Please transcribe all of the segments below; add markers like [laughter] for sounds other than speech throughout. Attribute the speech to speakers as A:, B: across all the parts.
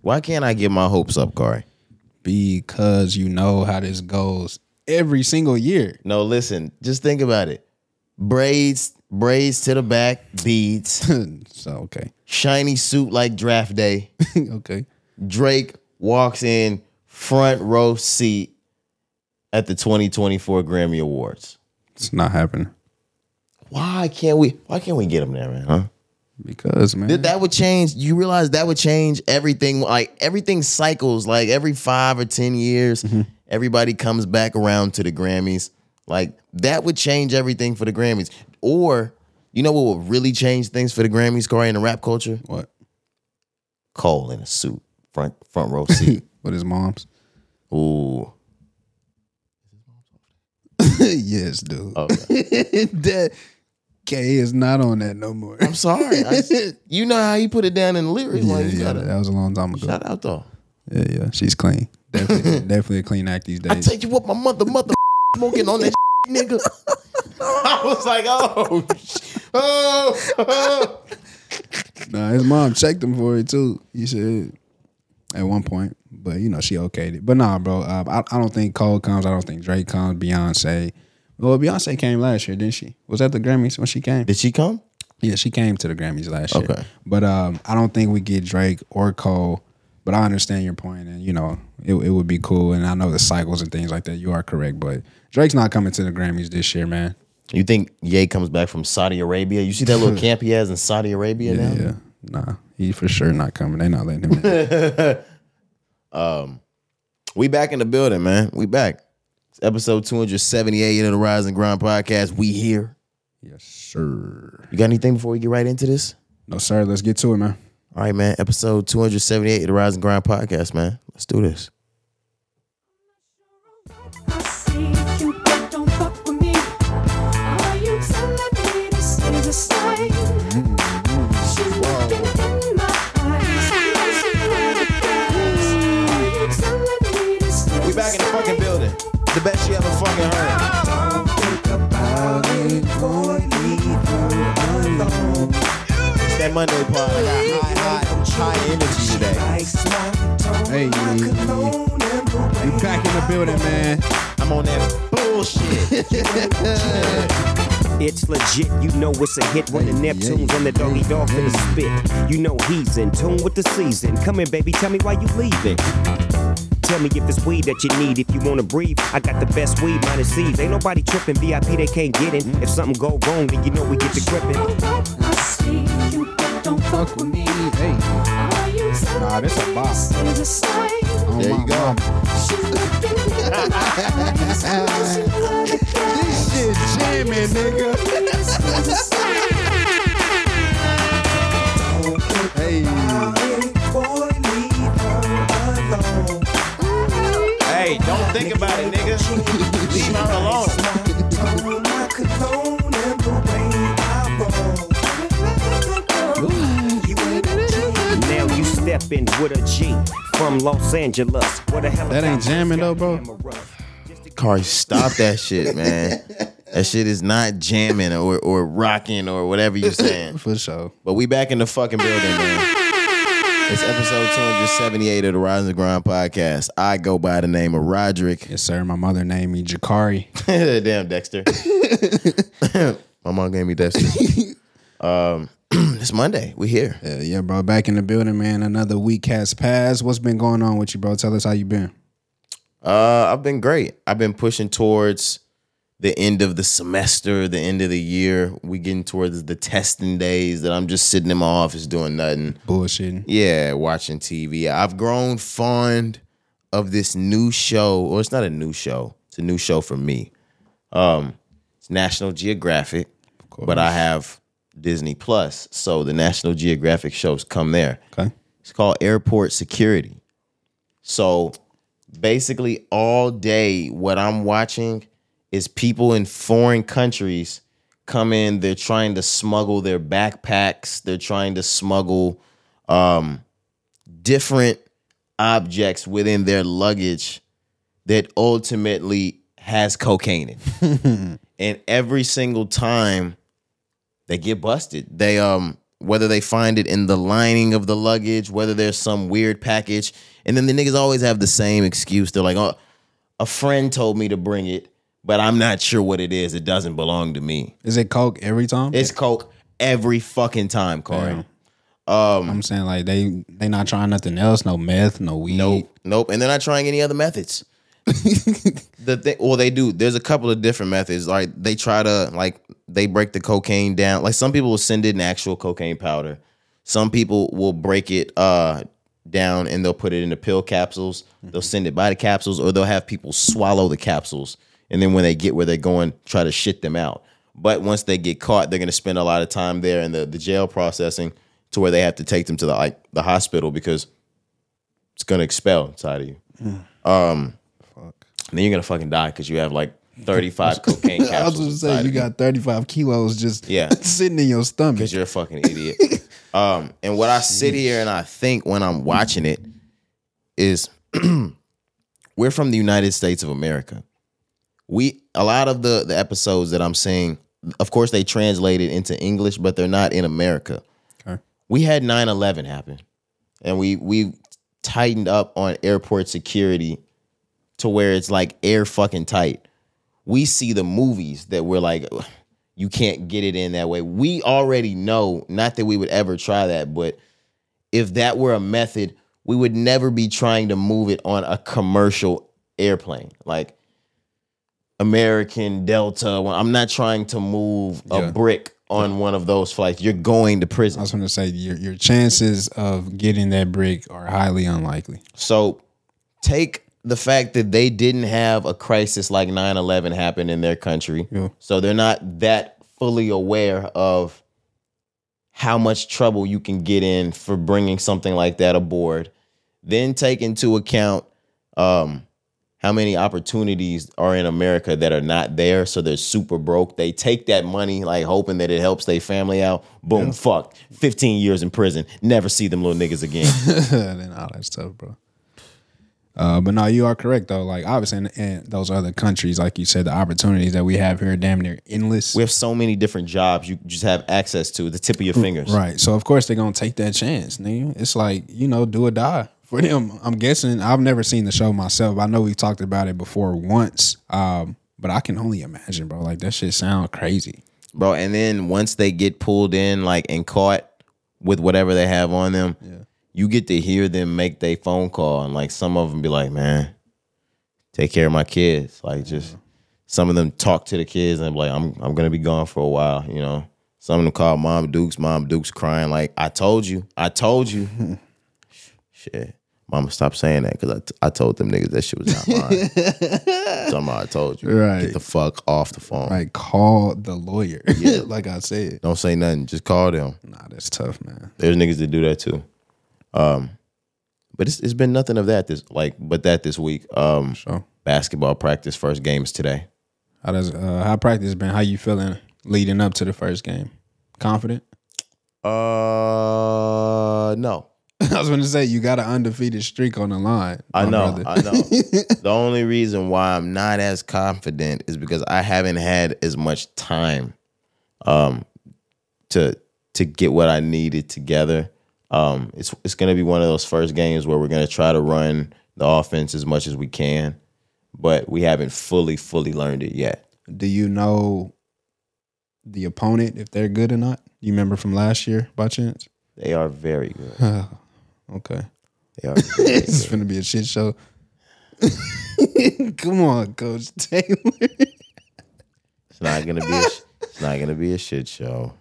A: Why can't I get my hopes up, Corey?
B: because you know how this goes every single year. [laughs]
A: No, listen, just think about it. Braids, braids to the back, beads,
B: so okay, [laughs]
A: shiny suit like draft day.
B: okay.
A: Drake walks in front row seat at the 2024 Grammy Awards.
B: It's not happening
A: Why can't we? Why can't we get him there, man? Huh?
B: because man,
A: That- That would change. You realize that would change everything. Like everything cycles. Like every five or ten years,
B: Mm-hmm.
A: everybody comes back around to the Grammys. Like that would change everything for the Grammys. Or you know what would really change things for the Grammys, Corey, in the rap culture?
B: what?
A: Cole in a suit, front front row
B: [laughs]
A: seat.
B: What his mom's?
A: Ooh,
B: yes, dude. [laughs] that K is not on that no more.
A: I'm sorry.
B: [laughs]
A: I just- you know how he put it down in the lyrics.
B: yeah,
A: like, you
B: yeah,
A: gotta-
B: that was a long time ago.
A: shout out though.
B: Yeah, yeah, she's clean.
A: [laughs]
B: Definitely, definitely a clean act these
A: I
B: days.
A: tell you what, my mother, mother [laughs] smoking on that nigga. [laughs] I was like, oh, [laughs] sh- oh, oh.
B: Nah, his mom checked him for it too. He said at one point, but you know she okayed it. But nah, bro, uh, I, I don't think Cole comes. I don't think Drake comes. Beyonce, well, Beyonce came last year, didn't she? Was that the Grammys when she came?
A: Did she come?
B: Yeah, she came to the Grammys last year.
A: Okay.
B: but um, I don't think we get Drake or Cole. But I understand your point, and you know it, it would be cool. And I know the cycles and things like that. You are correct, but Drake's not coming to the Grammys this year, man.
A: You think Ye comes back from Saudi Arabia? You see that [laughs] little camp he has in Saudi Arabia now?
B: Yeah, nah, he for sure not coming. They not letting him. in.
A: We back in the building, man. We back. It's episode 278 of the Rise and Grind podcast. We here.
B: yes, sir.
A: You got anything before we get right into this?
B: No, sir. Let's get to it, man.
A: All right, man. Episode 278 of the Rise and Grind podcast, man. Let's do this.
C: I see you, but don't fuck with me. Are you telling me this is a sign? She's looking in my eyes. Knows she got it, guys. Are you telling me this is
D: We back in the fucking building. The best you ever fucking heard. It's that Monday pod. I got high, high, high energy today.
B: Hey, we back in the building, man.
D: I'm on that bullshit.
E: It's legit, you know it's a hit when the
B: Hey, yeah,
E: Neptune's and the doggy dog finna spit. You know he's in tune with the season. Come in, baby, tell me why you leaving. Tell me if it's weed that you need, if you wanna breathe. I got the best weed, minus seeds. Ain't nobody tripping, VIP they can't get in. If something go wrong, then you know we get to gripping.
C: I see you, but don't fuck with me.
B: Hey,
C: Are you
B: Nah,
C: telling me
B: this a bop.
C: this is a sign?
B: there you go.
C: She's looking in my eyes. Knows she got it, guys.
B: Shit, jamming, nigga.
C: This is a sign.
B: Hey,
D: hey, don't think about it, nigga. Leave her alone.
E: Now you stepping with a G from Los Angeles. What a hell
B: That ain't jamming though, bro.
A: Car, stop that shit, man. That shit is not jamming or, or rocking or whatever you're saying.
B: for sure.
A: But we back in the fucking building, man. It's episode 278 of the Rise and Grind podcast. I go by the name of Roderick.
B: Yes, sir. My mother named me Jakari.
A: [laughs] Damn, Dexter. My mom gave me Dexter. Um, [clears throat] it's Monday. We here.
B: Yeah, yeah, bro. Back in the building, man. Another week has passed. What's been going on with you, bro? Tell us how you been.
A: Uh, I've been great. I've been pushing towards the end of the semester, the end of the year. We getting towards the testing days that I'm just sitting in my office doing nothing.
B: Bullshitting.
A: Yeah, watching TV. I've grown fond of this new show. Or it's not a new show. It's a new show for me. Um, it's National Geographic, but I have Disney Plus, so the National Geographic shows come there.
B: Okay.
A: It's called Airport Security. So basically, all day, what I'm watching is people in foreign countries come in. They're trying to smuggle their backpacks, they're trying to smuggle um, different objects within their luggage that ultimately has cocaine in it. and every single time they get busted, they um whether they find it in the lining of the luggage, whether there's some weird package. And then the niggas always have the same excuse. They're like, oh, a friend told me to bring it, but I'm not sure what it is. It doesn't belong to me.
B: Is it coke every time?
A: It's Coke every fucking time, Corey.
B: I'm saying like they they not trying nothing else, no meth, no weed.
A: Nope, nope. And they're not trying any other methods. the thing, well, they do. There's a couple of different methods. Like they try to like they break the cocaine down. Like some people will send it in actual cocaine powder. Some people will break it uh down and they'll put it in the pill capsules. They'll send it by the capsules, or they'll have people swallow the capsules, and then when they get where they're going, try to shit them out. But once they get caught, they're gonna spend a lot of time there in the the jail processing to where they have to take them to the like the hospital because it's gonna expel inside of you. And then you're gonna fucking die because you have
B: [laughs]
A: like 35 cocaine
B: I was
A: capsules.
B: just
A: inside
B: saying you
A: of you
B: got 35 kilos just
A: Yeah.
B: [laughs] sitting in your stomach.
A: because you're a fucking
B: [laughs]
A: idiot. um, and what I sit here and I think when I'm watching it is [clears throat] we're from the United States of America. We a lot of the the episodes that I'm seeing, of course, they translated into English, but they're not in America.
B: Okay.
A: We had 9-11 happen, and we we tightened up on airport security to where it's like air fucking tight. We see the movies that we're like, you can't get it in that way. We already know, not that we would ever try that, but if that were a method, we would never be trying to move it on a commercial airplane. Like American Delta. Well, I'm not trying to move a
B: Yeah.
A: brick on one of those flights. You're going to
B: I
A: prison.
B: was gonna say your your chances of getting that brick are highly unlikely.
A: So take the fact that they didn't have a crisis like 9/11 happen in their country.
B: Yeah.
A: So they're not that fully aware of how much trouble you can get in for bringing something like that aboard. Then take into account um, how many opportunities are in America that are not there, so they're super broke. They take that money, like hoping that it helps their family out. Boom, fuck, fifteen years in prison. Never see them little niggas again.
B: [laughs] and all that stuff, bro. Uh, but no, you are correct though. Like obviously, in, in those other countries, like you said, the opportunities that we have here are damn near endless.
A: we have so many different jobs you just have access to the tip of your fingers.
B: Right. So of course they're gonna take that chance, nigga. It's like you know, do or die for them. I'm guessing. I've never seen the show myself. I know we talked about it before once, um, but I can only imagine, bro. Like that shit sound crazy.
A: bro. And then once they get pulled in, like and caught with whatever they have on them, you get to hear them make their phone call, and like some of them be like, "Man, take care of my kids." Like just some of them talk to the kids and be like, "I'm I'm gonna be gone for a while," you know. Some of them call mom Dukes, mom Dukes crying like, "I told you, I told you." shit. Mama, stop saying that because I, t- I told them niggas that shit was not mine. Talking about I told you.
B: Right.
A: Get the fuck off the phone.
B: Like call the lawyer. [laughs] like I said.
A: Don't say nothing. Just call them.
B: Nah, that's tough, man.
A: There's niggas that do that too. Um, but it's, it's been nothing of that this like but that this week. Um,
B: So
A: basketball practice first games today.
B: how does uh, how practice been? How you feeling leading up to the first game? Confident? [laughs]
A: Uh, no,
B: I was gonna say you got an undefeated streak on the line.
A: I
B: my
A: know,
B: brother.
A: I
B: [laughs]
A: know. the only reason why I'm not as confident is because I haven't had as much time, um, to to get what I needed together. Um, it's it's gonna be one of those first games where we're gonna try to run the offense as much as we can, but we haven't fully fully learned it yet.
B: Do you know the opponent if they're good or not? You remember from last year by chance?
A: They are very good. [laughs]
B: Okay.
A: They are. very
B: This is
A: good.
B: gonna be a shit show. [laughs] Come on, Coach Taylor.
A: It's not gonna be. A, sh- it's not gonna be a shit show.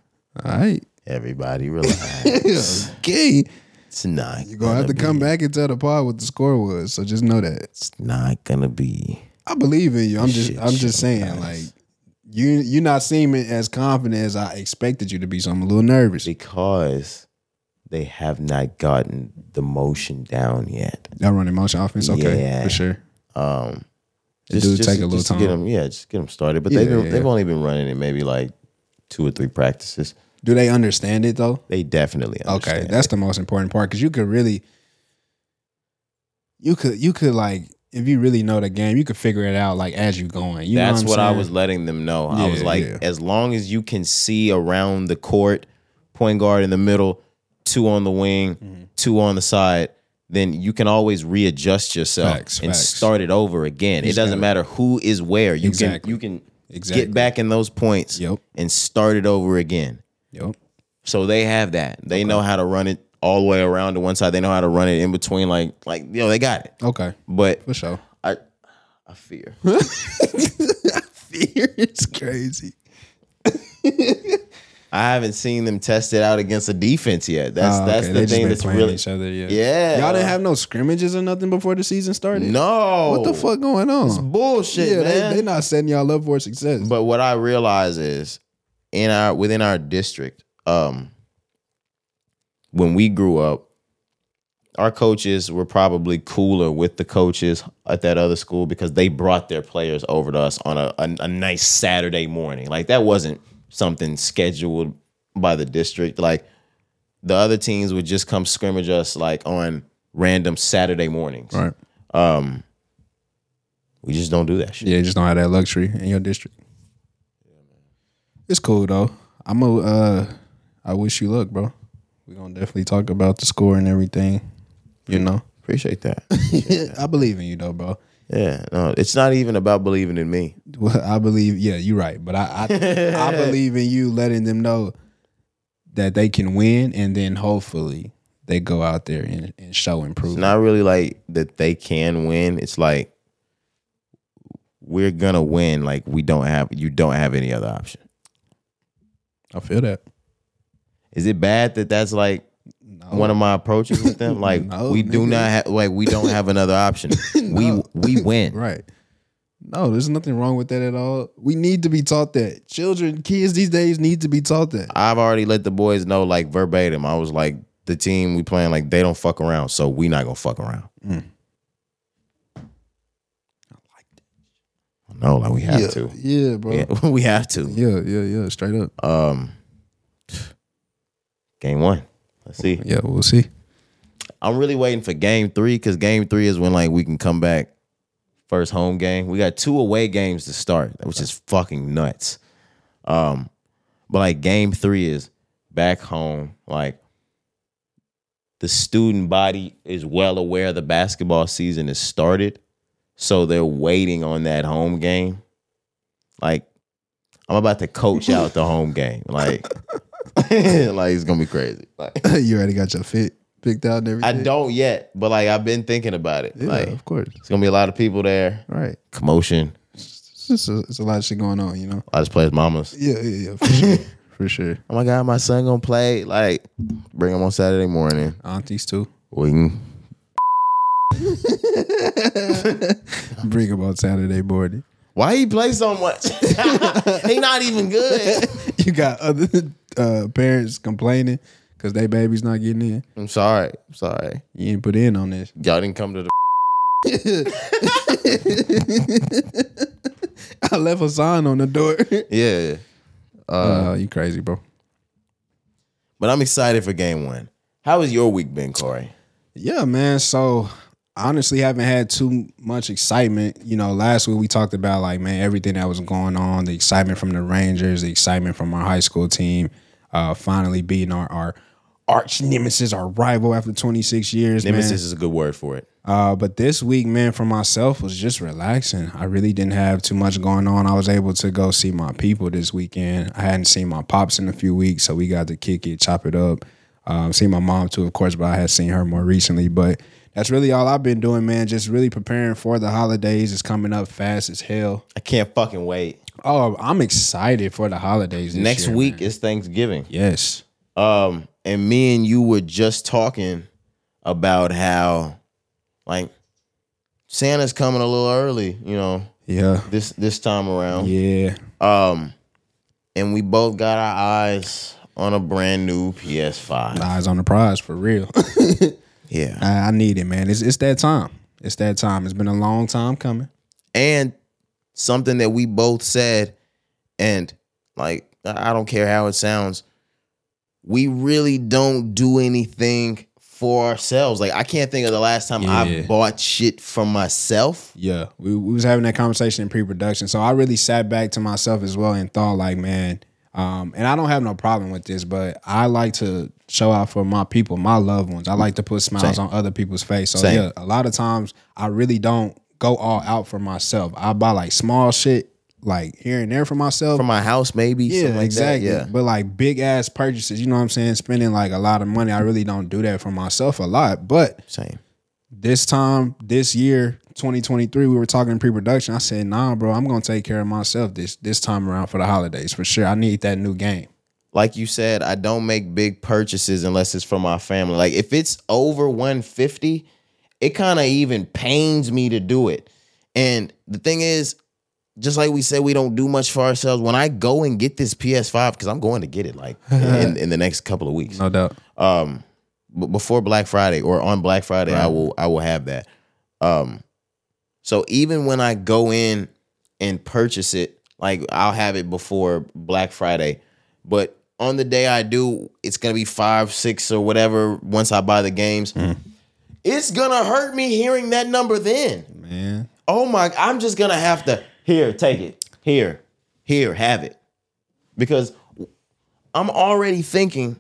B: All right.
A: Everybody relax.
B: [laughs] Okay.
A: It's not.
B: You're gonna have to
A: be-
B: come back and tell the pod what the score was. So just know that.
A: It's not gonna be.
B: I believe in you. I'm just
A: Shit
B: I'm just
A: show,
B: saying,
A: guys.
B: like you you're not seeming as confident as I expected you to be, so I'm a little nervous.
A: because they have not gotten the motion down yet.
B: Y'all running motion offense, okay,
A: Yeah.
B: for sure.
A: Um,
B: It do take a little
A: just To get
B: time.
A: them, yeah, just get them started. But
B: Yeah,
A: they've been,
B: yeah,
A: they've
B: yeah.
A: only been running it maybe like two or three practices.
B: Do they understand it though?
A: They definitely understand.
B: Okay, that's the most important part because you could really, you could you could like if you really know the game, you could figure it out like as you going. You know
A: That's
B: I'm
A: what I
B: saying?
A: was letting them know. I was
B: Yeah,
A: like,
B: yeah.
A: as long as you can see around the court point guard in the middle, two on the wing,
B: Mm-hmm.
A: two on the side, then you can always readjust yourself
B: Facts,
A: and
B: facts.
A: start it over again. It doesn't matter who is where. You
B: Exactly.
A: can you can
B: Exactly.
A: get back in those points
B: Yep.
A: and start it over again.
B: Yep.
A: So they have that. They know how to run it all the way around to one side. They know how to run it in between. Like like you know they got it.
B: Okay.
A: But
B: For sure. [laughs]
A: I I fear.
B: it's crazy.
A: I haven't seen them test it out against a defense yet. That's
B: Oh,
A: that's the
B: okay. They just
A: thing
B: been
A: that's
B: playing
A: really
B: each other. Yeah.
A: Yeah.
B: Y'all didn't have no scrimmages or nothing before the season started.
A: no.
B: What the fuck going on?
A: Bullshit,
B: yeah,
A: man.
B: they they not setting y'all up for success.
A: But what I realize is in our within our district, um, when we grew up, our coaches were probably cooler with the coaches at that other school because they brought their players over to us on a, a, a nice Saturday morning. Like that wasn't something scheduled by the district. Like the other teams would just come scrimmage us like on random Saturday mornings.
B: right.
A: Um, we just don't do that shit.
B: Yeah, you just don't have that luxury in your district. It's cool though. I'm a. Uh, I wish you luck, bro. We're gonna definitely talk about the score and everything. You know,
A: Appreciate that. [laughs]
B: I believe in you though, bro.
A: Yeah, no, it's not even about believing in me.
B: Well, I believe. Yeah, you're right. But I, I, I believe in you letting them know that they can win, and then hopefully they go out there and, and show
A: It's
B: improvement.
A: not really like that they can win. It's like we're gonna win. Like we don't have you don't have any other option.
B: I feel that.
A: Is it bad that that's like one of my approaches with
B: [laughs]
A: them? Like
B: No,
A: we do
B: nigga.
A: not have like we don't have another
B: [laughs]
A: option. We we win.
B: Right. No, there's nothing wrong with that at all. We need to be taught that. Children, kids these days need to be taught that.
A: I've already let the boys know like verbatim. I was like the team we playing like they don't fuck around, so we not gonna fuck around.
B: Mm.
A: No, like we have
B: yeah.
A: to.
B: Yeah, bro. Yeah.
A: Yeah, [laughs] we have to.
B: yeah, yeah, Straight up.
A: Um, game one. Let's see.
B: Yeah, we'll see. [laughs]
A: I'm really waiting for game three because game three is when like we can come back. First home game. We got two away games to start, which is fucking nuts. Um, but like game three is back home. Like the student body is well aware the basketball season has started, so they're waiting on that home game. Like I'm about to coach out the home game. Like, [laughs] like it's gonna be crazy. Like
B: you already got your fit picked out and
A: I
B: everything.
A: don't yet, but like I've been thinking about it.
B: Yeah,
A: like
B: of course.
A: it's gonna be a lot of people there,
B: Right.
A: commotion.
B: It's, just a, it's a lot of shit going on, you know?
A: I just play his mamas.
B: Yeah, yeah, yeah. For
A: [laughs]
B: sure. for sure.
A: Oh my god, my son gonna play. Like bring him on Saturday morning.
B: Aunties too.
A: We can
B: Bring them on Saturday morning. [laughs]
A: why he play so much? [laughs] he not even good.
B: You got other [laughs] uh, parents complaining because they baby's not getting in.
A: I'm sorry. I'm sorry.
B: You ain't put in on this. [laughs]
A: Y'all didn't come to the [laughs]
B: I left a sign on the door. [laughs]
A: Yeah.
B: Uh, you crazy, bro.
A: But I'm excited for game one. How has your week been, Corey?
B: Yeah, man. So honestly, haven't had too much excitement. You know, last week we talked about like, man, everything that was going on, the excitement from the Rangers, the excitement from our high school team, uh, finally beating our our arch nemesis, our rival after 26 years.
A: Nemesis
B: man.
A: is a good word for it.
B: Uh, but this week, man, for myself was just relaxing. I really didn't have too much going on. I was able to go see my people this weekend. I hadn't seen my pops in a few weeks, so we got to kick it, chop it up. Um, seen my mom too, of course, but I had seen her more recently. But that's really all I've been doing, man. Just really preparing for the holidays. It's coming up fast as hell.
A: I can't fucking wait.
B: Oh, I'm excited for the holidays. this
A: Next
B: year,
A: week
B: man.
A: is Thanksgiving.
B: yes.
A: Um, and me and you were just talking about how like Santa's coming a little early, you know,
B: Yeah.
A: this this time around.
B: Yeah.
A: Um, and we both got our eyes on a brand new PS5.
B: Eyes on the prize for real. [laughs]
A: Yeah.
B: I, I need it, man. It's it's that time. It's that time. It's been a long time coming.
A: And something that we both said, and like I I don't care how it sounds, we really don't do anything for ourselves. Like I can't think of the last time I
B: Yeah.
A: bought shit for myself.
B: Yeah, we, we was having that conversation in pre-production, so I really sat back to myself as well and thought, like, man, Um, and I don't have no problem with this, but I like to show out for my people, my loved ones. I like to put smiles
A: Same.
B: on other people's face. So
A: Same.
B: yeah, a lot of times I really don't go all out for myself. I buy like small shit, like here and there for myself.
A: For my house, maybe.
B: yeah,
A: something like
B: exactly.
A: That. Yeah.
B: But like big ass purchases, you know what I'm saying? Spending like a lot of money. I really don't do that for myself a lot. But
A: Same.
B: this time this year 2023 we were talking in pre-production i said nah bro i'm gonna take care of myself this this time around for the holidays for sure i need that new game
A: Like you said, I don't make big purchases unless it's for my family. Like if it's over 150, it kind of even pains me to do it. And the thing is, just like we said, we don't do much for ourselves. When I go and get this PS5, because I'm going to get it
B: [laughs]
A: like in, in the next couple of weeks.
B: doubt
A: um b- before Black Friday or on Black Friday, I will I will have that. Um so even when I go in and purchase it, like I'll have it before Black Friday, but on the day I do, it's gonna be five, six, or whatever. Once I buy the games, it's gonna hurt me hearing that number. Then,
B: man
A: oh my, I'm just gonna have to here, take it, here, here, have it, because I'm already thinking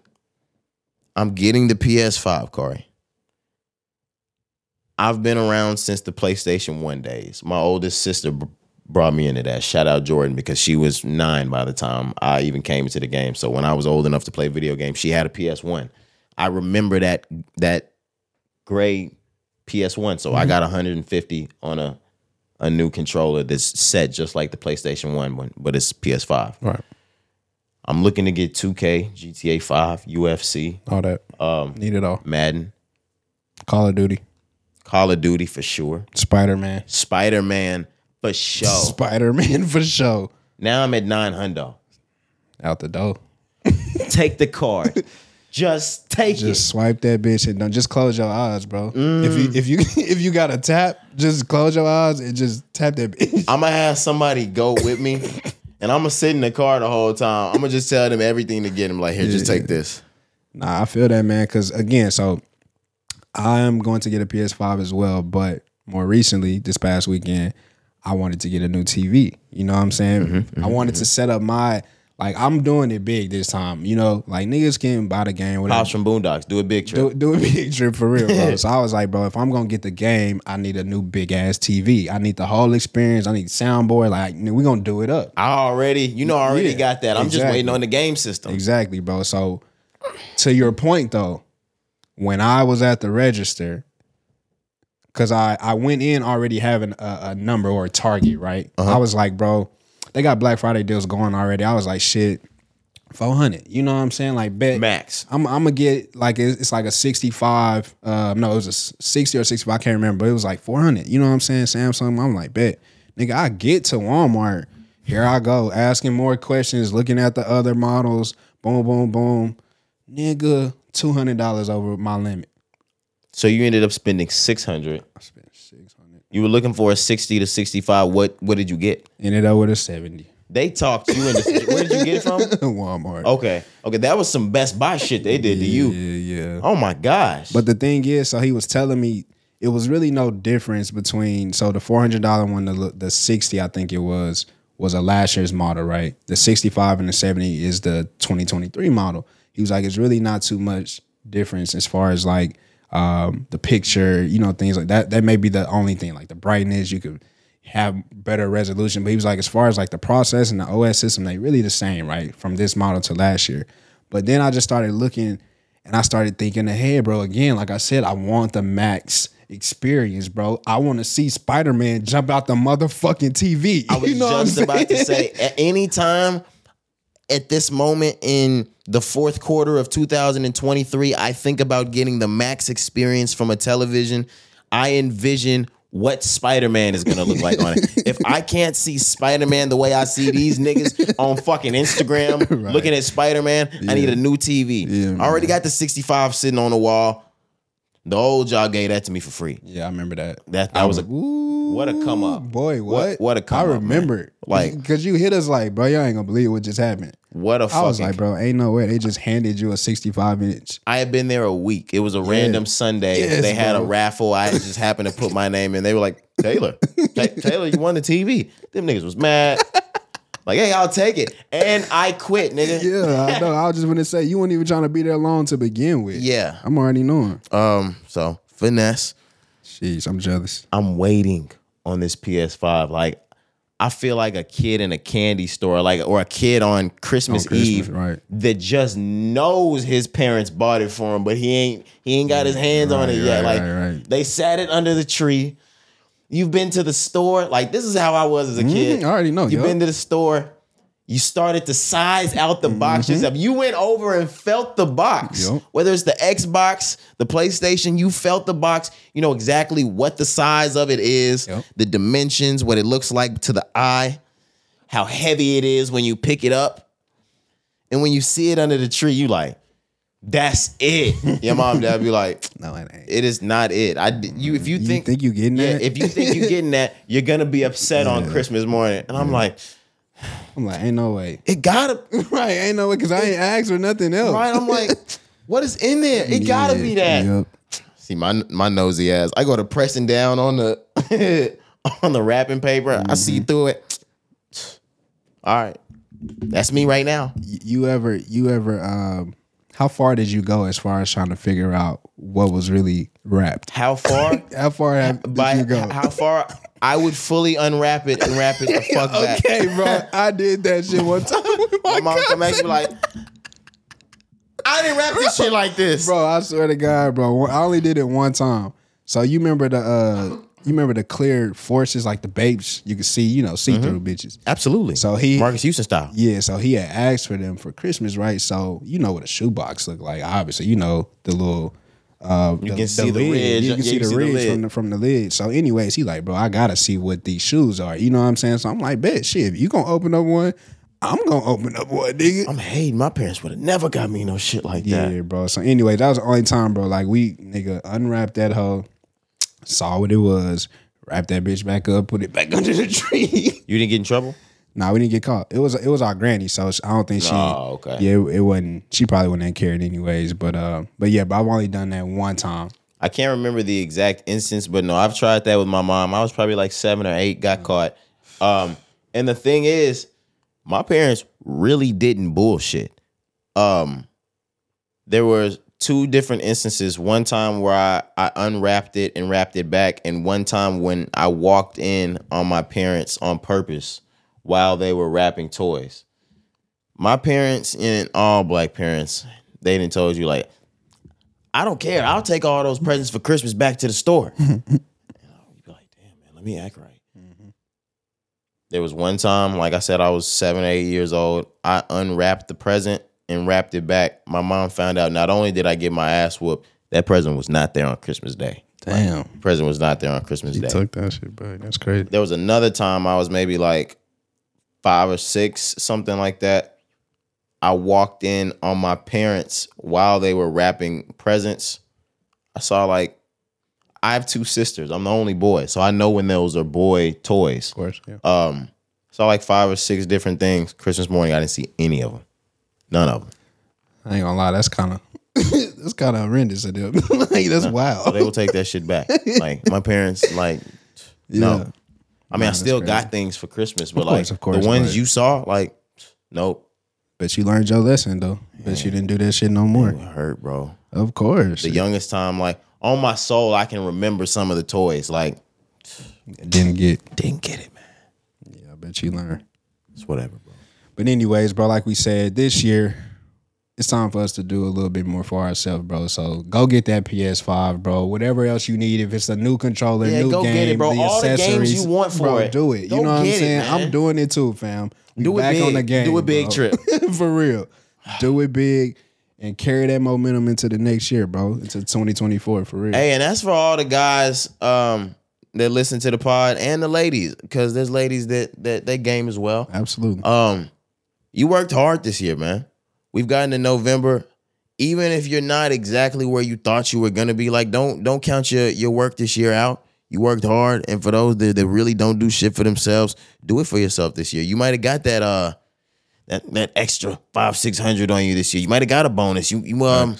A: I'm getting the PS5, Corey. I've been around since the PlayStation 1 days. My oldest sister b- brought me into that. Shout out Jordan because she was nine by the time I even came into the game. So when I was old enough to play video games, she had a PS1. I remember that that gray PS1. So I got 150 on a a new controller that's set just like the PlayStation 1 one, but it's PS5.
B: right
A: I'm looking to get 2K, GTA 5, UFC,
B: all that
A: um,
B: need it all
A: Madden,
B: call of duty
A: Call of Duty for sure,
B: spider-man
A: Spider Man for sure.
B: spider-man [laughs] for sure
A: Now I'm at nine hundo.
B: out the door
A: Take the [laughs] card, just take
B: just swipe that bitch and don't just close your eyes bro if you [laughs] if you if you got a tap just close your eyes and just tap that bitch
A: it. I'm gonna have somebody go with [laughs] me, and I'm gonna sit in the car the whole time. I'm gonna just tell them everything to get them. Like here, just take this.
B: Nah, I feel that, man. Because again, so I am going to get a PS5 as well. But more recently, this past weekend, I wanted to get a new TV. You know what I'm saying? I wanted to set up my like I'm doing it big this time. You know, like niggas can buy the game whatever.
A: Pops from Boondocks, do a big trip.
B: Do, do a big trip for real, bro. so I was like, bro, if I'm gonna get the game, I need a new big ass TV. I need the whole experience. I need soundboard. Like, we're gonna do it up.
A: I already, you know, I already
B: Yeah,
A: got that. I'm just
B: exactly.
A: waiting on the game system.
B: Exactly, bro. So to your point though, when I was at the register, because I, I went in already having a, a number or a target, right? I was like, bro, they got Black Friday deals going already. I was like, shit, 400. You know what I'm saying? Like, bet.
A: Max.
B: I'm, I'm gonna get like it's it's like a 65. Uh, no, it was a s- 60 or 65. I can't remember. But it was like 400. You know what I'm saying? Samsung. I'm like, bet, nigga. I get to Walmart. Here I go, asking more questions, looking at the other models. Boom, boom, boom. Nigga, two hundred dollars over my limit.
A: So you ended up spending six hundred. I spent six hundred. You were looking for a sixty to sixty-five. What What did you get?
B: Ended up with a seventy. [laughs]
A: They talked you into. where did you get it [laughs] from?
B: Walmart.
A: Okay. Okay. That was some Best Buy shit they did to you.
B: Yeah, yeah.
A: Oh my gosh.
B: But the thing is, so he was telling me it was really no difference between so the four hundred dollar one, the the sixty, I think it was, was a last year's model, right? The sixty five and the seventy is the twenty twenty three model. He was like, it's really not too much difference as far as like um, the picture, you know, things like that. That may be the only thing, like the brightness. You could have better resolution, but he was like, as far as like the process and the OS system, they really the same, right? From this model to last year. But then I just started looking and I started thinking ahead, bro. Again, like I said, I want the max experience, bro. I want to see Spider Man jump out the motherfucking [laughs] TV.
A: I was
B: you know
A: just
B: what I'm
A: about to
B: saying?
A: say at any time at this moment in the fourth quarter of 2023, I think about getting the max experience from a television. I envision what Spider-Man is gonna look like on
B: [laughs]
A: it. If I can't see Spider-Man the way I see these niggas on fucking
B: [laughs]
A: Instagram looking at Spider-Man, I need a new TV. I already got the 65 sitting on the wall. The old y'all gave that to me for free.
B: [laughs] Yeah, I remember that.
A: That that was a
B: Ooh,
A: what a come up.
B: boy, what?
A: What, what a come
B: I
A: up. man.
B: remember.
A: Like-
B: [laughs] because you hit us like, bro, y'all ain't gonna believe what just happened.
A: What a
B: I
A: fucking
B: was like, bro, ain't no way. They just handed you a 65
A: [laughs]
B: inch.
A: I had been there a week. It was a random Sunday.
B: Yes,
A: they had a
B: bro.
A: raffle. I
B: [laughs]
A: just happened to put my name in. They were like, Taylor, Ta- Taylor, you won the TV. Them niggas was mad. Like, hey, I'll take it. And I quit, nigga.
B: Yeah, I know. I was just gonna say you weren't even trying to be there long to begin with.
A: Yeah.
B: I'm already knowing.
A: Um, so finesse.
B: Jeez, I'm jealous.
A: I'm waiting on this PS5. Like, I feel like a kid in a candy store, like or a kid on Christmas,
B: On Christmas,
A: Eve
B: right.
A: that just knows his parents bought it for him, but he ain't he ain't got his hands on it
B: Right,
A: yet.
B: right,
A: like
B: right, right.
A: they sat it under the tree. You've been to the store. Like this is how I was as a kid.
B: Mm-hmm. I already know,
A: You've
B: yo.
A: been to the store. You started to size out the box yourself. You went over and felt the box.
B: Mm-hmm. Yup.
A: Whether it's the Xbox, the PlayStation, you felt the box. You know exactly what the size of it is,
B: Yup.
A: the dimensions, what it looks like to the eye, how heavy it is when you pick it up. And when you see it under the tree, you like, that's
B: [laughs]
A: it. Your mom, dad be like,
B: No, it ain't.
A: it is not it. I d- you if you
B: You
A: think
B: think you getting
A: yeah,
B: that?
A: if you think you're getting that, you're gonna be upset on Christmas morning. And I'm like,
B: I'm like, ain't no way. [laughs]
A: it gotta
B: right, ain't no way, cause I ain't asked for nothing else.
A: right. I'm like, what is in there? It gotta be that.
B: Yep.
A: See my my nosy ass. I go to pressing down on the [laughs] on the wrapping paper. I see
B: Mm-hmm.
A: through it. All right, that's me right now.
B: Y- You ever, you ever, um, how far did you go as far as trying to figure out what was really wrapped?
A: How
B: [laughs]
A: far?
B: How far have, did
A: by
B: you go? [laughs]
A: how far? I would fully unwrap it and wrap it the fuck back.
B: okay, bro, I did that shit one time. with
A: My mom come
B: cousin.
A: back and be like, I didn't wrap this shit like this.
B: bro. I swear to God, bro. one- I only did it one time. So you remember the uh you remember the clear forces like the babes you could see, you know, see through
A: Mm-hmm.
B: bitches.
A: Absolutely.
B: So he-
A: Marcus Houston style.
B: Yeah, so he had asked for them for Christmas, right? So you know what a shoebox look like. Obviously, you know the little. Uh, you
A: can see the ridge.
B: You can
A: Yeah,
B: see
A: you
B: the
A: see the
B: ridge
A: lid.
B: from the from the lid. So, anyways, he like, bro, I gotta see what these shoes are. You know what I'm saying? So I'm like, bet shit, if you gonna open up one, I'm gonna open up one, nigga.
A: I'm hating. My parents would have never got me no shit like
B: Yeah,
A: that.
B: bro. So anyway, that was the only time, bro. Like we nigga unwrapped that hoe, saw what it was, wrapped that bitch back up, put it back [laughs] under the tree.
A: You didn't get in trouble?
B: nah, we didn't get caught. It was it was our granny, so I don't think she.
A: Oh, okay.
B: Yeah, it, it wasn't. She probably wouldn't have cared anyways. But uh, but yeah, but I've only done that one time.
A: I can't remember the exact instance, but no, I've tried that with my mom. I was probably like seven or eight, got caught. Um, and the thing is, my parents really didn't bullshit. Um, there was two different instances. One time where I, I unwrapped it and wrapped it back, and one time when I walked in on my parents on purpose while they were wrapping toys. My parents and all black parents, they didn't told you like, I don't care. I'll take all those presents for Christmas back to the [laughs] store. and I'll be like, damn, man, let me act right. Mm-hmm. There was one time, like I said, I was seven, eight years old. I unwrapped the present and wrapped it back. My mom found out not only did I get my ass whooped, that present was not there on Christmas Day.
B: Damn,
A: The present was not there on Christmas Day
B: that shit back. That's crazy.
A: there was another time I was maybe like five or six, something like that. I walked in on my parents while they were wrapping presents. I saw like I have two sisters. I'm the only boy, so I know when those are boy toys.
B: course, yeah.
A: Um, saw like five or six different things. Christmas morning, I didn't see any of them. None of them.
B: I ain't gonna lie, that's kind of [laughs] that's kind of horrendous of them. [laughs] like that's
A: So they
B: wild.
A: will take that shit
B: [laughs]
A: back. Like my parents, like no.
B: Yeah.
A: I mean, I
B: that's
A: still
B: crazy.
A: got things for Christmas, but
B: course,
A: like
B: of course,
A: the ones
B: but-
A: you saw, like nope,
B: But you learned your lesson though. Bet you didn't do that shit no more.
A: it hurt, bro.
B: Of course.
A: the youngest time, like on my soul, I can remember some of the toys. Like,
B: didn't get.
A: didn't get it, man.
B: Yeah, I bet you learned.
A: It's whatever, bro.
B: But anyways, bro, like we said, this year it's time for us to do a little bit more for ourselves, bro. So go get that PS5, bro. Whatever else you need, if it's a new controller,
A: Yeah,
B: new
A: go
B: game,
A: get it, bro.
B: the
A: All the games
B: accessories,
A: you want for
B: bro,
A: it.
B: do it.
A: Go
B: you know what I'm
A: get it,
B: saying? I'm
A: man.
B: doing it too, fam. We
A: Do it
B: back
A: big.
B: on the game.
A: Do it big
B: bro.
A: trip.
B: [laughs] for real. Do it big and carry that momentum into the next year, bro. Into 2024, for real.
A: Hey, and that's for all the guys um, that listen to the pod and the ladies, because there's ladies that that that game as well.
B: Absolutely.
A: Um, you worked hard this year, man. We've gotten to November. Even if you're not exactly where you thought you were gonna be, like don't don't count your your work this year out. You worked hard, and for those that, that really don't do shit for themselves, do it for yourself this year. You might have got that uh that that extra five six hundred on you this year. You might have got a bonus. You you um.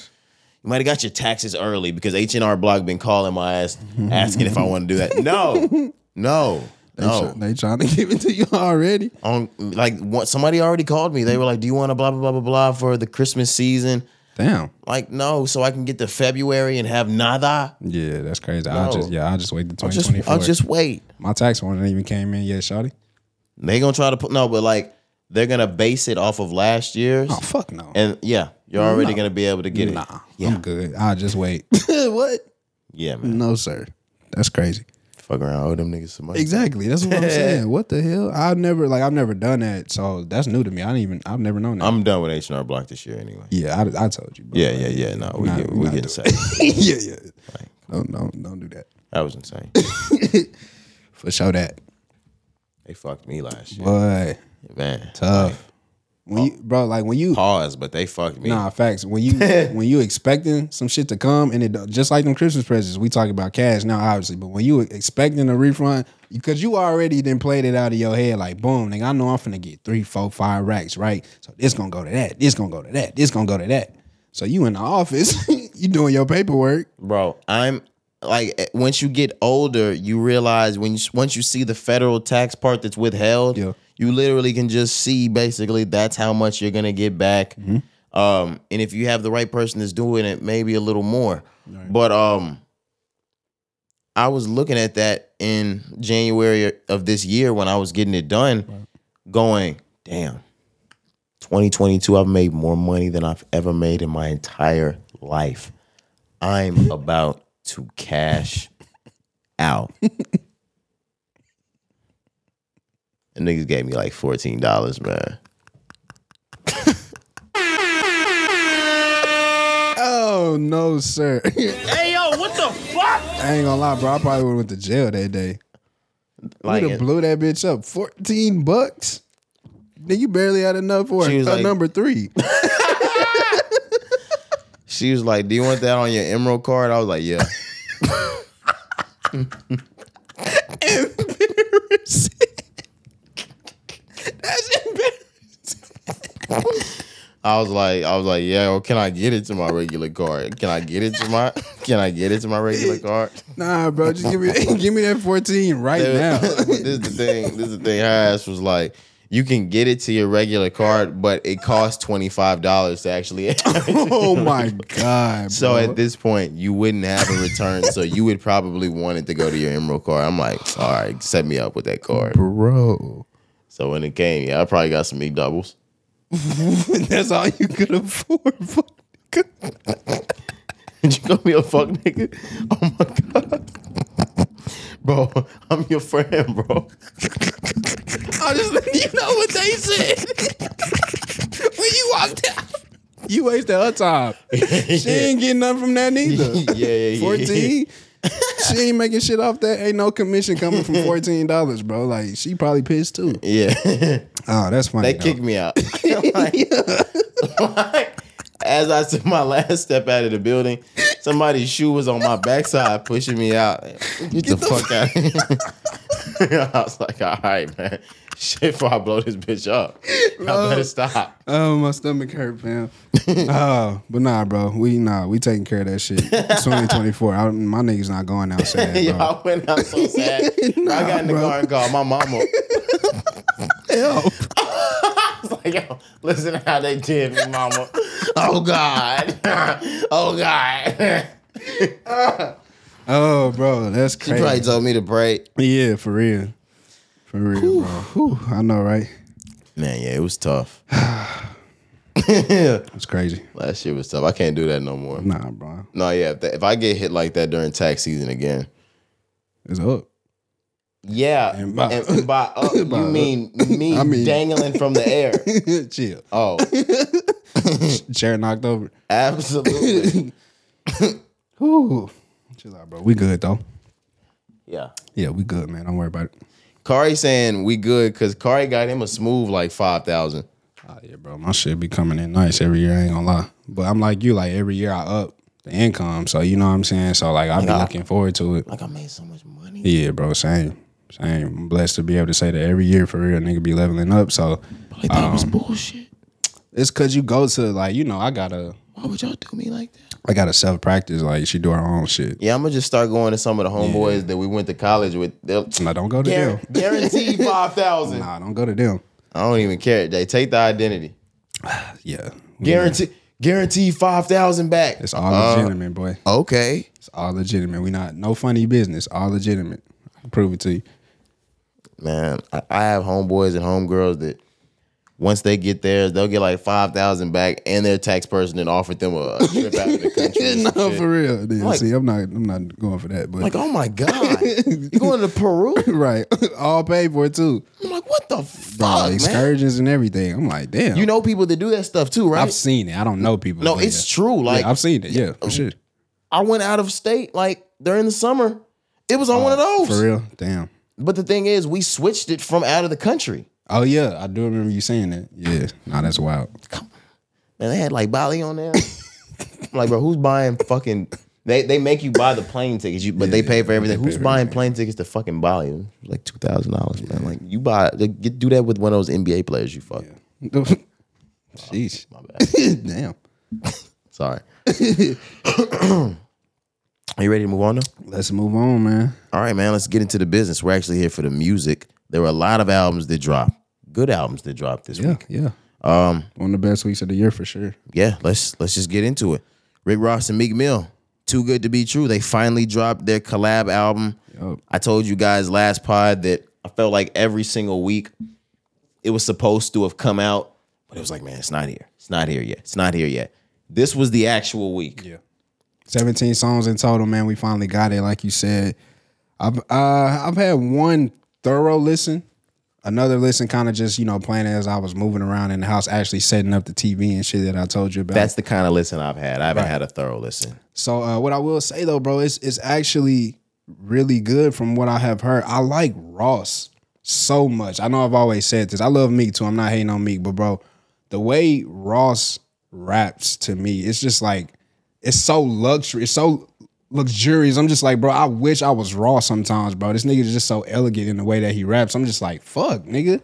A: You might have got your taxes early because H and R Block been calling my ass asking if I want to do that. No, no,
B: They,
A: No.
B: try- they trying to [laughs] give it to you already.
A: on like what somebody already called me. They were like, "Do you want to blah blah blah blah blah for the Christmas season?"
B: Damn.
A: Like, no, so I can get to February and have nada.
B: Yeah, that's crazy. I
A: No.
B: just yeah, I just wait till
A: I'll
B: twenty twenty
A: just
B: four.
A: I'll just wait.
B: my tax one even came in yet, Shotty.
A: They gonna try to put no, but like they're gonna base it off of last year's,
B: Oh fuck no.
A: and yeah, you're already
B: No.
A: gonna be able to get it.
B: Nah,
A: Yeah.
B: I'm good. I'll just wait. [laughs]
A: what? Yeah, man.
B: no, sir. That's crazy.
A: Fuck around, owe them niggas some money.
B: Exactly. That's [laughs] what I'm saying. What the hell? I've never like I've never done that. So that's new to me. I didn't even I've never known that.
A: I'm done with H and R Block this year anyway.
B: yeah, I, I told you. Bro.
A: Yeah, yeah, yeah. No, we
B: Nah,
A: get,
B: we
A: we
B: not
A: getting
B: doing
A: sacked.
B: [laughs] yeah, yeah. Don't don't don't do that.
A: [laughs] That was insane.
B: For sure that.
A: They fucked me last year,
B: Boy,
A: man.
B: tough. When you, bro, like when you
A: Pause, but they fucked me.
B: Nah, facts. When you when you expecting some shit to come and it don't- just like them Christmas presents, we talk about cash now, obviously. But when you expecting a refund, because you already then played it out of your head, like boom, nigga, I know I'm finna get three, four, five racks, right? So this gonna go to that, this gonna go to that, this gonna go to that. So you in the office, [laughs] you doing your paperwork.
A: bro i'm like eh, once you get older you realize when you once you see the federal tax part that's withheld
B: Yeah.
A: you literally can just see basically that's how much you're gonna get back um and if you have the right person that's doing it maybe a little more but um i was looking at that in january of this year when i was getting it done going damn 2022 i've made more money than i've ever made in my entire life I'm about to cash out. And niggas gave me like fourteen dollars, man.
B: Oh no, sir. [laughs] hey yo, what the fuck? I ain't gonna lie, bro. I probably would went to jail that day.
A: Like
B: We'd have blew that bitch up. Fourteen bucks. Then you barely had enough for
A: She
B: a,
A: was like-
B: number three.
A: she was like, "Do you want that on your Emerald card?" I was like, "Yeah." I was like, I was like, "Yeah." Well, can I get it to my regular card? Can I get it to my? Can I get it to my regular card?
B: Nah, bro, just give me [laughs] give me that fourteen right now.
A: But [laughs] this is the thing. This is the thing. Her ass was like, you can get it to your regular card, but it costs twenty five dollars to actually. [laughs]
B: oh my god!
A: so
B: bro.
A: at this point, you wouldn't have a return. so you would probably want it to go to your Emerald card. I'm like, all right, set me up with that card.
B: bro,
A: So when it came, yeah, I probably got some McDoubles.
B: [laughs] that's all you could afford. bro.
A: Did you call me a fuck nigga? Oh my god. Bro, I'm your friend, bro.
B: I just letting you know what they said when you walked out. You wasted
A: [laughs]
B: her time. She ain't getting nothing from that neither.
A: Yeah, yeah, yeah.
B: Fourteen. she ain't making shit off that. Ain't no commission coming
A: [laughs]
B: from fourteen dollars, bro. Like she probably pissed too.
A: Yeah.
B: Oh, that's funny.
A: They kicked me [laughs] out. Like- like, as I took my last step out of the building, somebody's shoe was on my backside pushing me out. Like, Get, the, fuck out of here. [laughs] I was like, all right, man. Shit, before I blow this bitch up, I better stop.
B: Oh, my stomach hurt,
A: [laughs]
B: fam. oh, but nah, bro. We nah, we taking care of
A: [laughs]
B: that shit. 2024. I, my niggas not going outside.
A: Yo,
B: Bro.
A: I went out [laughs] so sad. I got in the
B: bro.
A: car and called my mama. [laughs] I [laughs]
B: Help.
A: was like, yo, listen to how they did me, mama. Oh, God. [laughs] oh, God. [laughs]
B: Oh, bro, that's
A: She probably
B: crazy.
A: told me to pray.
B: Yeah, for real, for real, bro. Whew, I know, right?
A: Man, yeah, it was tough.
B: That's crazy.
A: Last year was tough. I can't do that no more.
B: Nah, bro,
A: No, yeah. If, that, if I get hit like that during tax season again,
B: it's up. [laughs]
A: yeah. And
B: And by-
A: by, by [laughs] up,
B: by
A: you
B: up.
A: mean me
B: I mean-
A: dangling from the [laughs] air?
B: Chill.
A: Oh,
B: Chair knocked over.
A: absolutely.
B: Whew. Chill out, bro. We good though.
A: Yeah.
B: Yeah, we good, man. Don't worry about it.
A: Kari saying we good because Kari got him a smooth like five thousand.
B: Oh yeah, bro. My shit be coming in nice every year. I ain't gonna lie, but I'm like you. Like every year, I up the income. So you know what I'm saying. So like I be
A: Nah.
B: looking forward to it.
A: Like I made so much money.
B: Yeah, bro. Same, same. I'm blessed to be able to say that every year for real. Nigga be leveling up. So
A: Like that was bullshit.
B: it's cause you go to like you know I gotta
A: Why would y'all do me like that?
B: I gotta self practice. Like she do her own shit.
A: Yeah, I'm gonna just start going to some of the homeboys that we went to college with. They'll
B: No, don't go to
A: Guar-
B: them.
A: guarantee [laughs] five thousand.
B: Nah, don't go to them.
A: I don't even care. They take the identity.
B: Yeah,
A: Guarantee guarantee five thousand back.
B: It's all
A: Uh,
B: legitimate, boy.
A: okay.
B: It's all legitimate. We not no funny business. All legitimate. I can prove it to you.
A: Man, I, I have homeboys and homegirls that once they get theirs, they'll get like five thousand back, and their tax person then offered them [laughs] a, a trip out of the country. and
B: no,
A: shit.
B: for real. Yeah,
A: Like-
B: see, I'm not. I'm not going for that. But
A: Like, oh my god, you going to Peru?
B: [laughs] right, [laughs] all paid for too.
A: I'm like, what the
B: Bro,
A: fuck,
B: like,
A: man?
B: excursions and everything. I'm like, damn.
A: You know people that do that stuff too, right?
B: I've seen it. I don't know people.
A: No,
B: but
A: it's
B: yeah.
A: true. Like
B: yeah, I've seen it. Yeah, for sure.
A: I went out of state like during the summer. It was on one of those.
B: For real. Damn.
A: But the thing is, we switched it from out of the country.
B: Oh yeah, I do remember you saying that. Yeah. Nah,
A: [laughs]
B: that's wild.
A: And they had like Bali on there. I'm like, bro, who's buying fucking they they make you buy the plane tickets, you, but they pay for everything. Who's
B: for
A: buying plane tickets to fucking Bali? Like two thousand dollars, man. Like you buy like, get, do that with one of those NBA players you fuck.
B: Jeez.
A: My bad.
B: [laughs] Damn.
A: Sorry. [coughs] Are you ready to move on now?
B: Let's move on, man.
A: All right, man, let's get into the business. We're actually here for the music. There were a lot of albums that dropped. Good albums that dropped this
B: Yeah,
A: week.
B: yeah. Um, one of the best weeks of the year for sure.
A: Yeah, let's let's just get into it. Rick Ross and Meek Mill, Too Good to Be True. They finally dropped their collab album.
B: Yup.
A: I told you guys last pod that I felt like every single week it was supposed to have come out, but it was like, man, it's not here. It's not here yet. It's not here yet. This was the actual week.
B: Yeah. 17 songs in total, man. We finally got it, like you said. I've uh, I've had one thorough listen, another listen, kind of just you know playing as I was moving around in the house, actually setting up the TV and shit that I told you about.
A: That's the kind of listen I've had. I haven't had a thorough listen.
B: So uh, what I will say though, bro, it's it's actually really good from what I have heard. I like Ross so much. I know I've always said this. I love Meek too. I'm not hating on Meek, but bro, the way Ross raps to me, it's just like it's so luxury. It's so luxurious. I'm just like, bro, I wish I was raw sometimes, bro. This nigga is just so elegant in the way that he raps. I'm just like, fuck, nigga.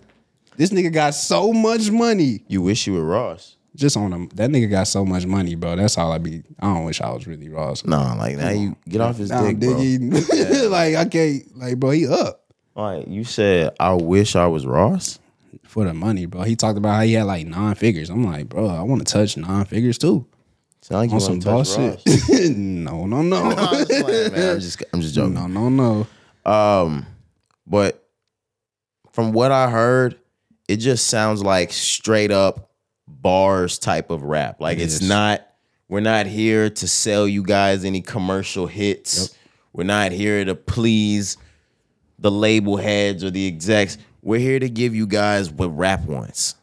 B: This nigga got so much money
A: You wish you were Ross.
B: just on him. That nigga got so much money, bro. That's all I be. I don't wish I was really raw.
A: No, like now you get off his
B: Nah,
A: dick,
B: I'm
A: bro.
B: digging. [laughs] like I can't. Like bro, he up
A: Like you said, I wish I was Ross.
B: for the money, bro. He talked about how he had like nine figures. I'm like, bro, I want to touch nine figures too
A: Sound like you
B: on
A: want
B: some
A: to
B: boss
A: touch
B: shit.
A: Ross. [laughs]
B: [laughs] no, no, no,
A: I'm just
B: [laughs]
A: playing, man. I'm just I'm just joking.
B: no, no, no.
A: Um, but from what I heard, it just sounds like straight up bars type of rap. Like it's
B: is.
A: not we're not here to sell you guys any commercial hits. We're not here to please the label heads or the execs. We're here to give you guys what rap wants.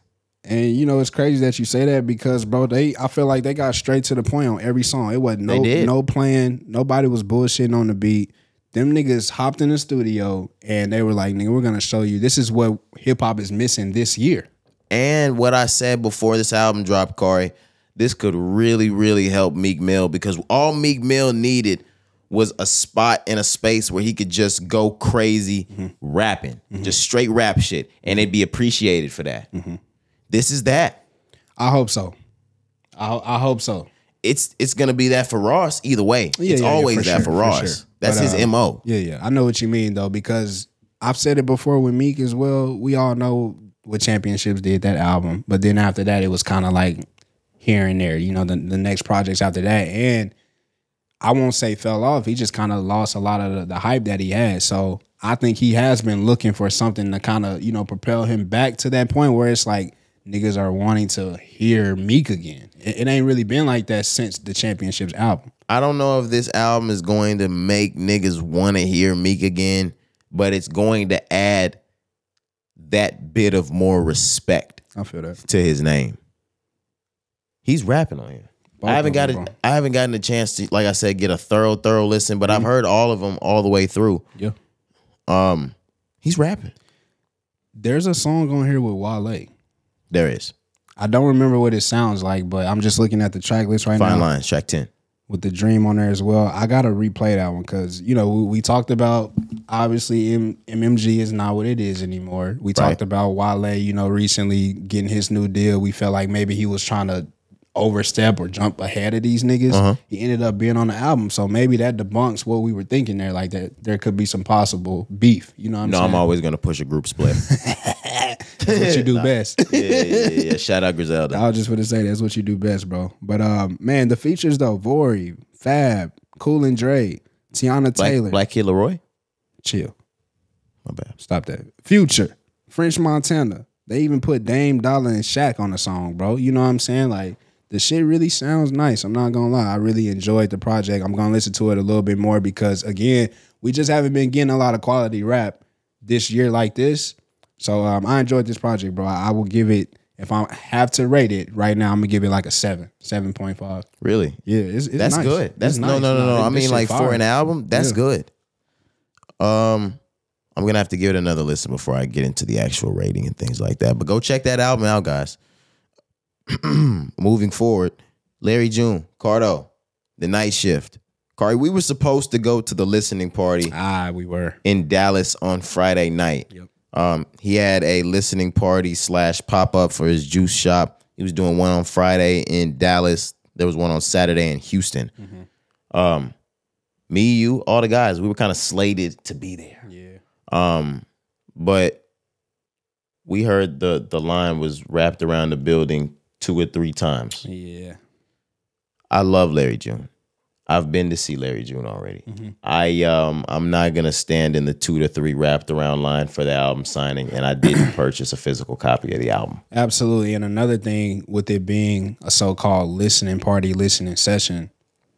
B: And you know it's crazy that you say that because bro, they I feel like they got straight to the point on every song. It wasn't no
A: They did.
B: no plan. Nobody was bullshitting on the beat. Them niggas hopped in the studio and they were like, nigga, we're gonna show you this is what hip hop is missing this year.
A: And what I said before this album dropped, Corey, this could really, really help Meek Mill because all Meek Mill needed was a spot in a space where he could just go crazy
B: Mm-hmm.
A: rapping, just straight rap shit, and it'd be appreciated for that.
B: Mm-hmm.
A: This is that.
B: I hope so. I ho- I hope so.
A: It's it's gonna be that for Ross either way.
B: Yeah,
A: it's
B: yeah, yeah,
A: always
B: for
A: that
B: sure,
A: for
B: for
A: Ross.
B: sure.
A: That's
B: But,
A: his
B: uh,
A: mo.
B: Yeah, yeah. I know what you mean though, because I've said it before with Meek as well. We all know what Championships did that album, but then after that, it was kind of like here and there. You know, the the next projects after that, and I won't say fell off. He just kind of lost a lot of the, the hype that he had. So I think he has been looking for something to kind of you know propel him back to that point where it's like. Niggas are wanting to hear Meek again. It, it ain't really been like that since the Championships album.
A: I don't know if this album is going to make niggas want to hear Meek again, but it's going to add that bit of more respect
B: I feel that.
A: to his name. He's rapping on here. I haven't got
B: Both of
A: a,
B: them,
A: I haven't gotten a chance to, like I said, get a thorough, thorough listen. But I've heard all of them all the way through.
B: Yeah.
A: Um, he's rapping.
B: There's a song on here with Wale.
A: There is
B: I don't remember what it sounds like, but I'm just looking at the track list right
A: fine
B: now
A: lines, track ten.
B: with the dream on there as well. I gotta replay that one because you know we, we talked about obviously M- MMG is not what it is anymore. We
A: Right.
B: talked about Wale, you know, recently getting his new deal. We felt like maybe he was trying to overstep or jump ahead of these niggas.
A: Uh-huh.
B: He ended up being on the album, so maybe that debunks what we were thinking there. Like that, there could be some possible beef. You know what I'm
A: No,
B: saying?
A: I'm
B: [laughs]
A: always gonna push a group [laughs] split.
B: That's what you do best.
A: yeah, yeah, yeah, yeah. Shout out Griselda.
B: I was just gonna say that's what you do best, bro. But um, man, the features though: Vori, Fab, Cool and Dre, Tiana
A: Black,
B: Taylor,
A: Black Kid Leroy.
B: chill.
A: My bad.
B: Stop that. Future, French Montana. They even put Dame Dollar and Shaq on the song, bro. You know what I'm saying? Like the shit really sounds nice. I'm not gonna lie. I really enjoyed the project. I'm gonna listen to it a little bit more because again, we just haven't been getting a lot of quality rap this year like this. So um, I enjoyed this project, bro. I, I will give it if I have to rate it right now. I'm gonna give it like a seven, seven point five.
A: Really?
B: Yeah, it's, it's
A: That's
B: nice.
A: good. That's
B: It's
A: no,
B: nice.
A: no, no, no.
B: this-
A: I
B: this
A: mean,
B: shit
A: like
B: fire.
A: for an album, that's
B: Yeah.
A: good. Um, I'm gonna have to give it another listen before I get into the actual rating and things like that. But go check that album out, guys. [clears throat] Moving forward, Larry June, Cardo, The Night Shift. Cardi, we were supposed to go to the listening party
B: Ah, we were.
A: in Dallas on Friday night.
B: Yep.
A: Um, he had a listening party slash pop up for his juice shop. He was doing one on Friday in Dallas. There was one on Saturday in Houston. Um, me, you, all the guys, we were kind of slated to be there.
B: Yeah.
A: Um, but we heard the the line was wrapped around the building two or three times.
B: Yeah.
A: I love Larry June. I've been to see Larry June already.
B: Mm-hmm.
A: I um I'm not gonna stand in the two to three wrapped around line for the album signing, and I
B: [clears throat]
A: didn't purchase a physical copy of the album.
B: Absolutely. And another thing with it being a so called listening party, listening session,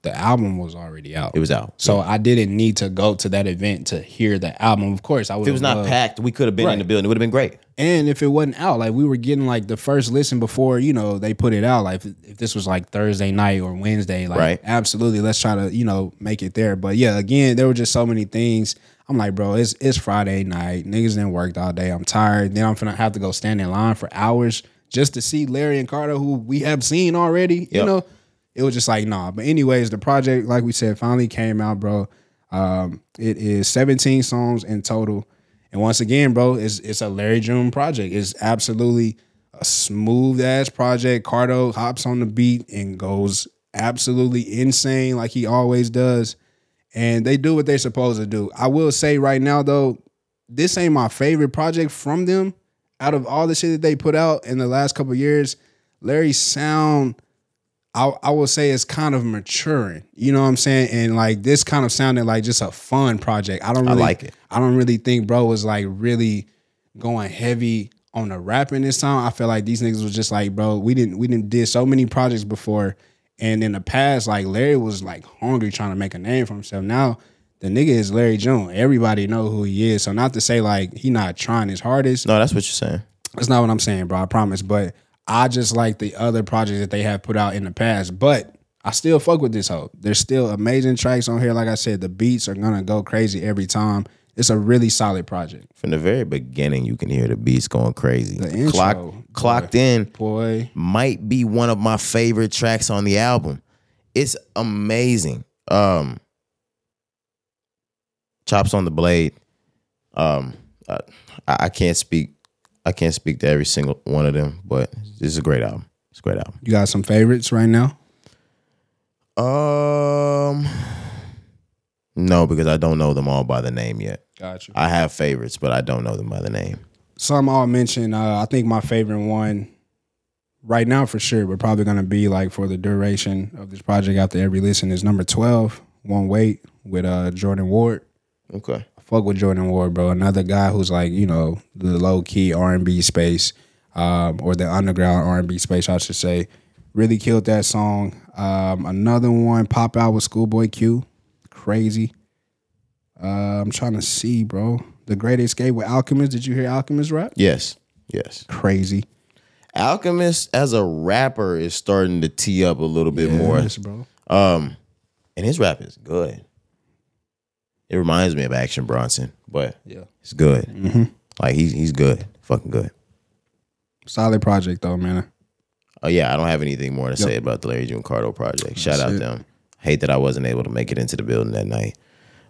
B: the album was already out.
A: It was out. So
B: so I didn't need to go to that event to hear the album. Of course, I would.
A: if it was not packed, we could have been
B: Right.
A: in the building. It would have been great.
B: And if it wasn't out, like we were getting like the first listen before you know they put it out. Like if, if this was like Thursday night or Wednesday, like
A: Right.
B: absolutely, let's try to you know make it there. But yeah, again, there were just so many things. I'm like, bro, it's it's Friday night. Niggas didn't worked all day. I'm tired. Then I'm gonna have to go stand in line for hours just to see Larry and Carter, who we have seen already. You
A: Yep.
B: know, it was just like nah. But anyways, the project, like we said, finally came out, bro. Um, it is 17 songs in total, and once again, bro, it's it's a Larry June project. It's absolutely a smooth ass project. Cardo hops on the beat and goes absolutely insane, like he always does. And they do what they're supposed to do. I will say right now though, this ain't my favorite project from them. Out of all the shit that they put out in the last couple years, Larry's sound I, I will say it's kind of maturing. You know what I'm saying? And like this kind of sounded like just a fun project. I don't
A: I
B: really
A: like it.
B: I don't really think bro was like really going heavy on the rapping this time. I feel like these niggas was just like, bro, we didn't we didn't did so many projects before. And in the past, like Larry was like hungry trying to make a name for himself. Now the nigga is Larry June. Everybody know who he is. So not to say like he not trying his hardest.
A: No, that's what you're saying.
B: That's not what I'm saying, bro. I promise. But I just like the other projects that they have put out in the past. But I still fuck with this hoe. There's still amazing tracks on here. Like I said, the beats are gonna go crazy every time. It's a really solid project.
A: From the very beginning, you can hear the beats going crazy.
B: The intro,
A: Clock,
B: boy.
A: clocked in
B: Boy,
A: might be one of my favorite tracks on the album. It's amazing. Um, Chops on the blade. Um, I, I can't speak. I can't speak to every single one of them, but this is a great album. It's a great album.
B: you got some favorites right now?
A: Um, no, because I don't know them all by the name yet.
B: Got you.
A: I have favorites, but I don't know them by the name.
B: Some I'll mention. Uh, I think my favorite one right now for sure, but probably gonna be like for the duration of this project after every listen is number 12, One Wait with uh, Jordan Ward.
A: Okay.
B: fuck with Jordan Ward, bro. Another guy who's like, you know, the low key R and B space, um, or the underground R and B space, I should say. Really killed that song. Um, another one, pop out with Schoolboy Q, crazy. Uh, I'm trying to see, bro. The Great Escape with Alchemist. Did you hear Alchemist rap?
A: Yes. Yes.
B: Crazy.
A: Alchemist as a rapper is starting to tee up a little bit more.
B: Yes, bro.
A: Um, and his rap is good. It reminds me of Action Bronson, but
B: Yeah.
A: it's good. Like he's he's good, fucking good.
B: Solid project though, man.
A: Oh yeah, I don't have anything more to say about the Larry June Cardo project. Shout out them. Hate that I wasn't able to make it into the building that night.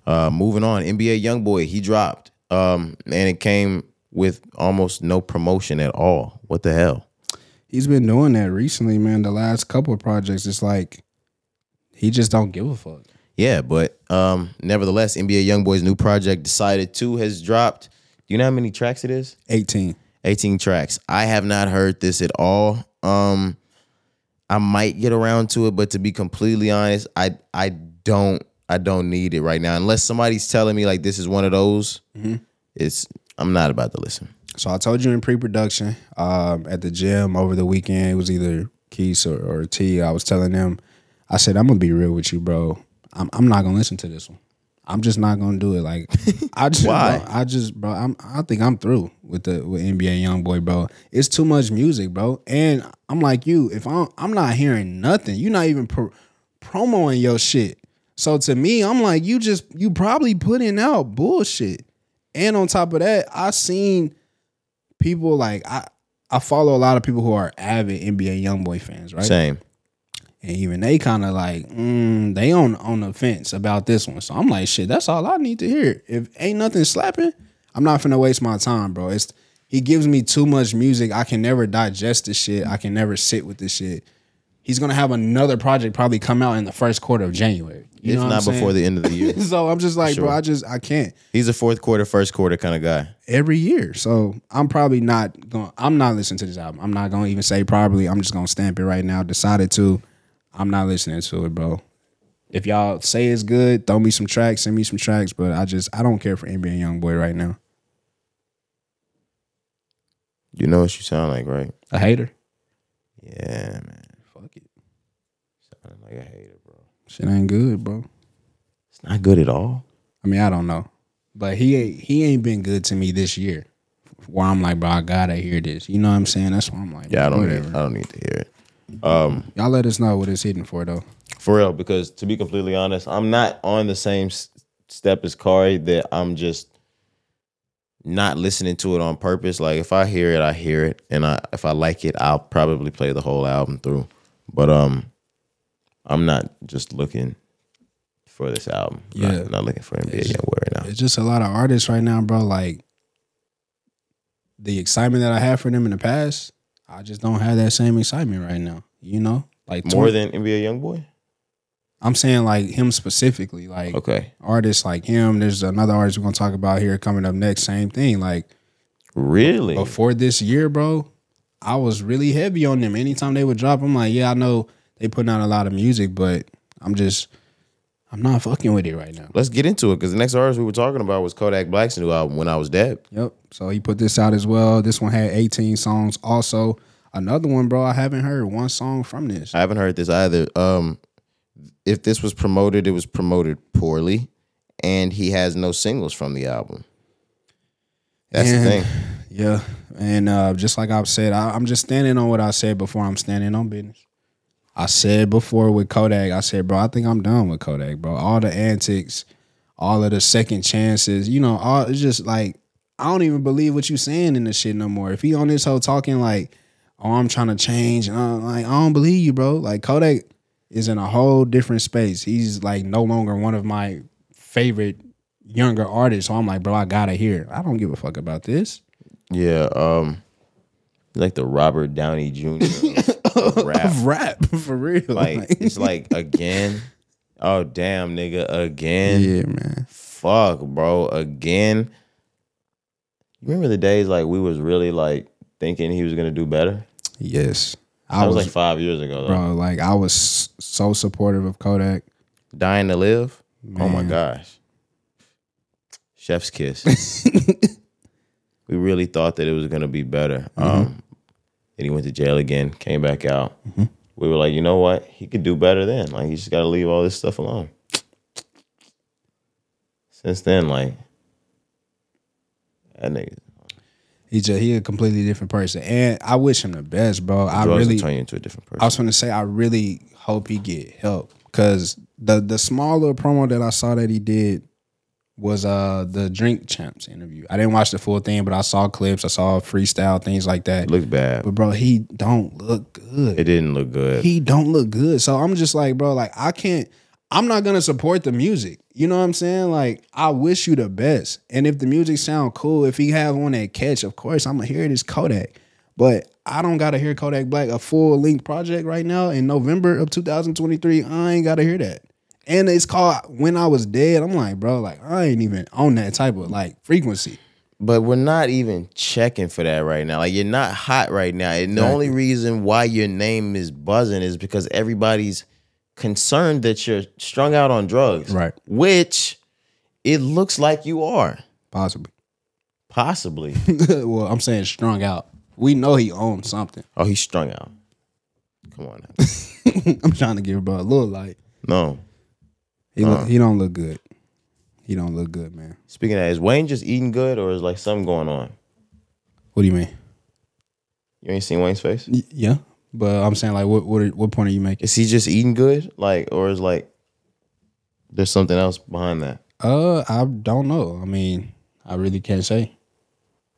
A: Uh, moving on, NBA YoungBoy he dropped, um, and it came with almost no promotion at all. What the hell?
B: he's been doing that recently, man. The last couple of projects, it's like he just don't give a fuck.
A: Yeah, but um, nevertheless, NBA YoungBoy's new project, Decided 2, has dropped. Do you know how many tracks it is?
B: Eighteen.
A: 18 tracks. I have not heard this at all. Um, I might get around to it, but to be completely honest, I I don't I don't need it right now. Unless somebody's telling me like this is one of those,
B: Mm-hmm.
A: it's I'm not about to listen.
B: So I told you in pre-production um, at the gym over the weekend, it was either Keys or, or T. I was telling them, I said, I'm gonna be real with you, bro. I'm, I'm not gonna listen to this one. I'm just not gonna do it. Like I just,
A: Why?
B: bro, I just, bro. I'm, I think I'm through with the with NBA YoungBoy, bro. It's too much music, bro. And I'm like you, if I'm, I'm not hearing nothing. You're not even pro- promoting your shit. So to me, I'm like, you just, you probably putting out bullshit. And on top of that, I seen people like I I follow a lot of people who are avid NBA YoungBoy fans, right?
A: Same.
B: And even they kind of like mm, they on on the fence about this one. So I'm like, shit, that's all I need to hear. If ain't nothing slapping, I'm not finna waste my time, bro. It's he gives me too much music. I can never digest this shit. I can never sit with this shit. He's gonna have another project probably come out in the first quarter of January. You
A: if
B: know what
A: not
B: I'm
A: before the
B: saying?
A: end of the
B: [laughs]
A: year.
B: so I'm just like,
A: Sure.
B: bro, I just I can't
A: He's a fourth quarter, first quarter kind of guy.
B: every year. So I'm probably not going. I'm not listening to this album. I'm not going to even say probably. I'm just going to stamp it right now. Decided to. I'm not listening to it, bro. If y'all say it's good, throw me some tracks, send me some tracks. But I just I don't care for NBA YoungBoy right now.
A: You know what you sound like, right?
B: A hater.
A: Yeah, man.
B: Fuck it.
A: Sounding like a hater, bro.
B: Shit ain't good, bro.
A: It's not good at all.
B: I mean, I don't know, but he ain't he ain't been good to me this year. Where I'm like, bro, I gotta hear this. You know what I'm saying? That's why I'm like,
A: Yeah, I don't. Need,
B: whatever.
A: I don't need to hear it.
B: Y'all let us know what it's hitting for though.
A: For real, because to be completely honest, I'm not on the same s- step as Kari that I'm just not listening to it on purpose. Like if I hear it, I hear it, and I if I like it, I'll probably play the whole album through. But um, I'm not just looking for this album. Yeah,
B: Yeah.
A: not, not looking for NBA YoungBoy right now.
B: It's just a lot of artists right now, bro. Like the excitement that I had for them in the past, I just don't have that same excitement right now. You know, like
A: More
B: toward-
A: than NBA YoungBoy.
B: I'm saying, like him specifically, like
A: Okay,
B: artists like him. There's another artist we're gonna talk about here coming up next. Same thing, like
A: really?
B: before this year, bro, I was really heavy on them. Anytime they would drop, I'm like, yeah, I know they putting out a lot of music, but I'm just, I'm not fucking with it right now.
A: Let's get into it because the next artist we were talking about was Kodak Black's new album, When I Was Dead.
B: Yep. So he put this out as well. This one had 18 songs. Also, another one, bro. I haven't heard one song from this.
A: I haven't heard this either. Um, if this was promoted, it was promoted poorly, and he has no singles from the album. That's
B: And-
A: the thing.
B: Yeah. And uh, just like I've said, I, I'm just standing on what I said before. I'm standing on business. I said before with Kodak, I said, bro, I think I'm done with Kodak, bro. All the antics, all of the second chances, you know, all it's just like I don't even believe what you saying in this shit no more. If he on this whole talking like, oh, I'm trying to change, and I'm like, I don't believe you, bro. Like Kodak is in a whole different space. He's like no longer one of my favorite younger artists. So I'm like, bro, I gotta hear. it. I don't give a fuck about this.
A: Yeah. Um, like the Robert Downey Jr. [laughs] of rap.
B: [laughs] Rap for real.
A: Like it's like again. Oh damn, nigga, again.
B: yeah, man.
A: Fuck, bro, again. You remember the days like we was really like thinking he was gonna do better?
B: Yes.
A: That was, like five years ago, though.
B: bro. Like I was s- so supportive of Kodak.
A: Dying to Live. Oh my
B: Man.
A: gosh. Chef's
B: [laughs]
A: kiss. we really thought that it was gonna be better.
B: Mm-hmm.
A: Um, then he went to jail again, came back out.
B: Mm-hmm.
A: We were like, you know what? He could do better then. Like, he just gotta leave all this stuff alone. Since then, like, that nigga,
B: He just he a completely different person, and I wish him the best, bro. I
A: drugs
B: really,
A: will turn you into a different person.
B: I was gonna say, I really hope he get help because the the smaller promo that I saw that he did was uh the Drink Champs interview. I didn't watch the full thing, but I saw clips, I saw freestyle things like that.
A: it looked bad.
B: But bro, he don't look good.
A: It didn't look good.
B: he don't look good. So I'm just like, bro, like I can't. I'm not gonna support the music. You know what I'm saying? Like I wish you the best. And if the music sound cool, if he have on that catch, of course I'm gonna hear it as Kodak. But I don't gotta hear Kodak Black a full length project right now in November of 2023. I ain't gotta hear that. And it's called When I Was Dead. I'm like, bro, like I ain't even on that type of like frequency.
A: But we're not even checking for that right now. Like you're not hot right now. And the only reason why your name is buzzing is because everybody's concerned that you're strung out on drugs.
B: Right.
A: Which it looks like you are.
B: Possibly. [laughs]
A: Possibly.
B: well, I'm saying strung out. We know he owned something. [laughs]
A: oh, he's strung out. Come on now.
B: I'm trying to give bro a little light.
A: No.
B: He look, he don't look good. He don't look good, man.
A: Speaking of that, is Wayne just eating good or is like something going on?
B: What do you mean?
A: You ain't seen Wayne's face?
B: Y- yeah, but I'm saying like, what what are- what point are you making?
A: Is he just eating good? Like, or is like there's something else behind that?
B: Uh, I don't know. I mean, I really can't say.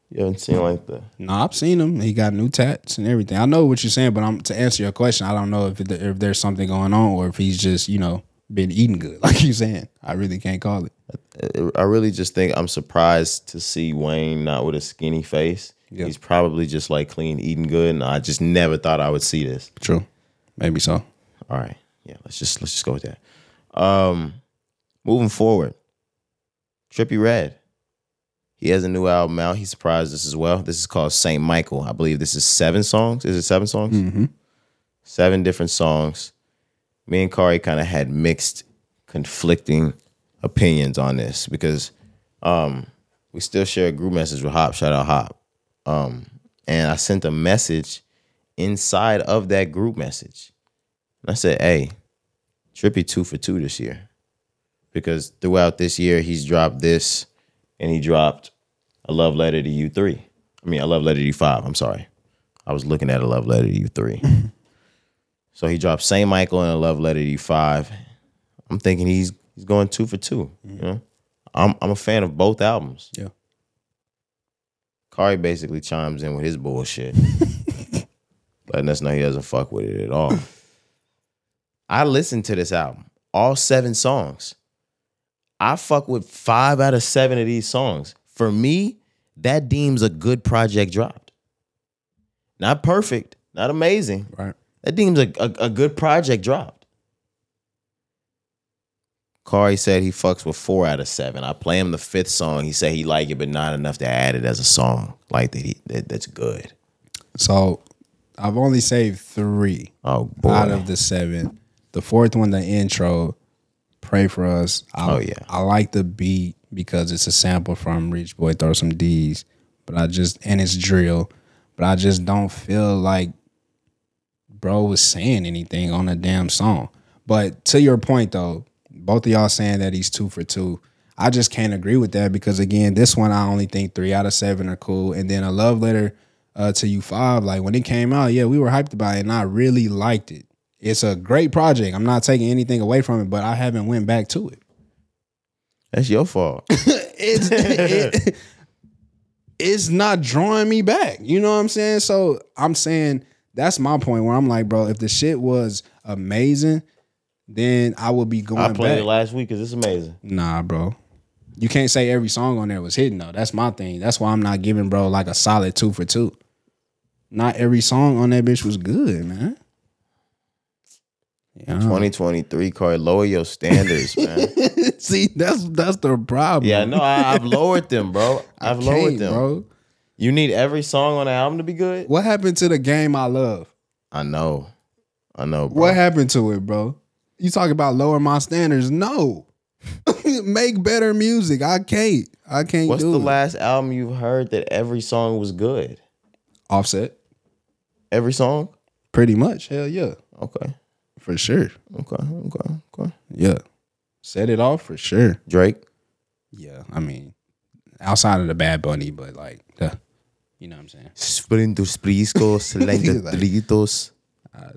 A: You haven't seen like the
B: No, I've seen him. He got new tats and everything. I know what you're saying, but I'm to answer your question. I don't know if it, if there's something going on or if he's just you know been eating good, [laughs] like you're saying. I really can't call it.
A: I really just think I'm surprised to see Wayne not with a skinny face.
B: Yeah.
A: He's probably just like clean, eating good, and I just never thought I would see this.
B: True, maybe so.
A: All right, yeah, let's just let's just go with that. Um, moving forward, Trippy Red, he has a new album out. He surprised us as well. This is called Saint Michael. I believe this is seven songs. Is it seven songs?
B: Mm-hmm.
A: seven different songs. Me and Kari kind of had mixed, conflicting opinions on this because um, we still share a group message with Hop. Shout out Hop. Um, and I sent a message inside of that group message. And I said, hey, Trippy two for two this year. Because throughout this year, he's dropped this and he dropped a love letter to you three. I mean, a love letter to you five. I'm sorry. I was looking at a love letter to you three. So he dropped Saint Michael and a love letter to you five. I'm thinking he's he's going two for 2 You know, I'm I'm a fan of both albums.
B: Yeah.
A: Kari basically chimes in with his bullshit, letting us know he doesn't fuck with it at all. I listened to this album, all seven songs. I fuck with five out of seven of these songs. For me, that deems a good project dropped. Not perfect, not amazing,
B: Right.
A: that deems a, a, a good project dropped. Kari said he fucks with four out of seven. I play him the fifth song. He said he like it, but not enough to add it as a song like that. He that, that's good.
B: So I've only saved three.
A: Oh boy.
B: out of the seven. The fourth one, the intro, "Pray for Us." I,
A: Oh, yeah.
B: I like the beat because it's a sample from Rich Boy Throw Some D's, but I just and it's drill, but I just don't feel like bro was saying anything on a damn song. But to your point though, both of y'all saying that he's two for two. I just can't agree with that because again, this one I only think three out of seven are cool, and then a love letter uh, to you five. Like when it came out, yeah, we were hyped about it, and I really liked it. It's a great project. I'm not taking anything away from it, but I haven't went back to it.
A: that's your
B: [laughs]
A: fault.
B: It's it- it's not drawing me back. You know what I'm saying? So I'm saying that's my point where I'm like, bro, if the shit was amazing, then I would be
A: I
B: going
A: played
B: back.
A: it last week because it's amazing.
B: Nah, bro. You can't say every song on there was hidden though. That's my thing. That's why I'm not giving bro like a solid two for two. Not every song on that bitch was good, man. [laughs] Yeah.
A: 2023, Kari, lower your standards,
B: [laughs]
A: man.
B: See, that's that's the problem.
A: Yeah, no, I, I've lowered them, bro. I've lowered
B: Can't,
A: them.
B: bro.
A: You need every song on the album to be good.
B: What happened to the game I love?
A: I know, I know, bro.
B: What happened to it, bro? You talk about lowering my standards. No. [laughs] Make better music. I can't. I can't
A: What's the
B: do it.
A: last album you've heard that every song was good?
B: Offset.
A: Every song?
B: Pretty much. Hell yeah.
A: Okay.
B: For sure.
A: Okay. Okay. Okay.
B: Yeah. Set it off for sure.
A: Drake.
B: Yeah. I mean, outside of the bad bunny, but like the you know what I'm saying?
A: Sprintos priscos, [laughs] cilantros.
B: I-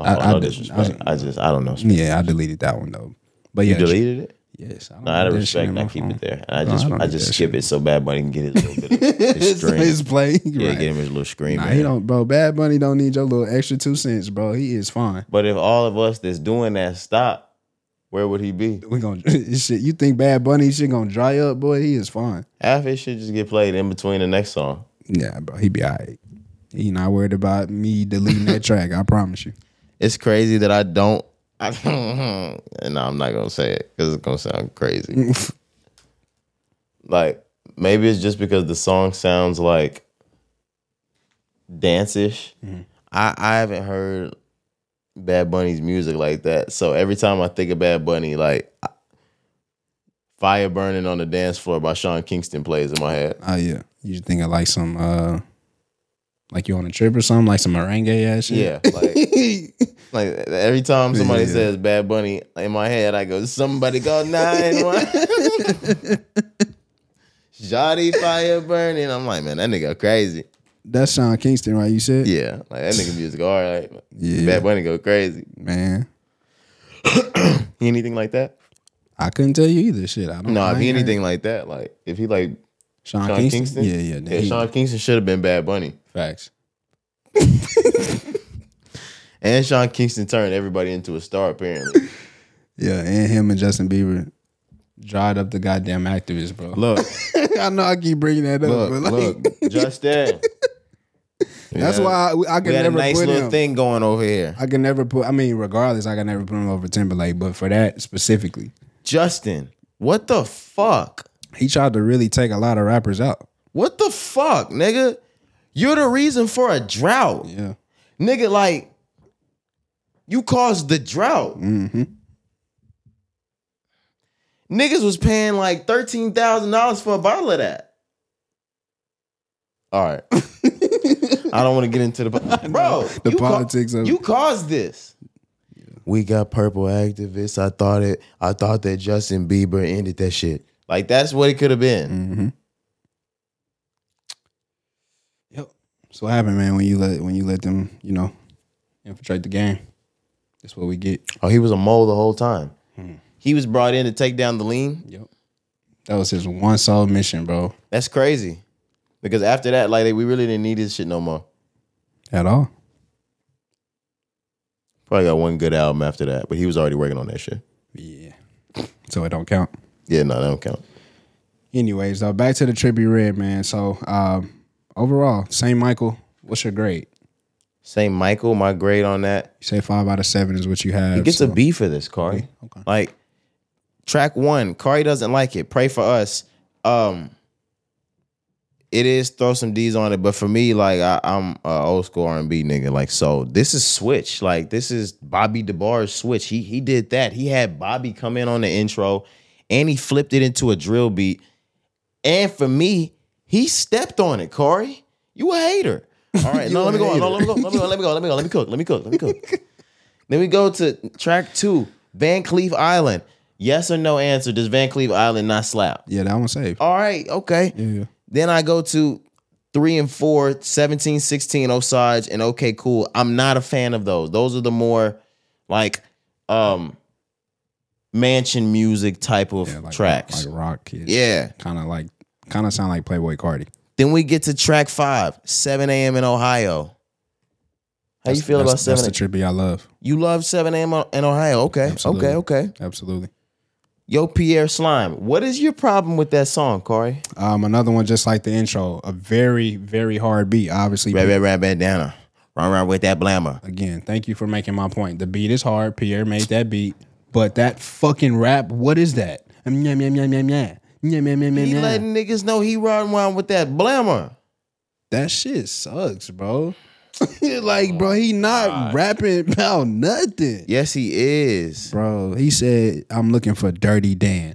A: Oh, I,
B: I
A: I,
B: did-
A: disrespect. I, just I don't know.
B: Yeah, I deleted that one though. But
A: You
B: yeah,
A: deleted it?
B: yes. don't
A: No, out of
B: have that shit
A: respect,
B: in
A: I
B: my
A: keep
B: phone.
A: it there. And I
B: No,
A: just
B: I don't
A: I,
B: do
A: just
B: that
A: skip it so bad, but he can get his
B: [laughs]
A: little bit of his
B: It's,
A: string.
B: it's playing.
A: yeah,
B: right.
A: get him his little screen.
B: Nah,
A: back.
B: he don't, bro. Bad Bunny don't need your little extra two cents, bro. He is fine.
A: But if all of us that's doing that stop, where would he be?
B: We gonna [laughs] shit. You think Bad Bunny shit gonna dry up, boy? He is fine.
A: Half his shit just get played in between the next song.
B: Yeah, bro. He be alright. He not worried about me deleting that track. I
A: [laughs]
B: promise you.
A: It's crazy that I don't. [laughs] I don't and no, I'm not gonna say it because it's gonna sound crazy. like maybe it's just because the song sounds like dancish. I I haven't heard Bad Bunny's music like that, so every time I think of Bad Bunny, like I- "Fire Burning on the Dance Floor" by Sean Kingston plays in my head.
B: Oh yeah. You just think of like some uh like you on a trip or something, like some merengue ass
A: Yeah,
B: shit. [laughs]
A: like Like every time somebody
B: Yeah.
A: says Bad Bunny in my head, I go, somebody go nine
B: [laughs]
A: one. Shoddy fire burning. I'm like, man, that nigga crazy.
B: That's Sean Kingston, right? You said?
A: Yeah, like that nigga music, all right.
B: Yeah.
A: Bad Bunny go crazy.
B: Man.
A: Anything like that?
B: I couldn't tell you either. Shit. I don't
A: No,
B: I
A: if
B: ain't heard-
A: anything like that, like if he like
B: Sean,
A: Sean
B: Kingston?
A: Kingston,
B: Yeah, yeah.
A: yeah,
B: he-
A: Sean Kingston should have been Bad Bunny,
B: Facts.
A: and Sean Kingston turned everybody into a star apparently.
B: Yeah, and him and Justin Bieber dried up the goddamn activists, bro.
A: Look,
B: [laughs] I know I keep bringing that up,
A: look,
B: [laughs] but like, [laughs]
A: look, just that.
B: that's
A: Yeah.
B: why I, I
A: we
B: can
A: had a
B: never
A: nice
B: put
A: little
B: him.
A: thing going over here.
B: I can never put. I mean, regardless, I can never put him over Timberlake. But for that specifically,
A: Justin, what the fuck?
B: he tried to really take a lot of rappers out.
A: What the fuck, nigga? You're the reason for a drought.
B: Yeah,
A: Nigga, like, you caused the drought.
B: Mm-hmm,
A: Niggas was paying like $13,000 for a bottle of that. All
B: [laughs]
A: right. I don't want to get into the. Bro,
B: the
A: you ca-
B: politics of-
A: You caused this. We got purple activists. I thought it. I thought that Justin Bieber ended that shit. Like that's what it could have been.
B: mm-hmm. that's what happened, man. When you let when you let them, you know, infiltrate the game. That's what we get.
A: Oh, he was a mole the whole time. He was brought in to take down the lean.
B: Yep. That was his one sole mission, bro.
A: That's crazy. Because after that, like we really didn't need his shit no more.
B: At all.
A: Probably got one good album after that, but he was already working on that shit.
B: Yeah. So it don't count.
A: Yeah, no, that don't count.
B: Anyways, though, back to the trippy red man. So um, overall, St. Michael, what's your grade?
A: St. Michael, my grade on that.
B: You say five out of seven is what you have.
A: He gets
B: so-
A: a B for this, Kari.
B: okay.
A: Like track one, Kari doesn't like it. Pray for us. Um, it is throw some D's on it, but for me, like I, I'm a old school R and B nigga. Like so, this is switch. Like this is Bobby DeBar's switch. He he did that. He had Bobby come in on the intro, and he flipped it into a drill beat. And for me, he stepped on it, Corey. You a hater. All right, no, let me go. on. No, let me go. Let me go. Let me go. Let me go. Let me cook. Let me cook. Let me cook. then we go to track two, Van Cleef Island. Yes or no answer. Does Van Cleef Island not slap?
B: Yeah, that one saved.
A: All right, okay.
B: Yeah.
A: Then I go to three and four, 17, 16, Osage, and okay, cool. I'm not a fan of those. Those are the more like um mansion music type of
B: Yeah, like,
A: tracks.
B: Like rock kids.
A: yeah.
B: Kind of like, kind of sound like Playboy Cardi.
A: Then we get to track five, 7 a.m. in Ohio. How you feel about
B: that's,
A: 7
B: That's the trippy I love.
A: You love 7 a.m. in Ohio. Okay.
B: Absolutely.
A: Okay. Okay.
B: Absolutely.
A: Yo, Pierre Slime, what is your problem with that song, Corey?
B: Um, another one just like the intro, a very, very hard beat. Obviously,
A: Red, red, red bandana. Run around with that blammer.
B: again, thank you for making my point. The beat is hard. Pierre made that beat, but that fucking rap, what is that? Um, Yum yum yum yum yum. Yum, yum, yum, yum,
A: He
B: yum.
A: letting niggas know he riding around with that blammer.
B: That shit sucks, bro. [laughs] like, bro, he not rapping about nothing.
A: Yes, he is.
B: Bro, he said, I'm looking for
A: [laughs]
B: Dirty Dan.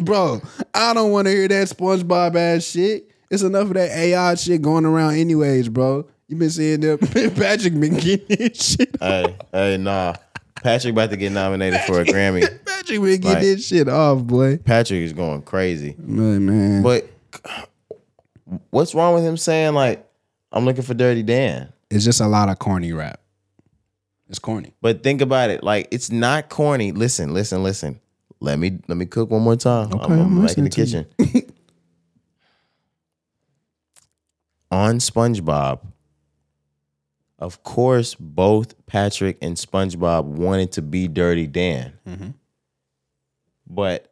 B: bro, I don't want to hear that SpongeBob ass shit. It's enough of that AI shit going around, anyways, bro. You been seeing them. [laughs] Patrick been getting his shit.
A: hey, hey, nah. Patrick about to get nominated for a Grammy.
B: [laughs] Patrick been getting
A: Right.
B: his shit off, boy.
A: Patrick is going crazy.
B: Man, man.
A: But what's wrong with him saying, like, I'm looking for Dirty Dan?
B: it's just a lot of corny rap. It's corny.
A: But think about it, like it's not corny. Listen, listen, listen. Let me let me cook one more time.
B: Okay,
A: I'm,
B: I'm
A: I'm back in the
B: listening
A: kitchen.
B: [laughs]
A: On SpongeBob, of course, both Patrick and SpongeBob wanted to be Dirty Dan,
B: Mm-hmm.
A: but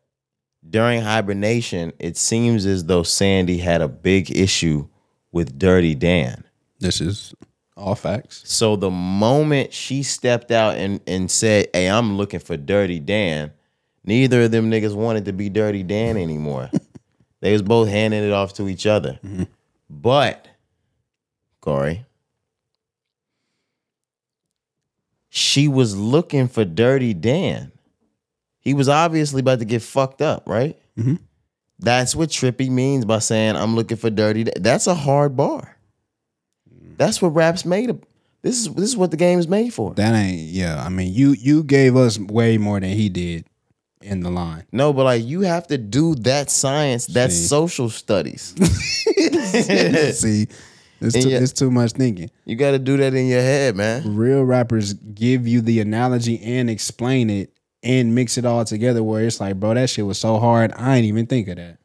A: during hibernation, it seems as though Sandy had a big issue with Dirty Dan.
B: This is all facts.
A: So the moment she stepped out and, and said, Hey, I'm looking for Dirty Dan, neither of them niggas wanted to be Dirty Dan anymore. they was both handing it off to each other. But, Corey, she was looking for Dirty Dan. He was obviously about to get fucked up, right? That's what trippy means by saying, I'm looking for Dirty Dan. That's a hard bar. That's what rap's made of. This is this is what the game is made for.
B: That ain't yeah. I mean, you you gave us way more than he did in
A: [laughs]
B: the line. [laughs]
A: No, but like you have to do that science, that
B: See.
A: social [laughs] studies.
B: See, it's
A: And
B: too,
A: yet-
B: it's too much thinking.
A: you got to do that in your head, man.
B: Real rappers give you the analogy and explain it and mix it all together. Where it's like, bro, that shit was so hard. I ain't even think of that.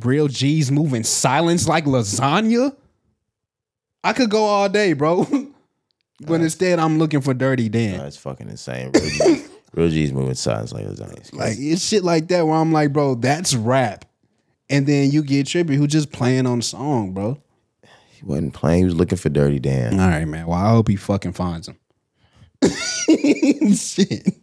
B: Real G's moving silence like lasagna. I could go all day, bro. [laughs] but instead, I'm looking for Dirty Dan.
A: That's fucking insane. Real [laughs] G's, Real G's moving signs like lasagna.
B: Like it's shit like that where I'm like, bro, that's rap. And then you get Trippy who just playing on the song, bro. All
A: he wasn't playing. He was looking for Dirty Dan.
B: right, man. Well, I hope he fucking finds him. [laughs] shit.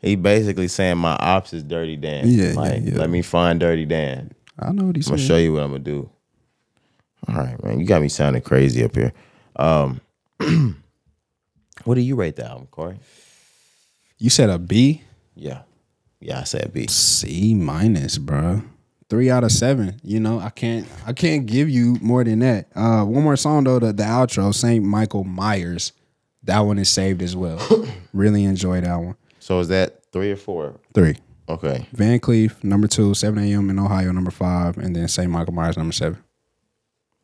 A: He basically saying my ops is Dirty Dan.
B: Yeah, yeah,
A: like
B: yeah.
A: let me find Dirty Dan.
B: I know what he's
A: I'm gonna
B: saying.
A: show you what I'm gonna do. All right, man. You got me sounding crazy up here. Um, [clears throat] what do you rate the album, Corey?
B: You said a B?
A: Yeah, yeah. I said B.
B: C minus, bro. Three out of seven. You know, I can't I can't give you more than that. Uh one more song though, the, the outro, Saint Michael Myers. That one is saved as well. really enjoy that one.
A: So is that three or four?
B: Three.
A: Okay.
B: Van Cleef, number two, 7 a.m. in Ohio, number five, and then St. Michael Myers, number seven.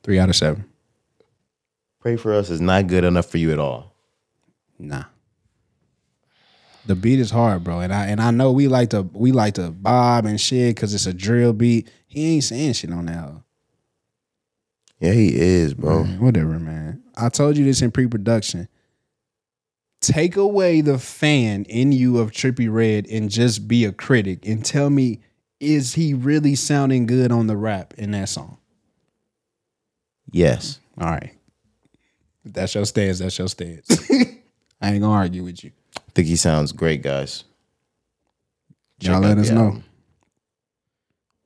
B: Three out of seven.
A: Pray for Us is not good enough for you at all.
B: Nah. The beat is hard, bro, and I and I know we like to we like to bob and shit because it's a drill beat. He ain't saying shit on that. hoe.
A: Yeah, he is, bro.
B: Man, whatever, man. I told you this in pre-production. Take away the fan in you of Trippy Red and just be a critic and tell me is he really sounding good on the rap in that song?
A: Yes.
B: All right. If that's your stance. That's
A: [laughs]
B: your stance. I ain't gonna argue with you.
A: I think he sounds great, guys.
B: Y'all let
A: out
B: us
A: the
B: know.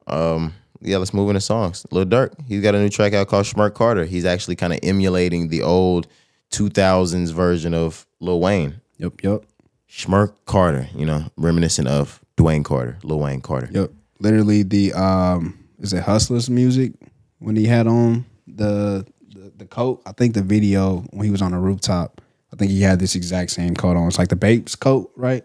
A: Um, yeah, let's move into songs. Lil Durk, he's got a new track out called Smart Carter. He's actually kind of emulating the old 2000s version of Lil Wayne.
B: Yep, yep,
A: Schmirk Carter, you know, reminiscent of Dwayne Carter, Lil Wayne Carter.
B: yep. Literally the um is it Hustlers music when he had on the the, the coat? I think the video when he was on the rooftop. I think he had this exact same coat on. It's like the Bapes coat, right?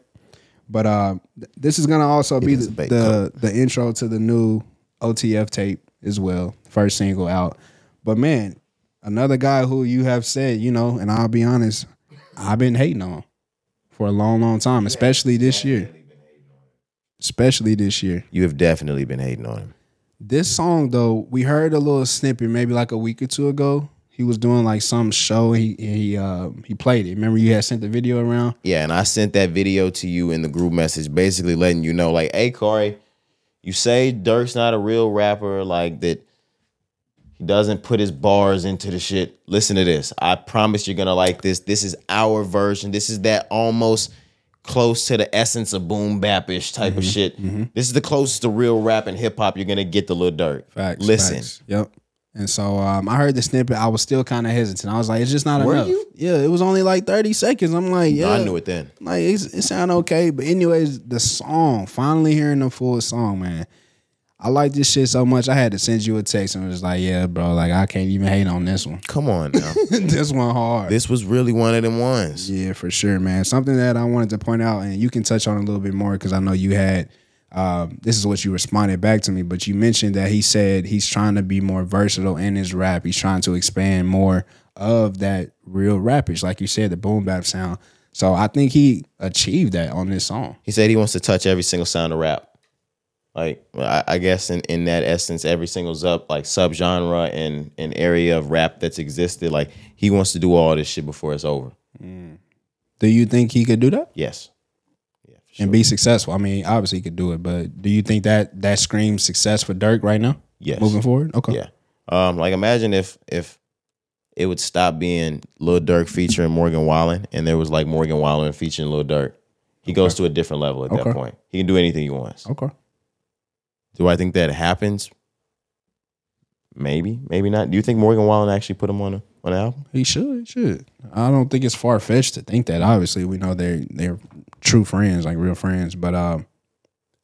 B: But uh, th- this is gonna also be
A: is
B: the
A: a Bape
B: the, the intro to the new OTF tape as well, first single out. But man, another guy who you have said, you know, and I'll be honest, I've been hating on for a long, long time, especially this year. Especially this year.
A: You have definitely been hating on him.
B: This song though, we heard a little snippet maybe like a week or two ago. He was doing like some show. He he uh, he played it. Remember you had sent the video around.
A: Yeah, and I sent that video to you in the group message, basically letting you know, like, hey, Corey, you say Dirk's not a real rapper, like that he doesn't put his bars into the shit. Listen to this. I promise you're gonna like this. This is our version. This is that almost close to the essence of boom bapish type
B: Mm-hmm.
A: of shit. This is the closest to real rap and hip hop you're gonna get to Lil Durk.
B: Facts.
A: Listen.
B: facts. Yep. And so um, I heard the snippet. I was still kind of hesitant. I was like, it's just not
A: Were
B: enough.
A: you?
B: Yeah, it was only like 30 seconds. I'm like, yeah.
A: No, I knew it then.
B: Like, it's, it sound okay. But, anyways, the song, finally hearing the full song, man. I like this shit so much. I had to send you a text and was like, yeah, bro, like, I can't even hate on this one. [laughs]
A: Come on now.
B: this one hard.
A: this was really one of them ones.
B: Yeah, for sure, man. Something that I wanted to point out, and you can touch on a little bit more because I know you had. Um, this is what you responded back to me, but you mentioned that he said he's trying to be more versatile in his rap. He's trying to expand more of that real rappish, like you said, the boom bap sound. So I think he achieved that on this song.
A: He said he wants to touch every single sound of rap. Like I, I guess in, in that essence, every single sub like subgenre and and area of rap that's existed. Like he wants to do all this shit before it's over.
B: Do you think he could do that
A: Yes. Yeah. For sure.
B: and be successful? I mean, obviously he could do it, but do you think that that screams success for Dirk right now?
A: Yes.
B: Moving forward, okay.
A: yeah. Um, like imagine if if it would stop being Lil Durk featuring Morgan Wallen, and there was like Morgan Wallen featuring Lil Durk. He goes to a different level at
B: Okay.
A: that point. He can do anything he wants.
B: Okay.
A: Do I think that happens? Maybe, maybe not. Do you think Morgan Wallen actually put him on a, on an album?
B: He should. He should. I don't think it's far fetched to think that. Obviously, we know they're they're true friends, like real friends. But um,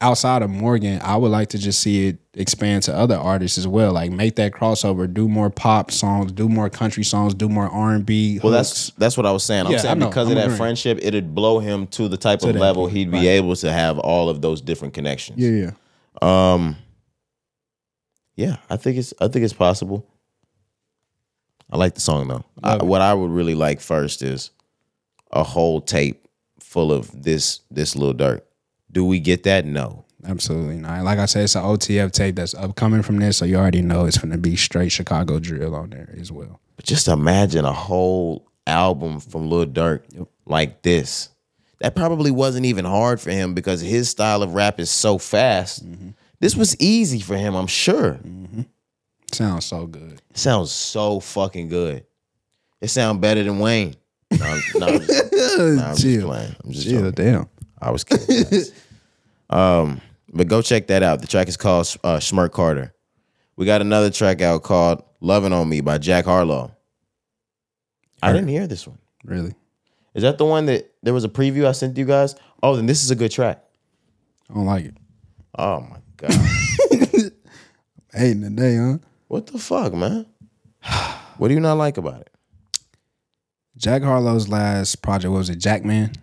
B: outside of Morgan, I would like to just see it expand to other artists as well. Like make that crossover, do more pop songs, do more country songs, do more R and B.
A: Well, that's that's what I was saying. I'm
B: Yeah, I
A: saying
B: know.
A: because
B: I'm
A: of that
B: agreeing.
A: friendship, it'd blow him to the type of
B: that
A: level
B: point,
A: he'd be
B: right.
A: able to have all of those different connections.
B: yeah, yeah.
A: Um, yeah, I think it's I think it's possible. I like the song though. I,
B: Love it.
A: what I would really like first is a whole tape full of this this little dirt. Do we get that? No.
B: Absolutely not. Like I said, it's an OTF tape that's upcoming from this, so you already know it's going to be straight Chicago drill on there as well.
A: But just imagine a whole album from Lil Durk like this. That probably wasn't even hard for him because his style of rap is so fast.
B: Mm-hmm.
A: This was easy for him, I'm sure.
B: Sounds so good.
A: It sounds so fucking good. It sounds better than Wayne. No, I'm, no, I'm just, no, I'm just
B: Chill,
A: playing. I'm just
B: chill,
A: joking.
B: damn.
A: I was kidding.
B: [laughs]
A: guys. um, but go check that out. The track is called uh, Smirk Carter. We got another track out called "Loving on Me" by Jack Harlow. I didn't hear this one.
B: Really?
A: Is that the one that there was a preview I sent you guys? Oh, then this is a good track.
B: I don't like it.
A: Oh my god, [laughs]
B: Hating today, huh?
A: what the fuck, man? [sighs] What do you not like about it?
B: Jack Harlow's last project what was it Jackman, the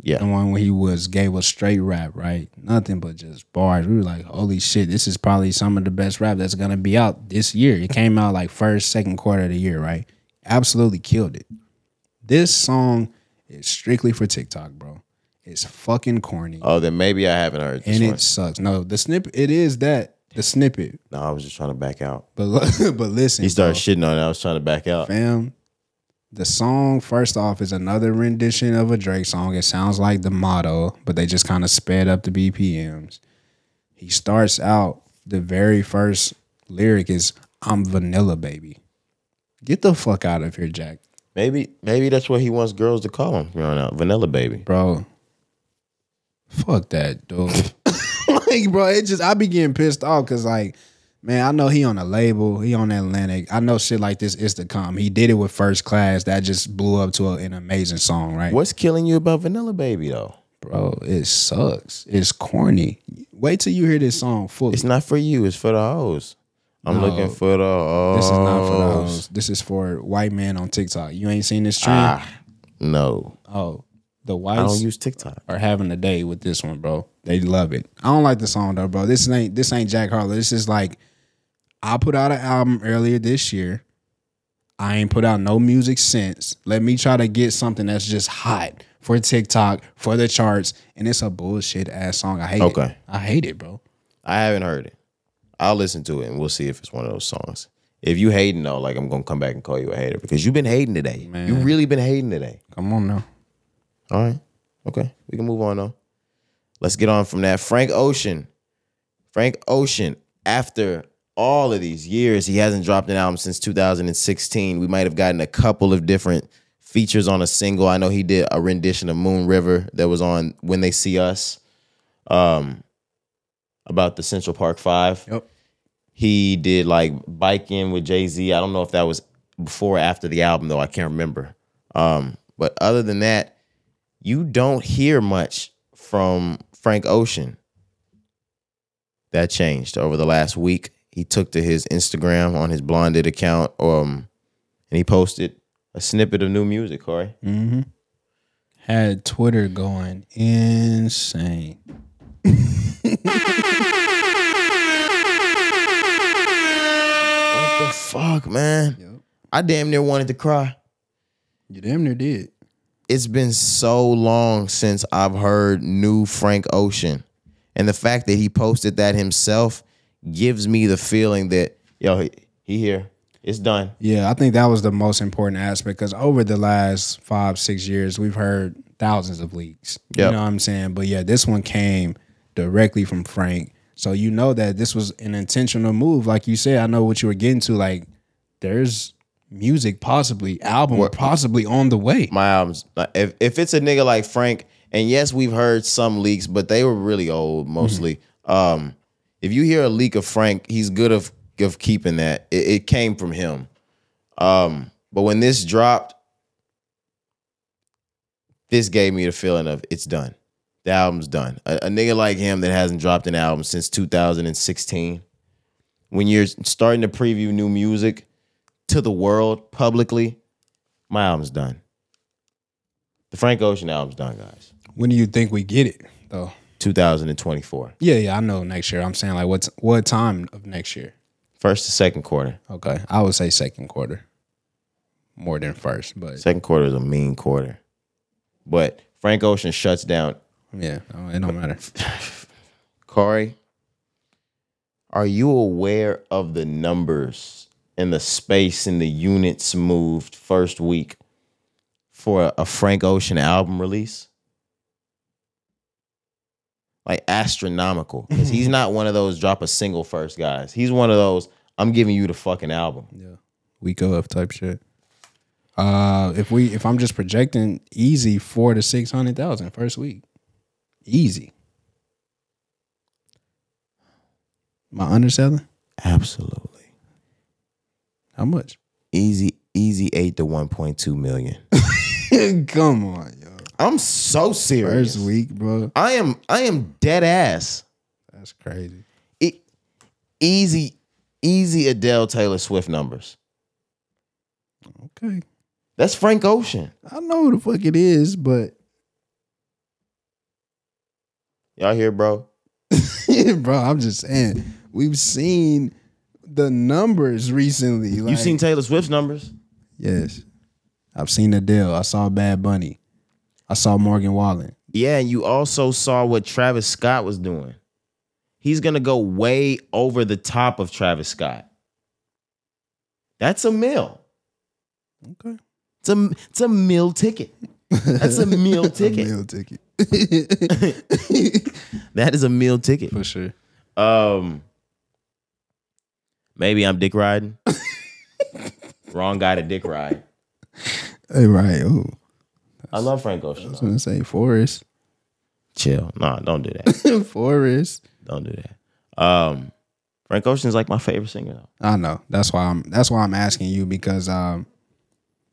A: Yeah,
B: one where he was gave a straight rap, right? Nothing but just bars. We were like, holy shit, this is probably some of the best rap that's gonna be out this year. It came out like first, second quarter of the year, right? Absolutely killed it. This song is strictly for TikTok, bro. It's fucking corny.
A: Oh, then maybe I haven't heard this
B: and
A: one.
B: it sucks. No, the snippet it is that the snippet.
A: No, I was just trying to back out. Oh.
B: But li- [laughs] but listen,
A: He started
B: bro.
A: shitting on it. I was trying to back out.
B: fam. The song, first off, is another rendition of a Drake song. It sounds like the motto, but they just kind of sped up the BPMs. He starts out, the very first lyric is, I'm vanilla, baby. Get the fuck out of here, Jack.
A: Maybe, maybe that's what he wants girls to call him growing up. Vanilla baby.
B: Bro, fuck
A: [laughs]
B: that, dude. like, bro, it just, I be getting pissed off because, like, man, I know he on a label, he on Atlantic. I know shit like this is to come. He did it with First Class. That just blew up to a- an amazing song, right?
A: What's killing you about Vanilla Baby though?
B: bro, it sucks. It's corny. Wait till you hear this song fully.
A: It's not for you. It's for the hoes. I'm
B: No.
A: looking for the hoes.
B: this is not for those. This is for white men on TikTok. You ain't seen this trend?
A: Ah, no,
B: Oh, the
A: I don't
B: whites
A: use TikTok.
B: are having a day with this one, bro. They love it. I don't like the song though, bro. This ain't this ain't Jack Harlow. This is like I put out an album earlier this year. I ain't put out no music since. Let me try to get something that's just hot for TikTok, for the charts, and it's a bullshit ass song. I hate it.
A: Okay.
B: I hate it, bro.
A: I haven't heard it. I'll listen to it and we'll see if it's one of those songs. If you hating though, like I'm gonna come back and call you a hater because you've been hating today.
B: Man.
A: You really been hating today.
B: Come on now.
A: All right. Okay. We can move on though. Let's get on from that. Frank Ocean. Frank Ocean, after all of these years, he hasn't dropped an album since 2016. We might have gotten a couple of different features on a single. I know he did a rendition of Moon River that was on When They See Us. Um about the Central Park Five.
B: Yep.
A: He did like biking with Jay Z. I don't know if that was before or after the album though. I can't remember. Um, but other than that, you don't hear much from Frank Ocean. That changed over the last week. He took to his Instagram on his Blonded account, um, and he posted a snippet of new music. Corey,
B: Mm-hmm. Had Twitter going insane.
A: what the fuck, man? I damn near wanted to cry.
B: You damn near did.
A: it's been so long since I've heard new Frank Ocean. And the fact that he posted that himself gives me the feeling that, yo, he, he here. It's done.
B: Yeah, I think that was the most important aspect because over the last five, six years, we've heard thousands of leaks.
A: Yep.
B: You know what I'm saying? But yeah, this one came directly from Frank. So you know that this was an intentional move. Like you said, I know what you were getting to. Like there's music possibly, album possibly on the way.
A: my albums. like, If if it's a nigga like Frank, and yes, we've heard some leaks, but they were really old mostly. Um, if you hear a leak of Frank, he's good of of keeping that. It, it came from him. Um, but when this dropped, this gave me the feeling of it's done. The album's done. A, a nigga like him that hasn't dropped an album since 2016. When you're starting to preview new music to the world publicly, my album's done. The Frank Ocean album's done, guys.
B: When do you think we get it though?
A: 2024.
B: Yeah, yeah, I know next year. I'm saying like what's what time of next year?
A: First to second quarter.
B: Okay. I would say second quarter. More than first, but
A: Second quarter is a mean quarter. But Frank Ocean shuts down.
B: yeah, oh, it
A: [laughs]
B: don't matter.
A: Corey, are you aware of the numbers and the space and the units moved first week for a, a Frank Ocean album release? Like astronomical. Because he's not one of those drop a single first guys. He's one of those, I'm giving you the fucking album.
B: week of type shit. Uh, if we if I'm just projecting easy four to six hundred thousand first week, easy. My underselling
A: Absolutely.
B: how much?
A: Easy, easy eight to one point two million.
B: [laughs] Come on, yo.
A: [laughs] I'm so serious.
B: First week, bro.
A: I am I am dead ass.
B: That's crazy.
A: E- easy, easy Adele Taylor Swift numbers.
B: Okay,
A: That's Frank Ocean.
B: I know who the fuck it is, but [laughs]
A: Y'all hear, bro?
B: bro, I'm just saying we've seen the numbers recently. Like,
A: you seen Taylor Swift's numbers?
B: yes, I've seen Adele. I saw Bad Bunny. I saw Morgan Wallen.
A: Yeah, and you also saw what Travis Scott was doing. He's gonna go way over the top of Travis Scott. That's a mill.
B: Okay.
A: It's a it's a mill ticket. That's
B: [laughs]
A: a meal ticket.
B: meal ticket.
A: That is a meal ticket.
B: For sure.
A: Um, maybe I'm dick [laughs] riding. Wrong guy to dick ride.
B: Hey, right. Ooh.
A: I love Frank Ocean.
B: I was
A: though.
B: going to say Forrest. [laughs]
A: Chill. Nah, don't do that.
B: Forrest.
A: [laughs] don't do that. Um, Frank Ocean's like my favorite singer though.
B: I know. That's why I'm that's why I'm asking you because um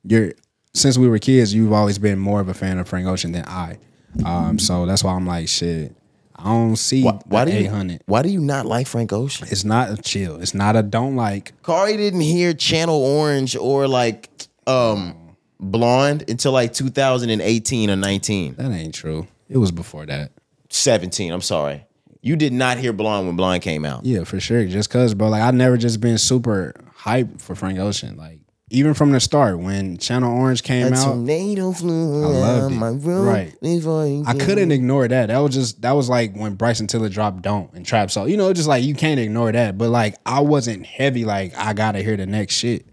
B: you're since we were kids, you've always been more of a fan of Frank Ocean than I. Um so that's why I'm like shit. I don't see
A: Why, why do you?
B: 800.
A: Why do you not like Frank Ocean?
B: It's not a chill. It's not a don't like.
A: Kari didn't hear Channel Orange or like um Blonde until like 2018 or 19,
B: That ain't true. It was before that.
A: 17. I'm sorry. You did not hear Blonde when Blonde came out.
B: Yeah, for sure. Just cause, bro. Like I never just been super hyped for Frank Ocean. Like even from the start, when Channel Orange came
A: A
B: out,
A: tornado flew
B: I loved
A: around
B: it.
A: my room
B: Right.
A: before you
B: I
A: came.
B: couldn't ignore that. That was just that was like when Bryson Tiller dropped "Don't" and Trap Soul. You know, just like you can't ignore that. But like I wasn't heavy. Like I gotta hear the next shit.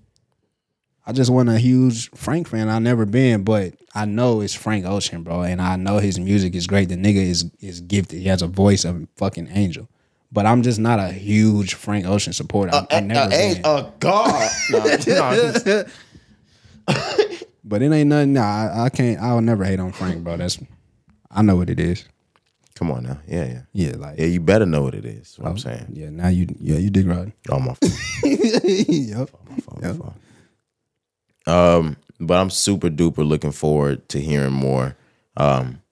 B: I just wasn't a huge Frank fan. I never been, but I know it's Frank Ocean, bro, and I know his music is great. The nigga is is gifted. He has a voice of a fucking angel. But I'm just not a huge Frank Ocean supporter. I, I never
A: a,
B: been.
A: a god. No, [laughs] no,
B: But it ain't nothing. Nah, I, I can't. I'll never hate on Frank, bro. That's I know what it is.
A: Come on now. Yeah, yeah.
B: Yeah, like
A: Yeah, you better know what it is. What I'm saying.
B: yeah. Now you yeah you
A: [laughs]
B: dig right. [laughs]
A: Oh my phone,
B: yep.
A: my phone. Um, but I'm super duper looking forward to hearing more um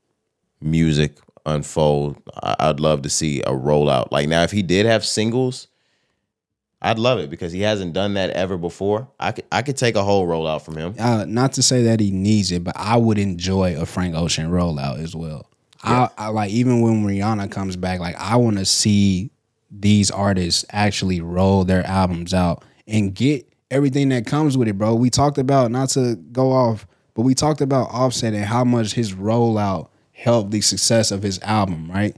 A: music unfold. I- I'd love to see a rollout. Like now, if he did have singles, I'd love it because he hasn't done that ever before. I could I could take a whole rollout from him.
B: Uh, not to say that he needs it, but I would enjoy a Frank Ocean rollout as well. I, I like even when Rihanna comes back, like I want to see these artists actually roll their albums out and get everything that comes with it, bro. We talked about not to go off, but we talked about Offset and how much his rollout helped the success of his album, right?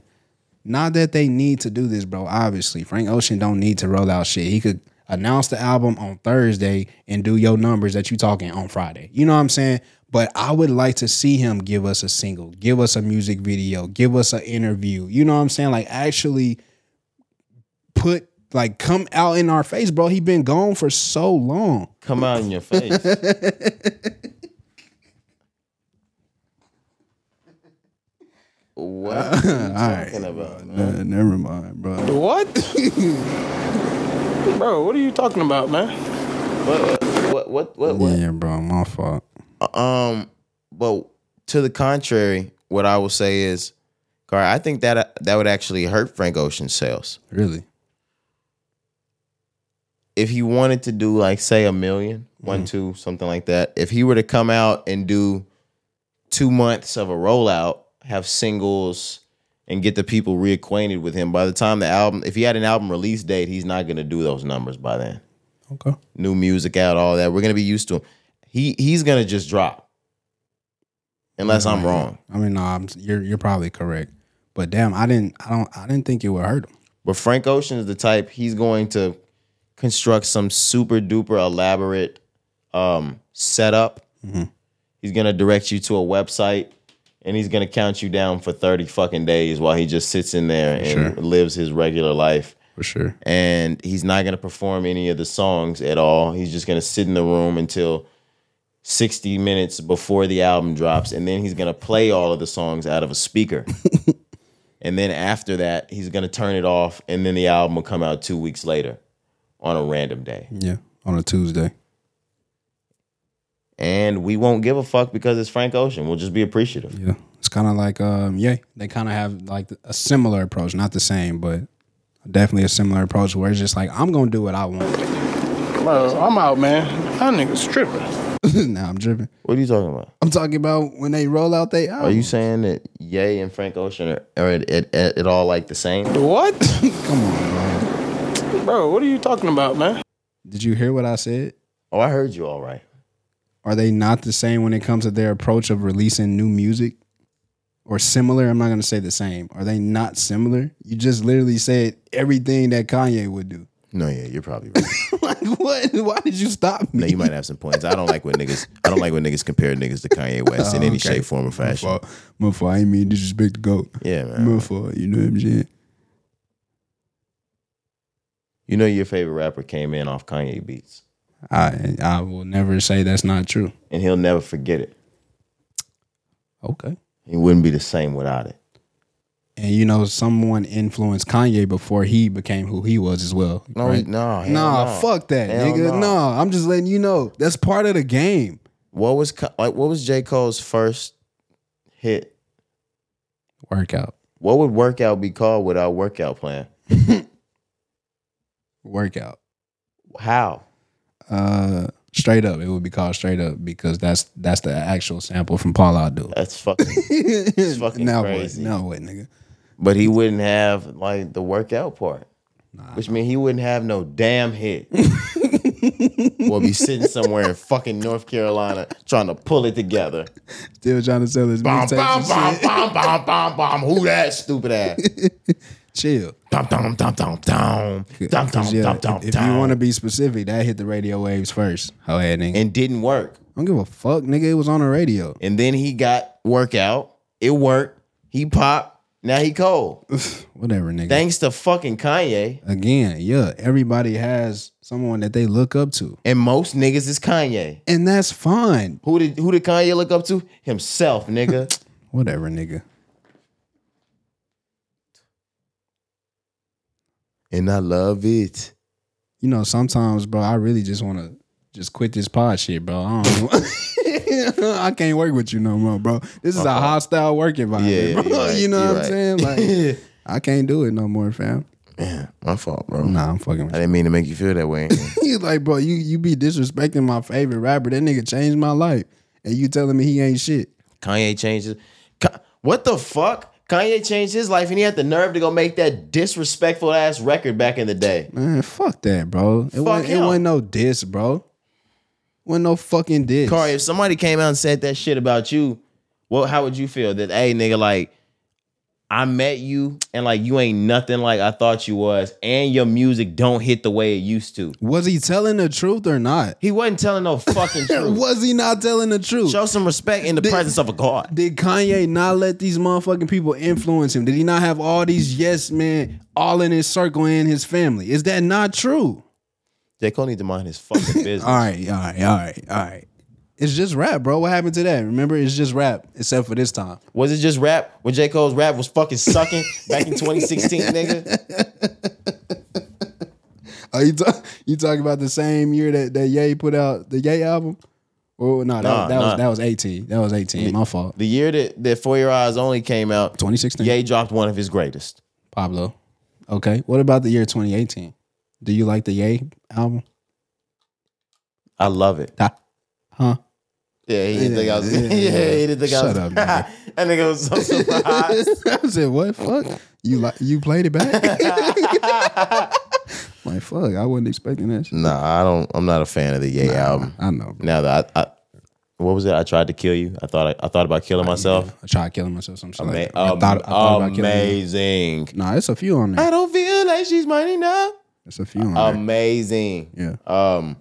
B: Not that they need to do this, bro. Obviously, Frank Ocean don't need to roll out shit. He could announce the album on Thursday and do your numbers that you talking on Friday. You know what I'm saying? But I would like to see him give us a single, give us a music video, give us an interview. You know what I'm saying? Like actually put like come out in our face, bro. He been gone for so long.
A: Come out in your face. what are you talking about, man?
B: Uh, never mind, bro.
F: What? Bro, what are you talking about, man?
A: What what what what?
B: Yeah, bro, my fault.
A: Um, but to the contrary, what I will say is, Car, I think that that would actually hurt Frank Ocean's sales
B: Really?
A: if he wanted to do like say a million, one, two, something like that. If he were to come out and do two months of a rollout, have singles, and get the people reacquainted with him, by the time the album, if he had an album release date, he's not gonna do those numbers by then.
B: Okay.
A: New music out, all that. We're gonna be used to him. He he's gonna just drop, unless I'm wrong.
B: I mean, no, I'm, you're you're probably correct. But damn, I didn't, I don't, I didn't think it would hurt him.
A: But Frank Ocean is the type he's going to construct some super duper elaborate um, setup. He's gonna direct you to a website, and he's gonna count you down for thirty fucking days while he just sits in there and lives his regular life.
B: For sure.
A: And he's not gonna perform any of the songs at all. He's just gonna sit in the room until. 60 minutes before the album drops and then he's going to play all of the songs out of a [laughs] speaker. And then after that, he's gonna turn it off, and then the album will come out two weeks later on a random day.
B: Yeah. On a Tuesday.
A: And we won't give a fuck because it's Frank Ocean. We'll just be appreciative.
B: Yeah. It's kind of like, um, yeah, they kind of have like a similar approach, not the same, but definitely a similar approach where it's just like, I'm gonna do what I want. [laughs]
F: Bro, I'm out, man. That nigga's tripping.
B: now I'm dripping.
A: What are you talking about?
B: I'm talking about when they roll out they
A: Are you saying that Ye and Frank Ocean are, are at, at, at, at all like the same?
F: What?
B: Come on, bro.
F: Bro, what are you talking about, man?
B: Did you hear what I said?
A: Oh, I heard you all right.
B: Are they not the same when it comes to their approach of releasing new music? Or similar? I'm not gonna say the same. Are they not similar? You just literally said everything that Kanye would do.
A: No, yeah, you're probably right.
B: [laughs] like what? Why did you stop me?
A: No, you might have some points. I don't like when niggas. I don't like when niggas compare niggas to Kanye West in any
B: okay.
A: shape, form, or fashion.
B: fault. My fault. I ain't mean to disrespect the goat.
A: Yeah, man.
B: My fault. You know what I'm saying?
A: You know your favorite rapper came in off Kanye beats,
B: I I will never say that's not true.
A: and he'll never forget it.
B: Okay.
A: He wouldn't be the same without it.
B: And you know, someone influenced Kanye before he became who he was as well.
A: No,
B: right?
A: no, hell
B: nah,
A: no.
B: fuck that,
A: Hell
B: nigga.
A: no.
B: Nah, I'm just letting you know that's part of the game.
A: What was Ka- like? What was J Cole's first hit?
B: Workout,
A: What would workout be called without workout plan?
B: workout.
A: How?
B: Uh, straight up, it would be called straight up because that's that's the actual sample from Paul Abdul.
A: That's fucking. fucking
B: [laughs] now
A: crazy.
B: what? Now what, nigga?
A: but he wouldn't have like the workout part, which means he wouldn't have no damn [laughs] hit. We'll be sitting somewhere in fucking North Carolina trying to pull it [laughs] together.
B: Still trying to sell his
A: Bom,
B: mixtapes
A: bom,
B: and
A: bom,
B: shit.
A: bom, bom, bom, bom. Who that stupid
B: [laughs]
A: ass?
B: Chill.
A: Dum, dum, dum, dum, dum. Dum, dum,
B: 'Cause, yeah,
A: dum, dum,
B: if, if you want to
A: dum.
B: be specific, that hit the radio waves first. How ahead, nigga?
A: And didn't work.
B: I don't give a fuck, nigga. It was on the radio.
A: And then he got workout. It worked. He popped. Now he cold.
B: [laughs] Whatever, nigga.
A: Thanks to fucking Kanye.
B: Again, yeah, everybody has someone that they look up to,
A: And most niggas is Kanye.
B: and that's fine.
A: Who did who did Kanye look up to? Himself, nigga.
B: Whatever, nigga.
A: and I love it.
B: You know, sometimes, bro, I really just want to just quit this pod shit, bro. I don't. [laughs] I can't work with you no more, bro. This is a
A: Uh-huh.
B: hostile work environment,
A: Yeah, yeah,
B: bro. [laughs]
A: you're right,
B: you know
A: you're
B: what
A: right.
B: I'm
A: [laughs]
B: saying? Like, I can't do it no more, fam.
A: My fault, bro.
B: Nah, I'm fucking. With
A: I didn't mean to make you feel that way.
B: you like, bro, you you be disrespecting my favorite rapper. That nigga changed my life, and you telling me he ain't shit.
A: [laughs] Kanye changes. Ka- what the fuck? Kanye changed his life and he had the nerve to go make that disrespectful ass record back in the day.
B: Man, fuck that, bro. It, wasn't, it
A: him.
B: wasn't no diss, bro. Wasn't no fucking diss.
A: Corey, if somebody came out and said that shit about you, well, how would you feel? That hey, nigga, like I met you and like you ain't nothing like I thought you was, and your music don't hit the way it used to.
B: Was he telling the truth or not?
A: He wasn't telling no fucking [laughs] truth.
B: Was he not telling the truth?
A: Show some respect in the
B: Did-
A: presence of a God.
B: Did Kanye not let these motherfucking people influence him? Did he not have all these yes men all in his circle and his family? Is that not true?
A: J. Cole need to mind his [laughs] fucking business.
B: All right, all right, all right, all right. It's just rap, bro. What happened to that? Remember, it's just rap, except for this time.
A: Was it just rap when J. Cole's rap was fucking sucking back in [laughs] 2016, nigga?
B: [laughs] Are you talk, you talking about the same year that that Ye put out the Ye album? Oh no, that,
A: Nah,
B: that
A: nah.
B: was that was eighteen. That was eighteen. My fault.
A: The year that, that Four Your Eyes Only came out,
B: 2016.
A: Ye dropped one of his greatest.
B: Pablo. Okay. What about the year 2018? Do you like the Ye
A: [laughs]
B: album? [laughs]
A: I love it.
B: Ah, Huh?
A: Yeah, he didn't think I was. [laughs] Yeah,
B: Yeah, yeah.
A: he didn't think I was.
B: Shut up, nigga.
A: [laughs] that nigga was so surprised.
B: I said, what? Fuck. You like you played it back? [laughs] like fuck, I wasn't expecting that. Shit.
A: [laughs] nah, I don't. I'm not a fan of the Ye album.
B: I know. Bro.
A: Now that I, I, what was it? I tried to kill you. I thought I, I thought about killing myself.
B: I tried killing myself. Some shit.
A: Ama-
B: Like that. I thought, I thought about killing.
A: amazing.
B: Nah, it's a few on
A: I
B: there.
A: don't feel like she's mine now.
B: It's a few on there.
A: Amazing.
B: Yeah,
A: Um,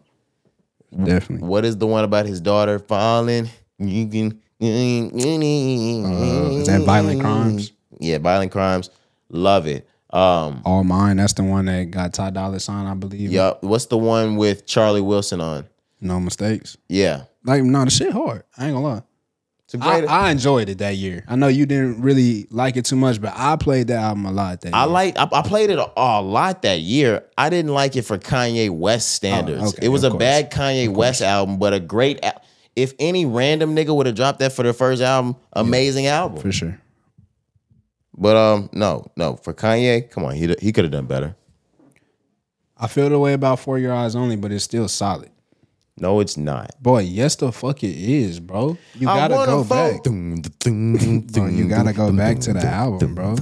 B: definitely.
A: what is the one about his daughter falling? You can.
B: Uh, is that
A: Mm-hmm.
B: Violent Crimes?
A: Yeah, violent crimes. Love it. Um,
B: All mine. That's the one that got Ty Dolla Sign, I believe.
A: yeah. What's the one with Charlie Wilson on?
B: No mistakes.
A: Yeah,
B: Like, no, the shit hard. I ain't gonna lie.
A: it's a
B: I,
A: great. I,
B: I enjoyed it that year. I know you didn't really like it too much, but I played that album a lot. That year.
A: like. I, I played it a, a lot that year. I didn't like it for Kanye West standards.
B: Oh, okay,
A: it was a
B: of course.
A: bad Kanye West album, but a great. Al- if any random nigga would have dropped that for their first album, amazing album.
B: for sure.
A: But um, no, no, for Kanye, come on, he he could have done better.
B: I feel the way about For Your Eyes Only, but it's still solid.
A: No, it's not.
B: Boy, yes, the fuck it is, bro. You gotta
A: wanna
B: go
A: vote. [laughs]
B: back. Bro, you gotta go back to the album, bro.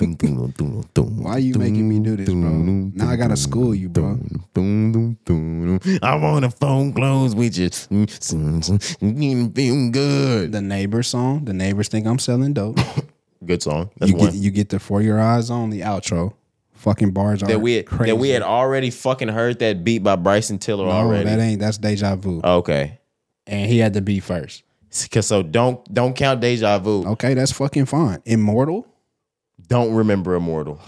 B: Why you making me do this, bro? Now I gotta school you, bro.
A: I want to phone close with you. Mm, You feel good.
B: The neighbor song. The neighbors think I'm selling dope.
A: Good song. That's
B: You
A: one.
B: get you get the For Your Eyes Only outro. Fucking bars are
A: that we had,
B: crazy.
A: that we had already fucking heard that beat by Bryson Tiller
B: No,
A: already. Uh,
B: that ain't that's deja vu.
A: okay.
B: and he had the beat first.
A: Cause so don't don't count deja vu.
B: Okay, that's fucking fine. Immortal.
A: Don't remember immortal.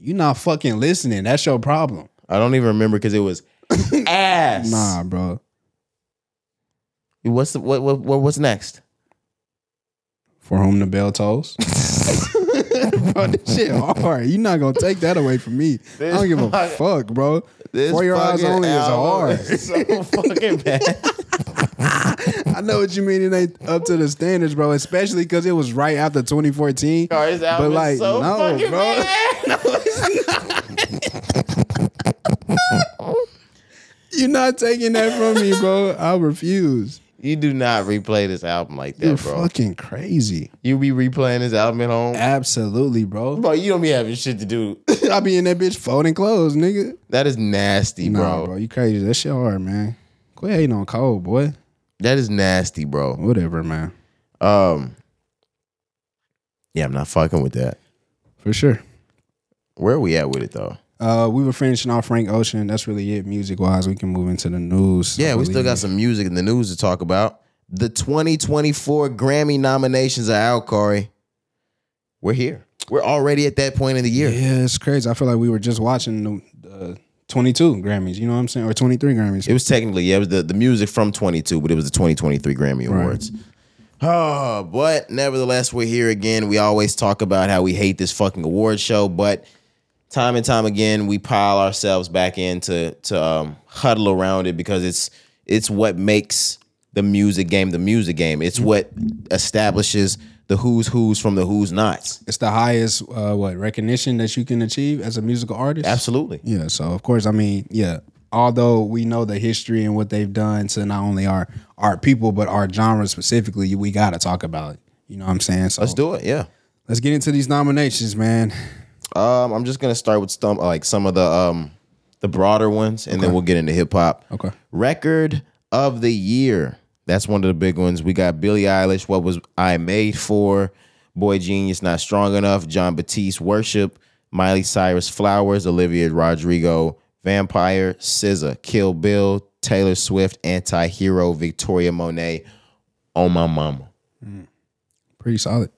B: You not fucking listening. That's your problem.
A: I don't even remember because it
B: [laughs]
A: was ass.
B: Nah, bro.
A: What's the, what, what what what's next?
B: For whom the bell tolls. [laughs] bro, this shit hard. You not gonna take that away from me. I don't give a fuck, bro. For your eyes only is [laughs]
A: hard. so fucking bad.
B: hard. I know what you mean. It ain't up to the standards, bro. Especially because it was right after 2014.
A: Bro, this album
B: but like,
A: is so
B: no,
A: fucking
B: bro.
A: bad. [laughs]
B: You're not taking that from me, bro. I [laughs] refuse.
A: You do not replay this album like that,
B: You're
A: bro.
B: fucking crazy.
A: You be replaying this album at home,
B: Absolutely, bro.
A: bro. You don't be having shit to do.
B: [laughs]
A: [laughs]
B: I be in that bitch folding clothes, nigga.
A: That is nasty,
B: Nah,
A: bro.
B: bro, you crazy. That shit hard, man. Quit hating on Cole, boy.
A: That is nasty, bro.
B: Whatever, man.
A: Um, yeah, I'm not fucking with that.
B: For sure.
A: Where are we at with it though?
B: Uh, we were finishing off Frank Ocean. That's really it, music wise. We can move into the news. I
A: Yeah, we still
B: believe.
A: got some music in the news to talk about. The 2024 Grammy nominations are out, Corey. We're here. We're already at that point in the year.
B: Yeah, it's crazy. I feel like we were just watching the uh, 22 Grammys. You know what I'm saying? Or 23 Grammys.
A: It was technically, yeah, it was the, the music from 22, but it was the 2023 Grammy
B: Right.
A: Awards. Oh, but nevertheless, we're here again. We always talk about how we hate this fucking award show, but time and time again, we pile ourselves back in to to um, huddle around it because it's it's what makes the music game the music game. It's what establishes the who's who's from the who's nots.
B: it's the highest uh, what recognition that you can achieve as a musical artist.
A: Absolutely.
B: Yeah. So of course, I mean, yeah. Although we know the history and what they've done to not only our our people but our genre specifically, we got to talk about it. You know what I'm saying? So
A: Let's do it. Yeah.
B: Let's get into these nominations, man.
A: Um, I'm just gonna start with some like some of the um the broader ones, and then we'll get into hip hop.
B: Okay.
A: Record of the year. That's one of the big ones. We got Billie Eilish. What was I made for? Boy Genius, Not Strong Enough, John Batiste, Worship, Miley Cyrus, Flowers, Olivia Rodrigo, Vampire, SZA, Kill Bill, Taylor Swift, Anti Hero, Victoria Monet, Oh My Mama.
B: Pretty solid.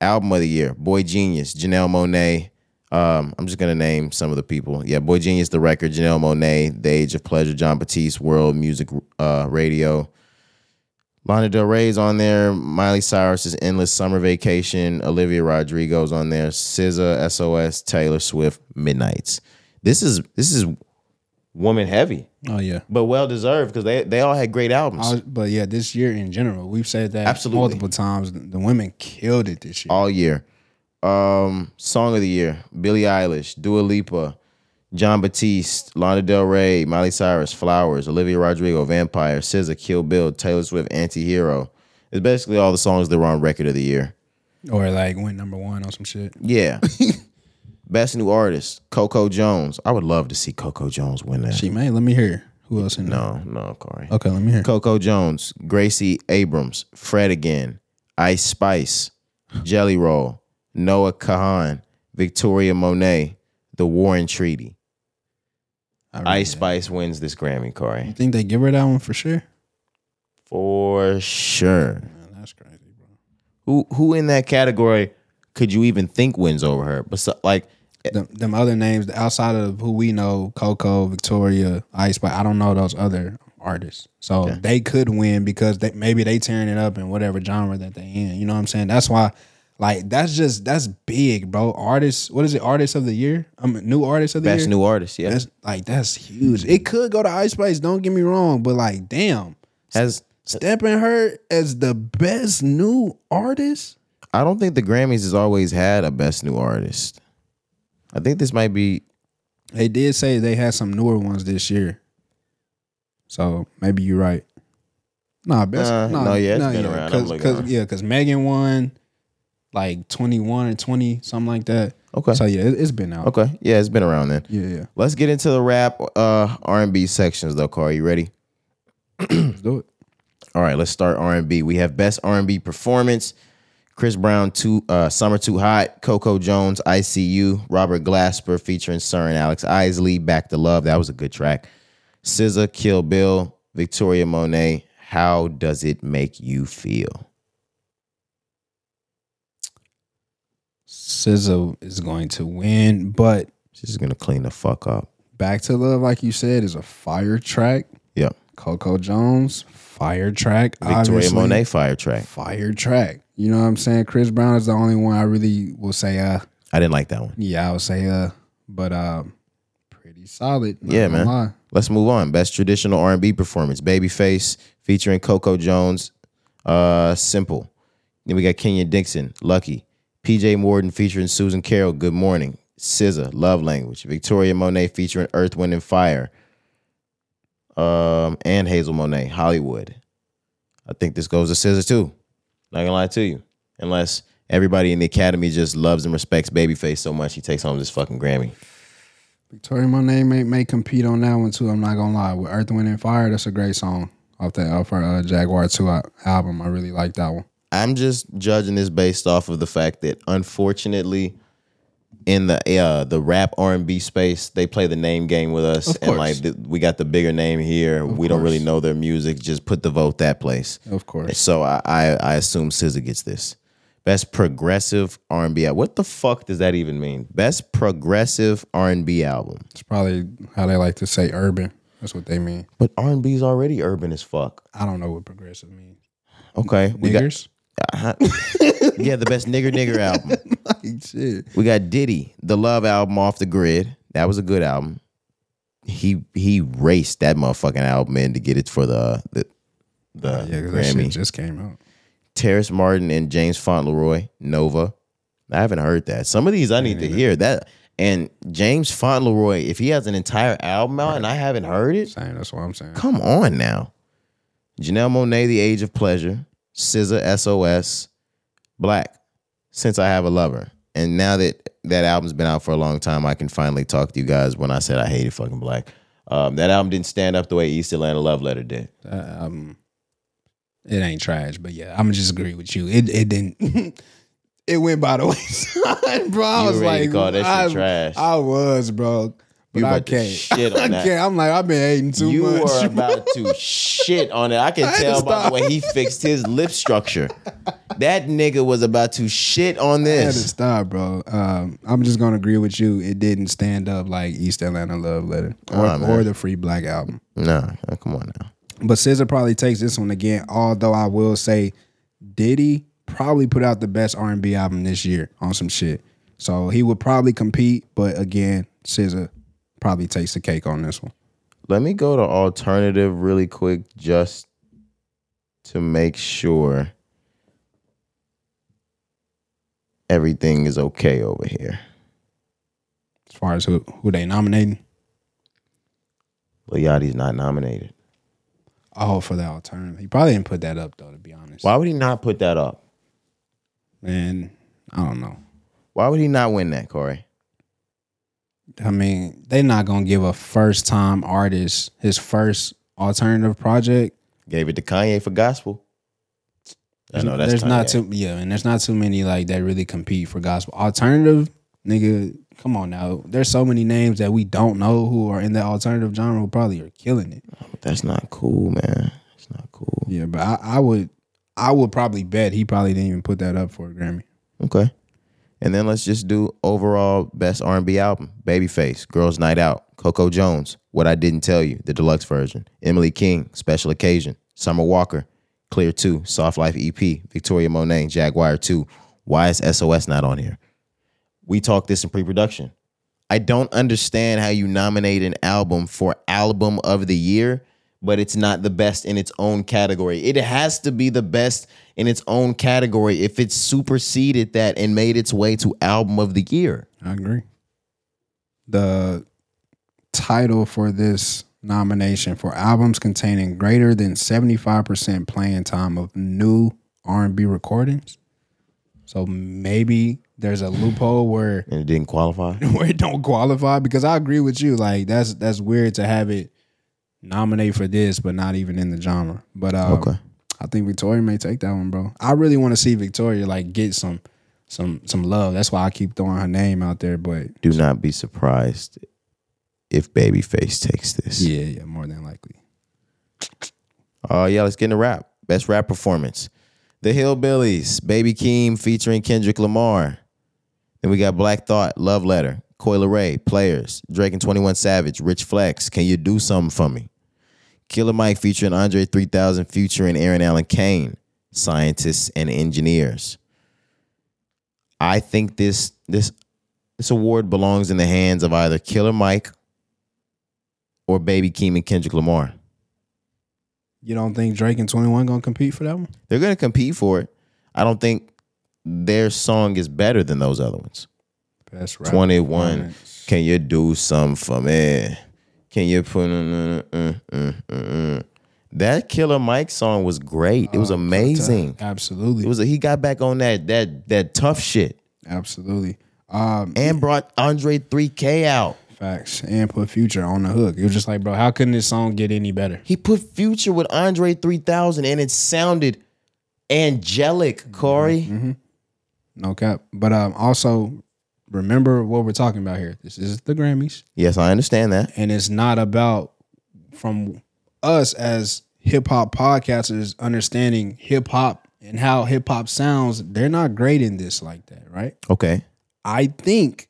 A: Album of the Year, Boy Genius, Janelle Monet. Um, I'm just gonna name some of the people. Yeah, Boy Genius, the record, Janelle Monet, The Age of Pleasure, John Batiste, World Music uh, Radio. Lana Del Rey's on there. Miley Cyrus's Endless Summer Vacation. Olivia Rodrigo's on there. SZA, SOS, Taylor Swift, Midnight's. This is this is woman heavy,
B: Oh yeah.
A: but well deserved because they they all had great albums.
B: I was- Uh, but yeah, this year in general, we've said that
A: Absolutely.
B: multiple times. The women killed it this year.
A: all year. Um, song of the year: Billie Eilish, Dua Lipa, John Batiste, Lana Del Rey, Miley Cyrus, Flowers, Olivia Rodrigo, Vampire, SZA, Kill Bill, Taylor Swift, Anti-Hero. It's basically all the songs that were on record of the year.
B: Or like went number one on some shit.
A: Yeah. Best new artist: Coco Jones. I would love to see Coco Jones win that.
B: She may. Let me hear. Who else in there?
A: no, no, Corey.
B: Okay, let me hear.
A: Coco Jones, Gracie Abrams, Fred again, Ice Spice, Jelly Roll, Noah Kahan, Victoria Monet, The Warren Treaty.
B: I really-
A: Ice Spice wins this Grammy, Corey.
B: You think they give her that one for sure?
A: For sure.
B: Man, that's crazy, bro.
A: Who who in that category could you even think wins over her? But like
B: Them, them other names outside of who we know, Coco, Victoria, Ice, but I don't know those other artists. So they could win because they maybe they tearing it up in whatever genre that they in. You know what I'm saying? That's why, like, that's just that's big, bro. Artists, what is it? Artists of the year? I mean, new artists of the
A: best
B: year.
A: new artist, yeah.
B: That's like that's huge. It could go to Ice Spice. Don't get me wrong, but like, damn,
A: Has
B: stepping her as the best new artist.
A: I don't think the Grammys has always had a best new artist. I think this might be
B: They did say they had some newer ones this year, so maybe you're right. Nah, best.
A: Nah,
B: nah,
A: Uh, no, yeah, it's
B: nah,
A: been around. I'm
B: Cause,
A: looking
B: 'cause-
A: around.
B: yeah, because Megan won like 21 or 20, something like that.
A: Okay.
B: So yeah, it, it's been out.
A: Okay. Yeah, it's been around then.
B: Yeah, yeah.
A: Let's get into the rap uh R&B sections though, Corey. You ready?
B: Let's do it.
A: All right, let's start R&B. We have best R&B performance. Chris Brown, two, uh, Summer Too Hot, Coco Jones, ICU, Robert Glasper featuring Sir and Alex Isley, Back to Love. That was a good track. SZA, Kill Bill, Victoria Monet, How Does It Make You Feel?
B: SZA is going to win, but
A: She's just gonna clean the fuck up.
B: Back to Love, like you said, is a fire track.
A: Yep.
B: Coco Jones, fire track.
A: Victoria
B: obviously.
A: Monet fire track.
B: fire track. You know what I'm saying? Chris Brown is the only one I really will say, uh,
A: I didn't like that one.
B: yeah, I would say, uh, but uh, pretty solid. not
A: Yeah,
B: gonna
A: man.
B: lie.
A: Let's move on. Best traditional R and B performance: Babyface featuring Coco Jones, uh, Simple. Then we got Kenya Dixon, Lucky, P.J. Morton featuring Susan Carroll, Good Morning, SZA, Love Language, Victoria Monet featuring Earth, Wind and Fire, um, and Hazel Monet, Hollywood. I think this goes to SZA too. Not gonna lie to you, unless everybody in the Academy just loves and respects Babyface so much he takes home this fucking Grammy.
B: Victoria Monet may, may compete on that one too. I'm not gonna lie. With Earth, Wind, and Fire, that's a great song off that off her uh, Jaguar 2 al- album. I really like that one.
A: I'm just judging this based off of the fact that unfortunately in the uh the rap R&B space they play the name game with us
B: Of
A: and
B: course.
A: like th- we got the bigger name here we don't really know their music just put the vote that place
B: Of course.
A: so I I, I assume SZA gets this best progressive R&B album what the fuck does that even mean best progressive R&B album
B: It's probably how they like to say urban. That's what they mean.
A: but R&B is already urban as fuck
B: I don't know what progressive means.
A: okay
B: [laughs]
A: we got
B: Niggers?
A: [laughs] yeah the best nigger nigger album
B: Like, shit.
A: We got Diddy, the Love album off the grid. That was a good album. He he raced that motherfucking album in to get it for the the, the
B: Yeah, 'cause that shit
A: Grammy.
B: just came out.
A: Terrace Martin and James Fauntleroy, Nova. I haven't heard that. Some of these I need to hear that. And James Fauntleroy, if he has an entire album out and I haven't heard it,
B: Same. That's what I'm saying.
A: come on now. Janelle Monet, The Age of Pleasure, SZA, SOS, Black, Since I Have a Lover. And now that that album's been out for a long time, I can finally talk to you guys when I said I hated fucking Black. Um, that album didn't stand up the way East Atlanta Love Letter did.
B: um, it ain't trash, but yeah, I'm gonna just agree with you. It it didn't. [laughs] it went by the [laughs] wayside, bro. I
A: You
B: was
A: were ready to
B: like,
A: call that shit
B: I,
A: trash.
B: I was, bro. But
A: You
B: I
A: about to
B: can't.
A: shit on
B: [laughs] I
A: that.
B: can't. I'm like, I've been hating too
A: you
B: much.
A: were about to shit on it. I can
B: I had
A: tell
B: to
A: by the
B: stop.
A: way he fixed his lip
B: [laughs]
A: structure. That nigga was about to shit on
B: [laughs] I had to
A: this.
B: stop, bro. Um, I'm just gonna agree with you. It didn't stand up like East Atlanta Love Letter or,
A: Nah, man.
B: or the Free Black album.
A: Nah, uh, come on now.
B: But Scissor probably takes this one again. Although I will say, Diddy probably put out the best R and B album this year on some shit. So he would probably compete, but again, Scissor probably takes the cake on this one.
A: Let me go to alternative really quick just to make sure everything is okay over here.
B: As far as who who they nominating,
A: Lil Yachty's not nominated.
B: oh, for the alternative, he probably didn't put that up though. To be honest,
A: Why would he not put that up?
B: and I don't know.
A: Why would he not win that, Corey?
B: I mean, they're not gonna give a first time artist his first alternative project.
A: Gave it to Kanye for gospel. I know that's
B: there's not
A: Kanye.
B: too yeah, and there's not too many like that really compete for gospel alternative. Nigga, come on now. There's so many names that we don't know who are in that alternative genre who probably are killing it.
A: That's not cool, man. It's not cool.
B: Yeah, but I, I would, I would probably bet he probably didn't even put that up for a Grammy.
A: Okay. And then let's just do overall best R and B album: Babyface, Girls' Night Out, Coco Jones, What I Didn't Tell You, the deluxe version, Emily King, Special Occasion, Summer Walker, Clear Two, Soft Life EP, Victoria Monet, Jaguar Two. Why is SOS not on here? We talked this in pre-production. I don't understand how you nominate an album for album of the year, but it's not the best in its own category. It has to be the best in its own category if it superseded that and made its way to album of the year.
B: I agree. The title for this nomination for albums containing greater than 75% playing time of new R&B recordings. So maybe there's a loophole where
A: And it didn't qualify.
B: where it don't qualify because I agree with you like that's that's weird to have it nominate for this but not even in the genre. But uh
A: Okay.
B: I think Victoria may take that one, bro. I really want to see Victoria like get some some some love. That's why I keep throwing her name out there, but
A: Do not be surprised if Babyface takes this.
B: Yeah, yeah, more than likely.
A: Uh, yeah, let's get into rap. Best rap performance. The Hillbillies, Baby Keem featuring Kendrick Lamar. Then we got Black Thought, Love Letter, Coil Ray, Players, Drake and 21 Savage, Rich Flex, Can You Do Something For Me? Killer Mike featuring Andre 3000 Future and Aaron Allen Kane, Scientists and Engineers. I think this this this award belongs in the hands of either Killer Mike or Baby Keem and Kendrick Lamar.
B: You don't think Drake and Twenty One gonna compete for that one?
A: They're going to compete for it. I don't think their song is better than those other ones.
B: That's
A: 21, can you do something for me? Can you put uh, uh, uh, uh, uh. that Killer Mike song was great. It was amazing.
B: Absolutely,
A: It was a, he got back on that that that tough shit
B: absolutely. Um,
A: and brought Andre 3K out.
B: facts and put Future on the hook. It was just like, bro, how couldn't this song get any better?
A: He put Future with Andre 3000 and it sounded angelic, Corey.
B: No cap. But um, also remember what we're talking about here. This is the Grammys,
A: Yes, I understand that.
B: and it's not about from us as hip hop podcasters understanding hip hop and how hip hop sounds. They're not great in this like that, right?
A: Okay.
B: I think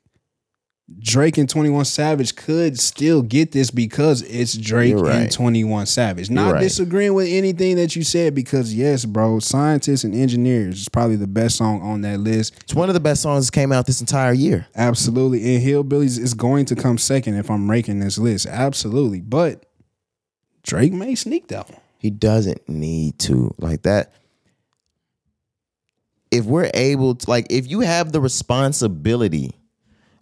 B: Drake and 21 Savage could still get this because it's Drake
A: You're right.
B: and 21 Savage. Not
A: right.
B: disagreeing with anything that you said because yes, bro, Scientists and Engineers is probably the best song on that list.
A: It's one of the best songs that came out this entire year.
B: Absolutely. And Hillbillies is going to come second if I'm raking this list. Absolutely. But Drake may sneak that one.
A: He doesn't need to like that. If we're able to, like, if you have the responsibility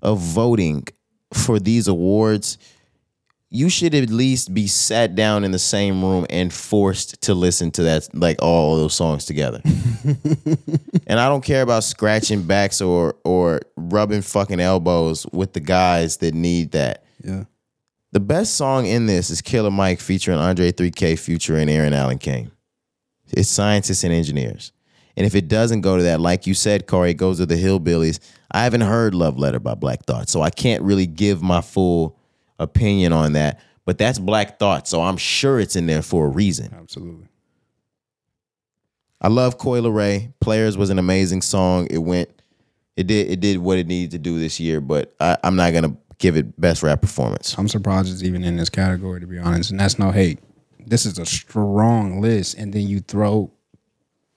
A: of voting for these awards, you should at least be sat down in the same room and forced to listen to that, like all those songs together. and I don't care about scratching backs or or rubbing fucking elbows with the guys that need that.
B: Yeah.
A: The best song in this is Killer Mike featuring Andre 3K, Future, and Aaron Allen Kane. It's Scientists and Engineers. And if it doesn't go to that, like you said, Corey, it goes to the hillbillies. I haven't heard Love Letter by Black Thought, so I can't really give my full opinion on that. But that's Black Thought, so I'm sure it's in there for a reason.
B: Absolutely.
A: I love Coil Ray. Players was an amazing song. It went, it did, it did what it needed to do this year. But I, I'm not gonna give it best rap performance.
B: I'm surprised it's even in this category, to be honest. And that's no hate. This is a strong list, and then you throw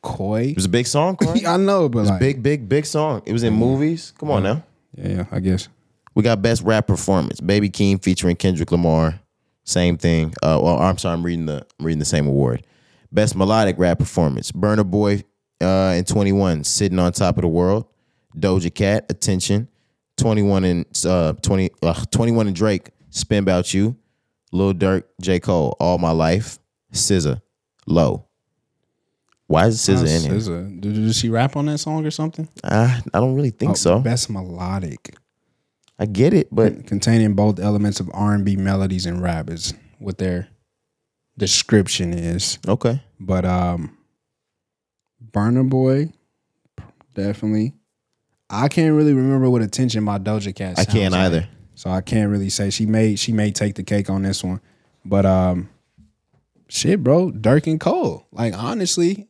B: Koi.
A: It was a big song, Corey.
B: I know, but like,
A: Big, big, big song. It was in movies. Come on now.
B: Mm-hmm. yeah, yeah, I guess.
A: We got best rap performance. Baby Keem featuring Kendrick Lamar. Same thing. Uh, well, I'm sorry, I'm reading the I'm reading the same award. Best melodic rap performance. Burner Boy uh, and 21 sitting on top of the world. Doja Cat, attention. 21 and uh, 20 uh, 21 and Drake, Spin About You. Lil Durk, J. Cole, All My Life, SZA, Low. Why is SZA
B: Uh,
A: in here?
B: SZA. Did, did she rap on that song or something?
A: I, I don't really think
B: Oh,
A: so.
B: Best melodic,
A: I get it, but
B: containing both elements of R&B melodies and rap is what their description is.
A: okay.
B: But um Burner Boy, definitely. I can't really remember what attention my Doja Cat.
A: I
B: sounds
A: can't
B: like,
A: either.
B: so I can't really say she may she may take the cake on this one. But um, shit, bro, Dirk and Cole. Like honestly,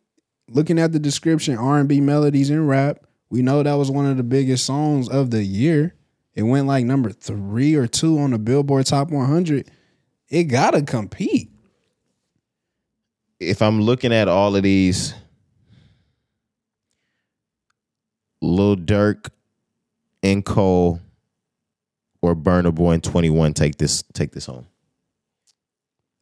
B: looking at the description, R and B melodies and rap, we know that was one of the biggest songs of the year. It went like number three or two on the Billboard Top 100. It gotta compete.
A: if I'm looking at all of these, Lil Durk and Cole or Burner Boy and 21 take this take this home.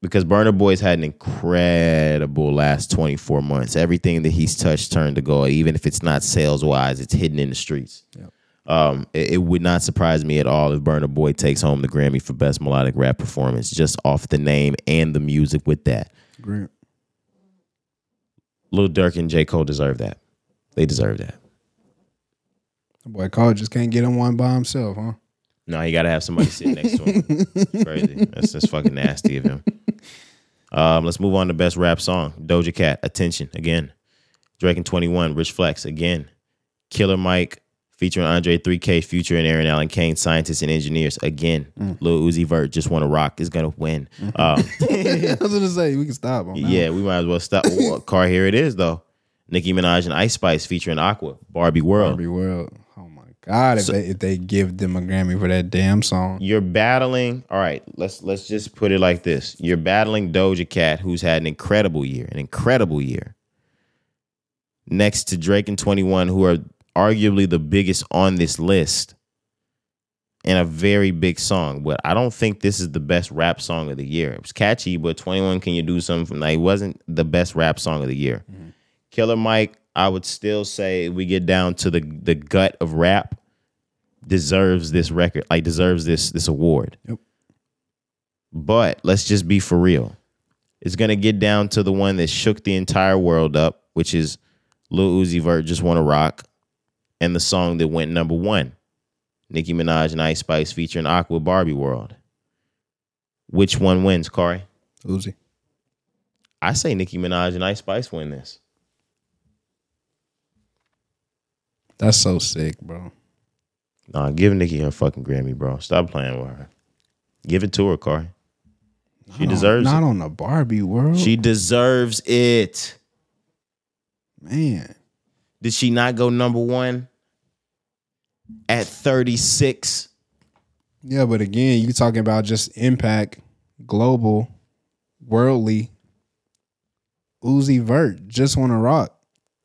A: Because Burner Boy's had an incredible last 24 months. Everything that he's touched turned to gold. Even if it's not sales wise, it's hidden in the streets. Um, it, it would not surprise me at all if Burner Boy takes home the Grammy for Best Melodic Rap Performance, just off the name and the music with that.
B: Great.
A: Lil Durk and J. Cole deserve that. They deserve that.
B: The boy Cole just can't get him one by himself,
A: [laughs]
B: huh? [laughs]
A: No, he gotta have somebody sitting next to him. It's crazy. That's just fucking nasty of him. Um, let's move on to best rap song. Doja Cat, Attention, again. Drake and 21, Rich Flex, again. Killer Mike, featuring Andre 3K, Future and Aaron Allen Kane, Scientists and Engineers, again. Lil Uzi Vert, Just Wanna Rock, is gonna win. Um,
B: I was gonna say we can stop on that.
A: Yeah, we might as well stop. Oh, car, here it is though. Nicki Minaj and Ice Spice featuring Aqua, Barbie World.
B: Barbie World. Oh my God! If, they, if they give them a Grammy for that damn song,
A: you're battling all right let's let's just put it like this you're battling doja cat who's had an incredible year an incredible year next to drake and 21 who are arguably the biggest on this list and a very big song but i don't think this is the best rap song of the year it was catchy but 21 can you do something from that it wasn't the best rap song of the year killer mike i would still say we get down to the the gut of rap deserves this record, like deserves this this award.
B: Yep.
A: But let's just be for real. It's gonna get down to the one that shook the entire world up, which is Lil Uzi Vert just wanna rock, and the song that went number one, Nicki Minaj and Ice Spice featuring Aqua Barbie World. Which one wins, Corey?
B: Uzi.
A: I say Nicki Minaj and Ice Spice win this.
B: That's so sick, bro.
A: Nah, give Nicki her fucking Grammy, bro. Stop playing with her. Give it to her, Corey. She
B: Not on-
A: deserves it.
B: not on the Barbie World.
A: She deserves it.
B: man,
A: Did she not go number one at 36?
B: yeah. But again, you talking about just impact, global, worldly. Uzi Vert just want to rock.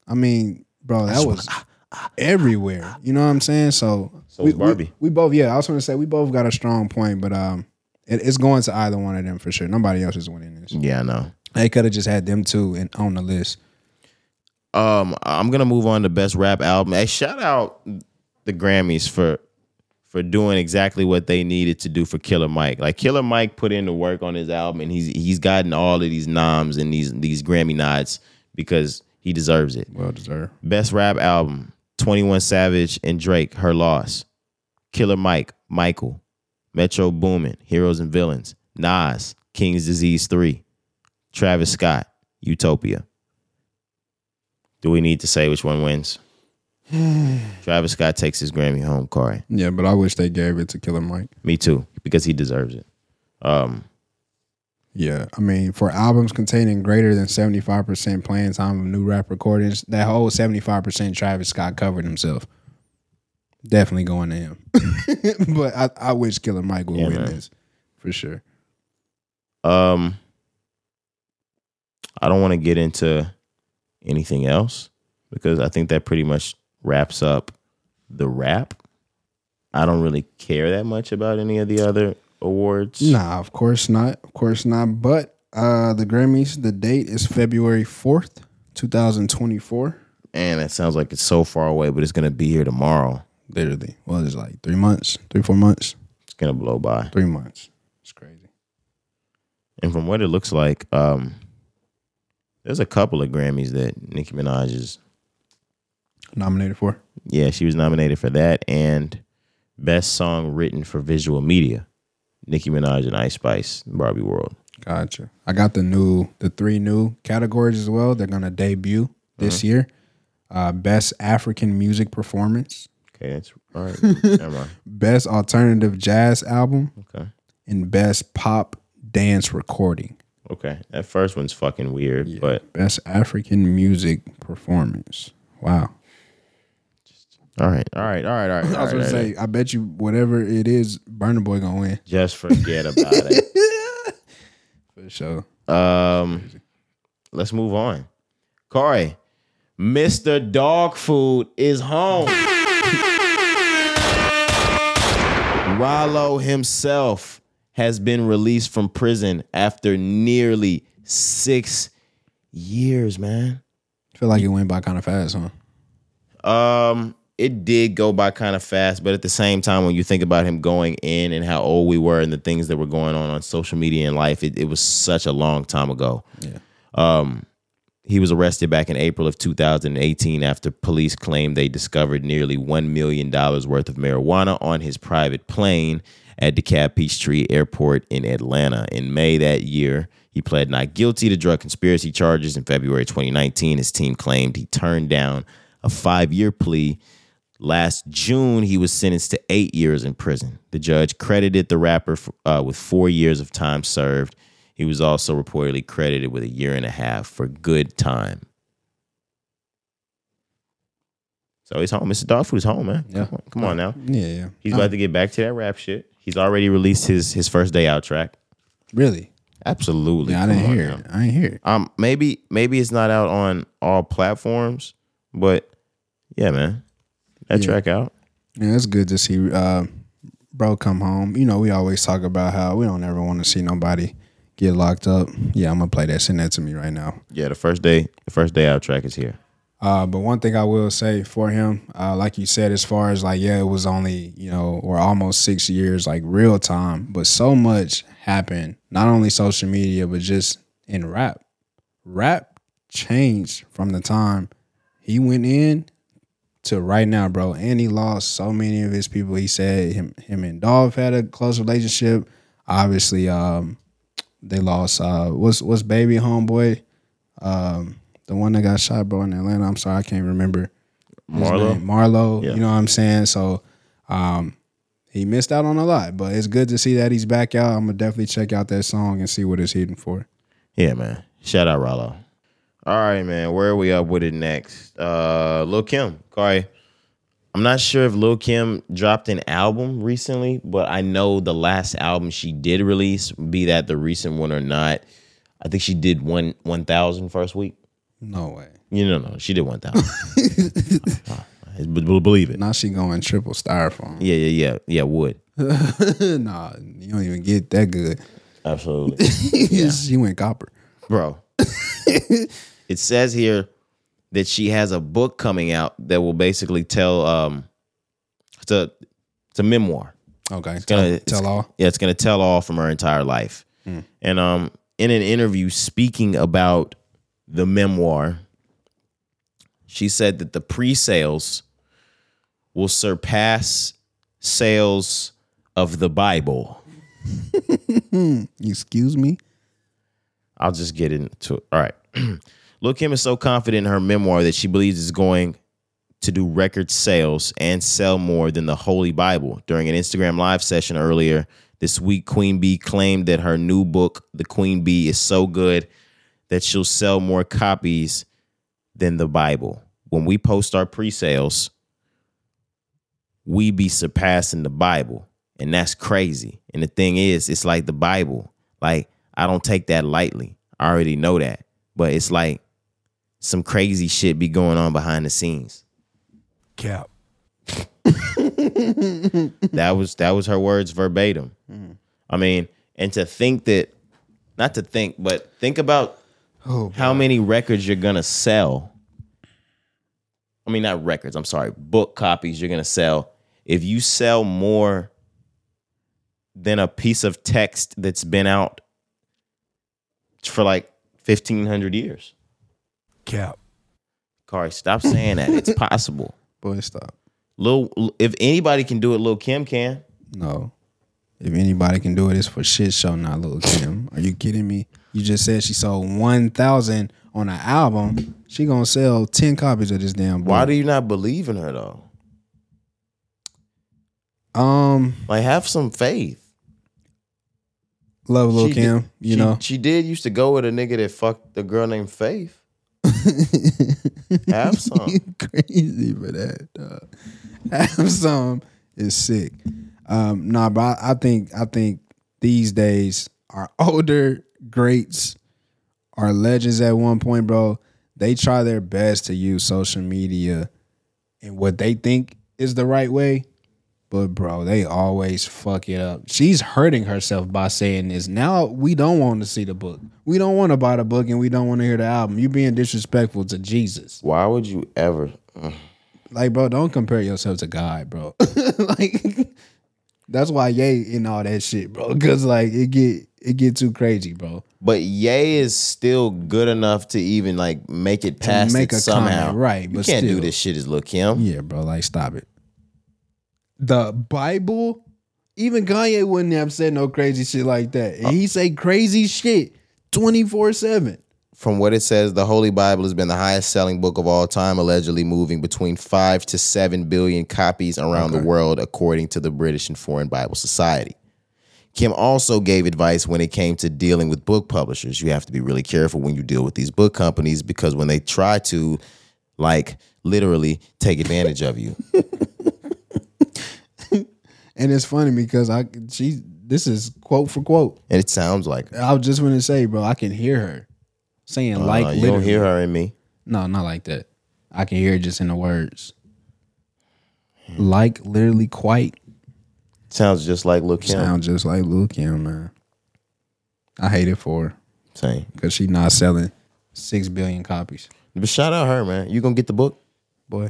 B: I mean, bro, that was
A: Ah,
B: everywhere. You know what I'm saying? So,
A: So was Barbie.
B: We, both, yeah. I was going to say we both got a strong point, but um, it, it's going to either one of them for sure. Nobody else is winning this.
A: Yeah, I know.
B: They could have just had them two and on the list.
A: Um, I'm gonna move on to best rap album. Hey, shout out the Grammys for for doing exactly what they needed to do for Killer Mike. Like Killer Mike put in the work on his album, and he's he's gotten all of these noms and these these Grammy nods because he deserves it.
B: Well deserved.
A: Best rap album, 21 Savage and Drake, Her Loss. Killer Mike, Michael. Metro Boomin, Heroes and Villains. Nas, King's Disease 3. Travis Scott, Utopia. Do we need to say which one wins? Travis Scott takes his Grammy home, Corey.
B: Yeah, but I wish they gave it to Killer Mike.
A: Me too, because he deserves it. Um,
B: Yeah, I mean, for albums containing greater than seventy five percent playing time of new rap recordings, that whole seventy five percent Travis Scott covered himself. Definitely going to him, [laughs] but I, I wish Killer Mike would
A: Yeah,
B: win
A: man.
B: this for sure.
A: um, I don't want to get into anything else because I think that pretty much wraps up the rap. I don't really care that much about any of the other awards.
B: Nah, of course not, of course not. But uh the Grammys, the date is February fourth, two thousand twenty four.
A: Man, that sounds like it's so far away, but it's gonna be here tomorrow.
B: Literally, well, it's like three months, three four months,
A: It's gonna blow by.
B: three months. It's crazy.
A: And from what it looks like, um, there's a couple of Grammys that Nicki Minaj is
B: Nominated for
A: Yeah, she was nominated for that and best song written for visual media. Nicki Minaj and Ice Spice, Barbie World.
B: Gotcha. I got the new, the three new categories as well. They're gonna debut this year. Uh, best African music performance,
A: Okay, that's all [laughs] right. Never mind.
B: best alternative jazz album,
A: Okay.
B: and best pop dance recording.
A: Okay. That first one's fucking weird, but
B: Best African music performance. Wow.
A: all right. All right. All right. All right.
B: I was gonna say, I bet you whatever it is, Burner Boy gonna win
A: Just forget about it.
B: for sure.
A: Um let's move on. Corey, Mr. Dog Food is home. [laughs] Rollo himself has been released from prison after nearly six years, man.
B: Feel like it went by kind of fast, huh?
A: Um, it did go by kind of fast, but at the same time, when you think about him going in and how old we were and the things that were going on on social media and life, it, it was such a long time ago. Yeah. Um, he was arrested back in April of 2018 after police claimed they discovered nearly one million dollars worth of marijuana on his private plane at DeKalb Peachtree Airport in Atlanta. In May that year, he pled not guilty to drug conspiracy charges. In February 2019, his team claimed he turned down a five year plea. Last June, he was sentenced to eight years in prison. The judge credited the rapper uh, with four years of time served. He was also reportedly credited with a year and a half for good time. So he's home. Mr. Dog Food is home, man.
B: Yeah.
A: Come on, come on now.
B: Yeah, yeah.
A: He's
B: Uh,
A: about to get back to that rap shit. He's already released his his first day out track.
B: really.
A: Absolutely.
B: Yeah, I
A: Come
B: didn't
A: on
B: hear
A: now.
B: it. I didn't hear it.
A: Um, maybe maybe it's not out on all platforms, but yeah, man, that
B: Yeah.
A: track out.
B: Yeah, it's good to see uh, bro come home. You know, we always talk about how we don't ever want to see nobody get locked up. Yeah, I'm gonna play that. Send that to me right now.
A: Yeah, the first day, the first day out track is here.
B: Uh, but one thing I will say for him, uh, like you said, as far as like, yeah, it was only you know or almost six years, like real time. But so much happened, not only social media, but just in rap. Rap changed from the time he went in to right now, bro. And he lost so many of his people. He said him him and Dolph had a close relationship. Obviously, um, they lost uh what's what's baby homeboy? Um the one that got shot, bro, in Atlanta. I'm sorry, I can't remember. his
A: Marlo?
B: name. Marlo,
A: Yeah.
B: you know what I'm saying? So um he missed out on a lot, but it's good to see that he's back out. I'm gonna definitely check out that song and see what it's hitting for.
A: Yeah, man. Shout out Rollo. All right, man. Where are we up with it next? Uh Lil Kim. Corey. I'm not sure if Lil Kim dropped an album recently, but I know the last album she did release, be that the recent one or not, I think she did one one thousand first week.
B: No way.
A: You know, no, she did one thousand. Believe it.
B: Now she going triple styrofoam. [laughs]
A: Yeah, yeah, yeah, yeah. Would
B: nah, you don't even get that good. [laughs]
A: absolutely.
B: she went copper.
A: bro. it says here that she has a book coming out that will basically tell um it's a it's a memoir.
B: Okay.
A: gonna-
B: tell, tell all.
A: Yeah, it's gonna tell all from her entire life. And um in an interview speaking about the memoir, she said that the pre-sales will surpass sales of the Bible.
B: Excuse me.
A: I'll just get into it. All right. [clears throat] Lil Kim is so confident in her memoir that she believes it's going to do record sales and sell more than the Holy Bible. During an Instagram live session earlier this week, Queen Bee claimed that her new book, The Queen Bee, is so good that she'll sell more copies than the Bible. When we post our pre sales, we be surpassing the Bible. And that's crazy. And the thing is, it's like the Bible. Like, I don't take that lightly. I already know that. But it's like some crazy shit be going on behind the scenes.
G: Cap.
A: That was that was her words verbatim. I mean, and to think that not to think, but think about how many records you're gonna sell. I mean, not records, I'm sorry, book copies you're gonna sell. If you sell more than a piece of text that's been out for like fifteen hundred years.
G: Cap.
A: Kari, stop saying that. It's possible.
B: Boy, stop.
A: Lil, if anybody can do it, Lil Kim can.
B: No. If anybody can do it, it's for shit show, not Lil Kim. Are you kidding me? You just said she sold one thousand on an album. She gonna sell ten copies of this damn book.
A: Why do you not believe in her though?
B: um
A: Like have some faith.
B: love Lil
A: She
B: Kim?
A: did-
B: you
A: she-
B: know,
A: she did used to go with a nigga that fucked a girl named Faith.
B: [laughs]
A: have some.
B: You crazy for that. Dog. Have some is sick. Um, nah, but I, I think I think these days our [laughs] older greats are legends at one point, bro. They try their best to use social media and what they think is the right way. But bro, they always fuck it up. She's hurting herself by saying this. Now we don't want to see the book. We don't want to buy the book and we don't want to hear the album. You being disrespectful to Jesus
A: Why would you ever?
B: like bro don't compare yourself to god bro [laughs] like that's why yay and all that shit bro because like it get it get too crazy bro
A: But Ye is still good enough to even like make it past
B: make
A: it
B: a
A: somehow.
B: comment, right,
A: You
B: but
A: can't do
B: still.
A: this shit as Lil Kim.
B: yeah bro like stop it the bible even kanye wouldn't have said no crazy shit like that and he say crazy shit 24-7
A: From what it says, the Holy Bible has been the highest selling book of all time, allegedly moving between five to seven billion copies around the world, according to the British and Foreign Bible Society. Kim also gave advice when it came to dealing with book publishers. You have to be really careful when you deal with these book companies because when they try to, like, literally take advantage of
B: [laughs]
A: you.
B: and it's funny because i she this is quote for quote
A: And it sounds like, uh,
B: i was just gonna say bro i can hear her saying like
A: uh, you
B: literally
A: don't hear her and me.
B: No, not like that. I can hear it just in the words. Like literally quite
A: Sounds just like Lil Kim.
B: sound just like Lil Kim, man. I hate it for her
A: Same.
B: because she not selling six billion copies.
A: But shout out her, man. You gonna get the book?
B: Boy,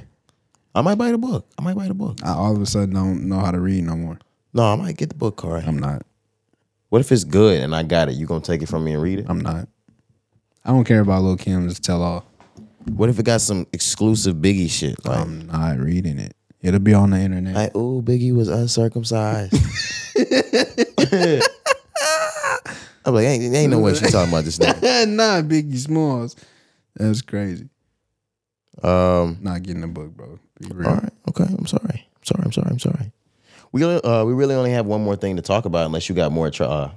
A: I might buy the book. I might buy the book.
B: I all of a sudden don't know how to read no more.
A: No, I might get the book, Corey.
B: I'm not.
A: What if it's good and I got it? You gonna take it from me and read it?
B: I'm not. I don't care about Lil Kim's tell all.
A: What if it got some exclusive Biggie shit? Like,
B: I'm not reading it. It'll be on the internet.
A: like ooh, Biggie was uncircumcised. [laughs] I'm like, ain't, ain't no way she's talking about this nigga.
B: [laughs] nah, Biggie Smalls. That's crazy.
A: Um,
B: Not getting the book, bro. Be
A: [laughs]
B: real.
A: all right, okay. I'm sorry. I'm sorry. I'm sorry. I'm sorry. We only- uh, we really only have one more thing to talk about, unless you got more tra- uh,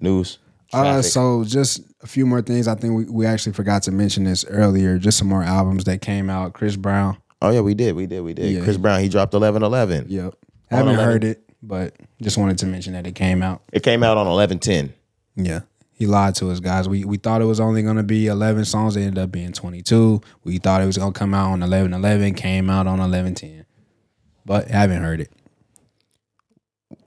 A: news.
B: Uh,
A: traffic.
B: so just a few more things. I think we, we actually forgot to mention this earlier. Just some more albums that came out. Chris Brown.
A: Oh yeah, we did, we did, we did.
B: Yeah.
A: Chris Brown, he dropped eleven eleven.
B: Yep. Haven't
A: 11.
B: heard it, but just wanted to mention that it came out.
A: It came out on eleven ten.
B: Yeah. He lied to us, guys. We we thought it was only gonna be eleven songs. It ended up being twenty two. We thought it was gonna come out on eleven eleven. Came out on eleven ten. But haven't heard it.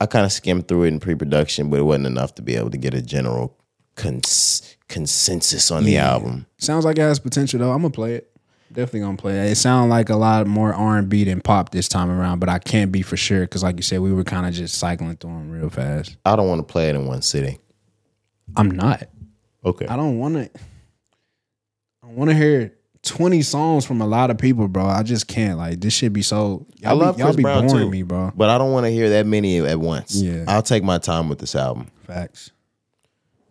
A: I kind of skimmed through it in pre-production, but it wasn't enough to be able to get a general cons- consensus on the album.
B: Sounds like it has potential though. I'm gonna play it. Definitely gonna play it. It sounds like a lot more R and B than pop this time around, but I can't be for sure because, like you said, we were kind of just cycling through them real fast.
A: I don't want to play it in one sitting.
B: I'm not.
A: Okay.
B: I don't want to. I want to hear 20 songs from a lot of people, bro. I just can't. Like this should be so. Y'all
A: I love
B: be, y'all
A: Chris
B: be
A: Brown
B: boring
A: too,
B: me, bro.
A: but I don't want to hear that many at once.
B: Yeah.
A: I'll take my time with this album.
B: Facts.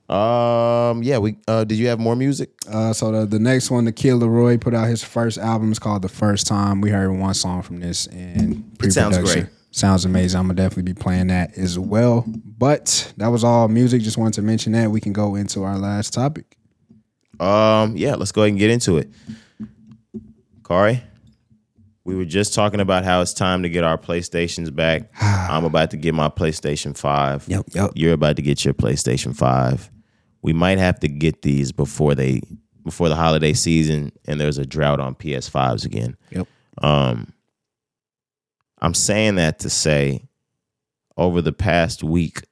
A: Um, yeah, we uh did you have more music?
B: Uh, so the, the next one, the Kid Leroy, put out his first album. It's called The First Time. We heard one song from this in pre-production.
A: sounds great.
B: Sounds amazing. I'm gonna definitely be playing that as well. But that was all music. Just wanted to mention that. We can go into our last topic.
A: Um, yeah, let's go ahead and get into it. Kari, we were just talking about how it's time to get our PlayStations
B: [sighs]
A: back. I'm about to get my PlayStation 5.
B: Yep, yep.
A: You're about to get your PlayStation 5. We might have to get these before they before the holiday season and there's a drought on PS5s again.
B: Yep.
A: Um I'm saying that to say over the past week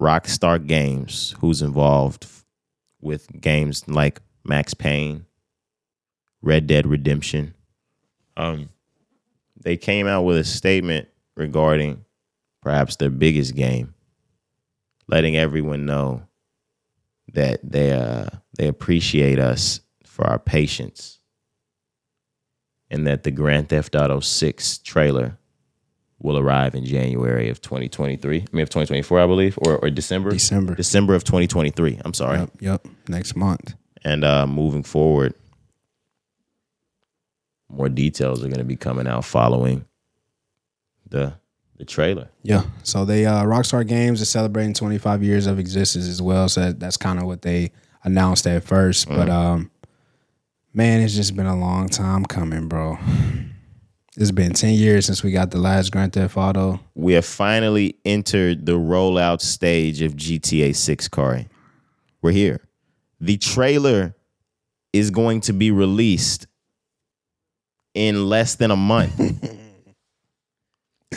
A: Rockstar Games, who's involved with games like Max Payne, Red Dead Redemption. Um, they came out with a statement regarding perhaps their biggest game, letting everyone know that they uh, they appreciate us for our patience, and that the Grand Theft Auto Six trailer will arrive in January of 2023. I mean, of 2024, I believe, or or December.
B: December.
A: December of 2023. I'm sorry
B: Yep, yep. Next month.
A: and uh, moving forward, more details are going to be coming out following the the trailer.
B: Yeah. So they uh Rockstar Games is celebrating 25 years of existence as well. So that- that's kind of what they announced at 1st But um man, it's just been a long time coming, bro. It's been 10 years since we got the last Grand Theft Auto.
A: We have finally entered the rollout stage of GTA 6, Kari. We're here. The trailer is going to be released in less than a month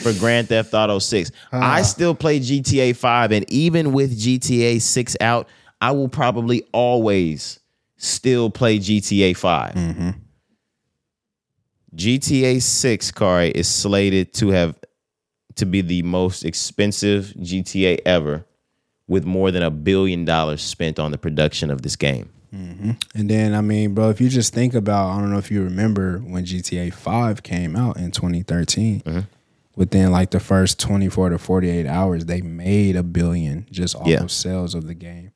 A: for Grand Theft Auto 6. I still play GTA 5, and even with GTA 6 out, I will probably always still play GTA 5. GTA 6, Kari, is slated to have to be the most expensive GTA ever, with more than a billion dollars spent on the production of this game.
B: And then I mean, bro, if you just think about, I don't know if you remember when GTA 5 came out in 2013. Within like the first 24 to 48 hours, they made a billion just off
A: Yeah.
B: of sales of the game.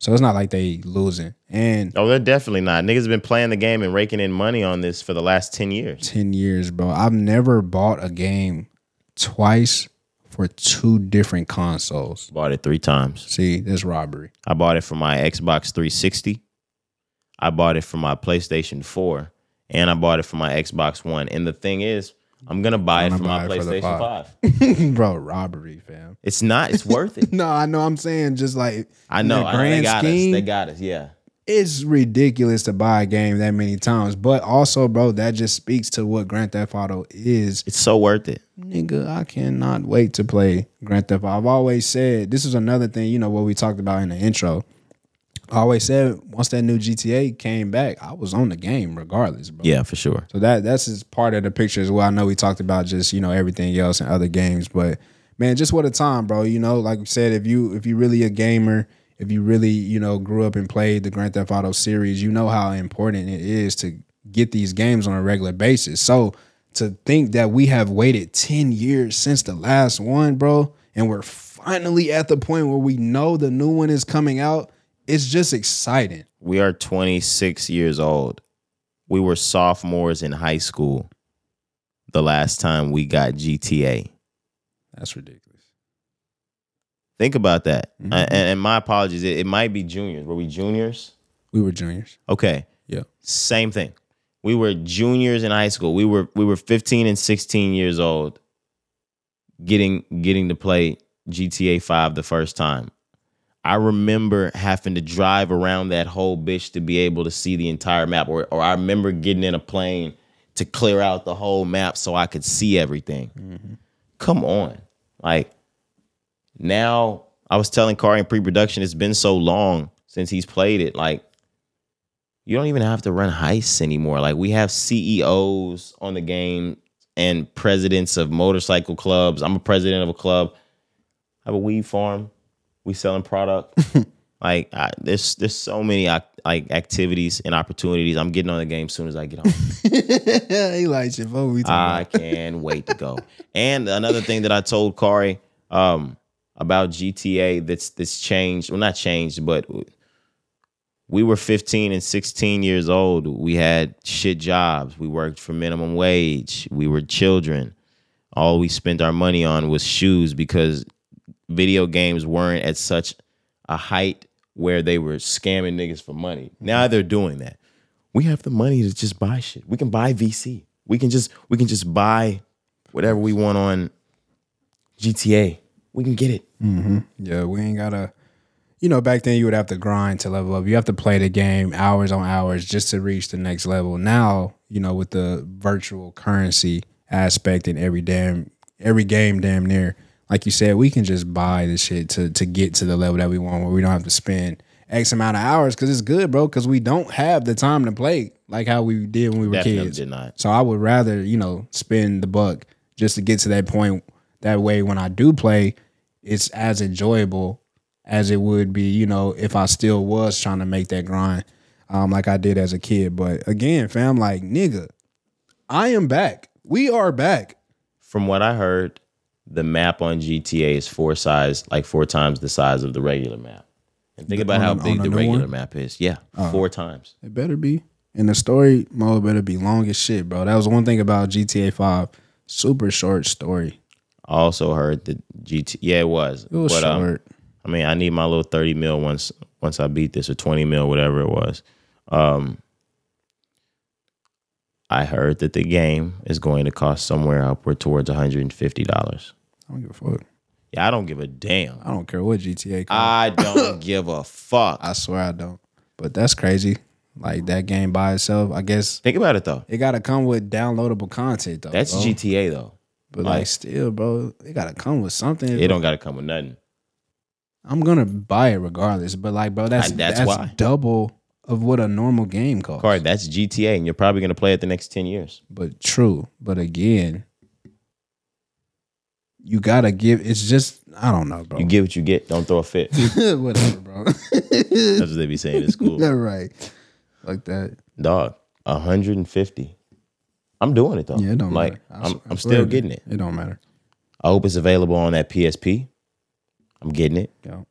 B: So it's not like they losing. And
A: Oh, they're definitely not. Niggas been playing the game and raking in money on this for the last 10 years.
B: 10 years, bro. I've never bought a game twice for two different consoles.
A: Bought it three times.
B: See, that's robbery. [laughs]
A: I bought it for my Xbox 360. I bought it for my PlayStation 4. And I bought it for my Xbox One. And the thing is, I'm going to buy it
B: Gonna
A: for my
B: buy it for the
A: PlayStation
B: five.
A: 5.
B: bro, robbery, fam.
A: It's not, it's worth
B: [laughs]
A: it.
B: No, I know I'm saying just like
A: I
B: in the
A: know. I know they got us. They got us. Yeah.
B: it's ridiculous to buy a game that many times. But also, bro, that just speaks to what Grand Theft Auto is.
A: It's so worth it.
B: nigga, I cannot wait to play Grand Theft. Auto. I've always said this is another thing, you know, what we talked about in the intro. I always said once that new GTA came back, I was on the game regardless, bro.
A: Yeah, for sure.
B: So that that's just part of the picture as well. I know we talked about just you know everything else and other games, but man, just what a time, bro. You know, like we said, if you if you really a gamer, if you really you know grew up and played the Grand Theft Auto series, you know how important it is to get these games on a regular basis. So to think that we have waited ten years since the last one, bro, and we're finally at the point where we know the new one is coming out, it's just exciting.
A: We are 26 years old. We were sophomores in high school the last time we got GTA.
B: That's ridiculous.
A: Think about that. I- and, and my apologies. It, it might be juniors. Were we juniors?
B: We were juniors.
A: Okay.
B: Yeah.
A: Same thing. We were juniors in high school. We were we were 15 and 16 years old getting getting to play GTA 5 the first time. I remember having to drive around that whole bitch to be able to see the entire map or or I remember getting in a plane to clear out the whole map so I could see everything. Come on. Like now I was telling Kari in pre-production it's been so long since he's played it like you don't even have to run heists anymore. Like we have CEOs on the game and presidents of motorcycle clubs. I'm a president of a club. I have a weed farm. We selling product. like I, there's there's so many ac- like activities and opportunities. I'm getting on the game as soon as I get home.
B: [laughs] he like shit.
A: Ah.
B: What we talking
A: I can't wait to go. And another thing that I told Kari, um, about GTA that's that's changed. Well, not changed, but we were 15 and 16 years old. We had shit jobs. We worked for minimum wage. We were children. All we spent our money on was shoes because video games weren't at such a height where they were scamming niggas for money. Now they're doing that. We have the money to just buy shit. We can buy VC. We can just we can just buy whatever we want on GTA. We can get it.
B: Yeah, we ain't gotta. You know, back then you would have to grind to level up. You have to play the game hours on hours just to reach the next level. Now, you know, with the virtual currency aspect in every damn every game, damn near, like you said, we can just buy the shit to to get to the level that we want, where we don't have to spend x amount of hours because it's good, bro. Because we don't have the time to play like how we did when we were
A: Definitely
B: kids.
A: did not.
B: So I would rather, you know, spend the buck just to get to that point. That way, when I do play, it's as enjoyable as it would be, you know, if I still was trying to make that grind um, like I did as a kid. But again, fam, like, nigga, I am back. We are back.
A: From what I heard, the map on GTA is four size, like four times the size of the regular map. And think about
B: on
A: how
B: the-
A: big
B: on Uh-huh.
A: the
B: the new
A: regular
B: one?
A: map is. Yeah, four times.
B: It better be. And the story mode better be long as shit, bro. That was one thing about GTA 5. Super short story.
A: I also heard that GT. Yeah, it was.
B: It was
A: um,
B: short.
A: I mean, I need my little thirty mil once once I beat this or twenty mil, whatever it was. Um, I heard that the game is going to cost somewhere upward towards one hundred and fifty dollars.
B: I don't give a fuck.
A: Yeah, I don't give a damn.
B: I don't care what GTA costs.
A: I
B: [coughs]
A: don't give a fuck.
B: I swear I don't. But that's crazy. Like that game by itself, I guess
A: Think about it though.
B: it gotta come with downloadable content though.
A: That's
B: bro.
A: GTA though.
B: But
A: like-
B: like, still, bro, it gotta come with something.
A: It don't got to come with nothing.
B: I'm gonna buy it regardless. But like, bro, that's
A: I- that's
B: that's,
A: why.
B: double of what a normal game costs.
A: Card, that's GTA, and you're probably gonna play it the next ten years.
B: But true. But again, you gotta give. It's just I don't know, bro.
A: You get what you get. Don't throw a
B: [laughs]
A: fit.
B: whatever, bro. [laughs]
A: That's what they be saying in school.
B: All right, like that.
A: Dog, 150. I'm doing it though.
B: Yeah, it don't
A: like
B: matter. I
A: I'm,
B: swear- I
A: I'm
B: swear
A: still getting it.
B: It don't matter.
A: I hope it's available on that PSP. I'm getting it.
B: Yo,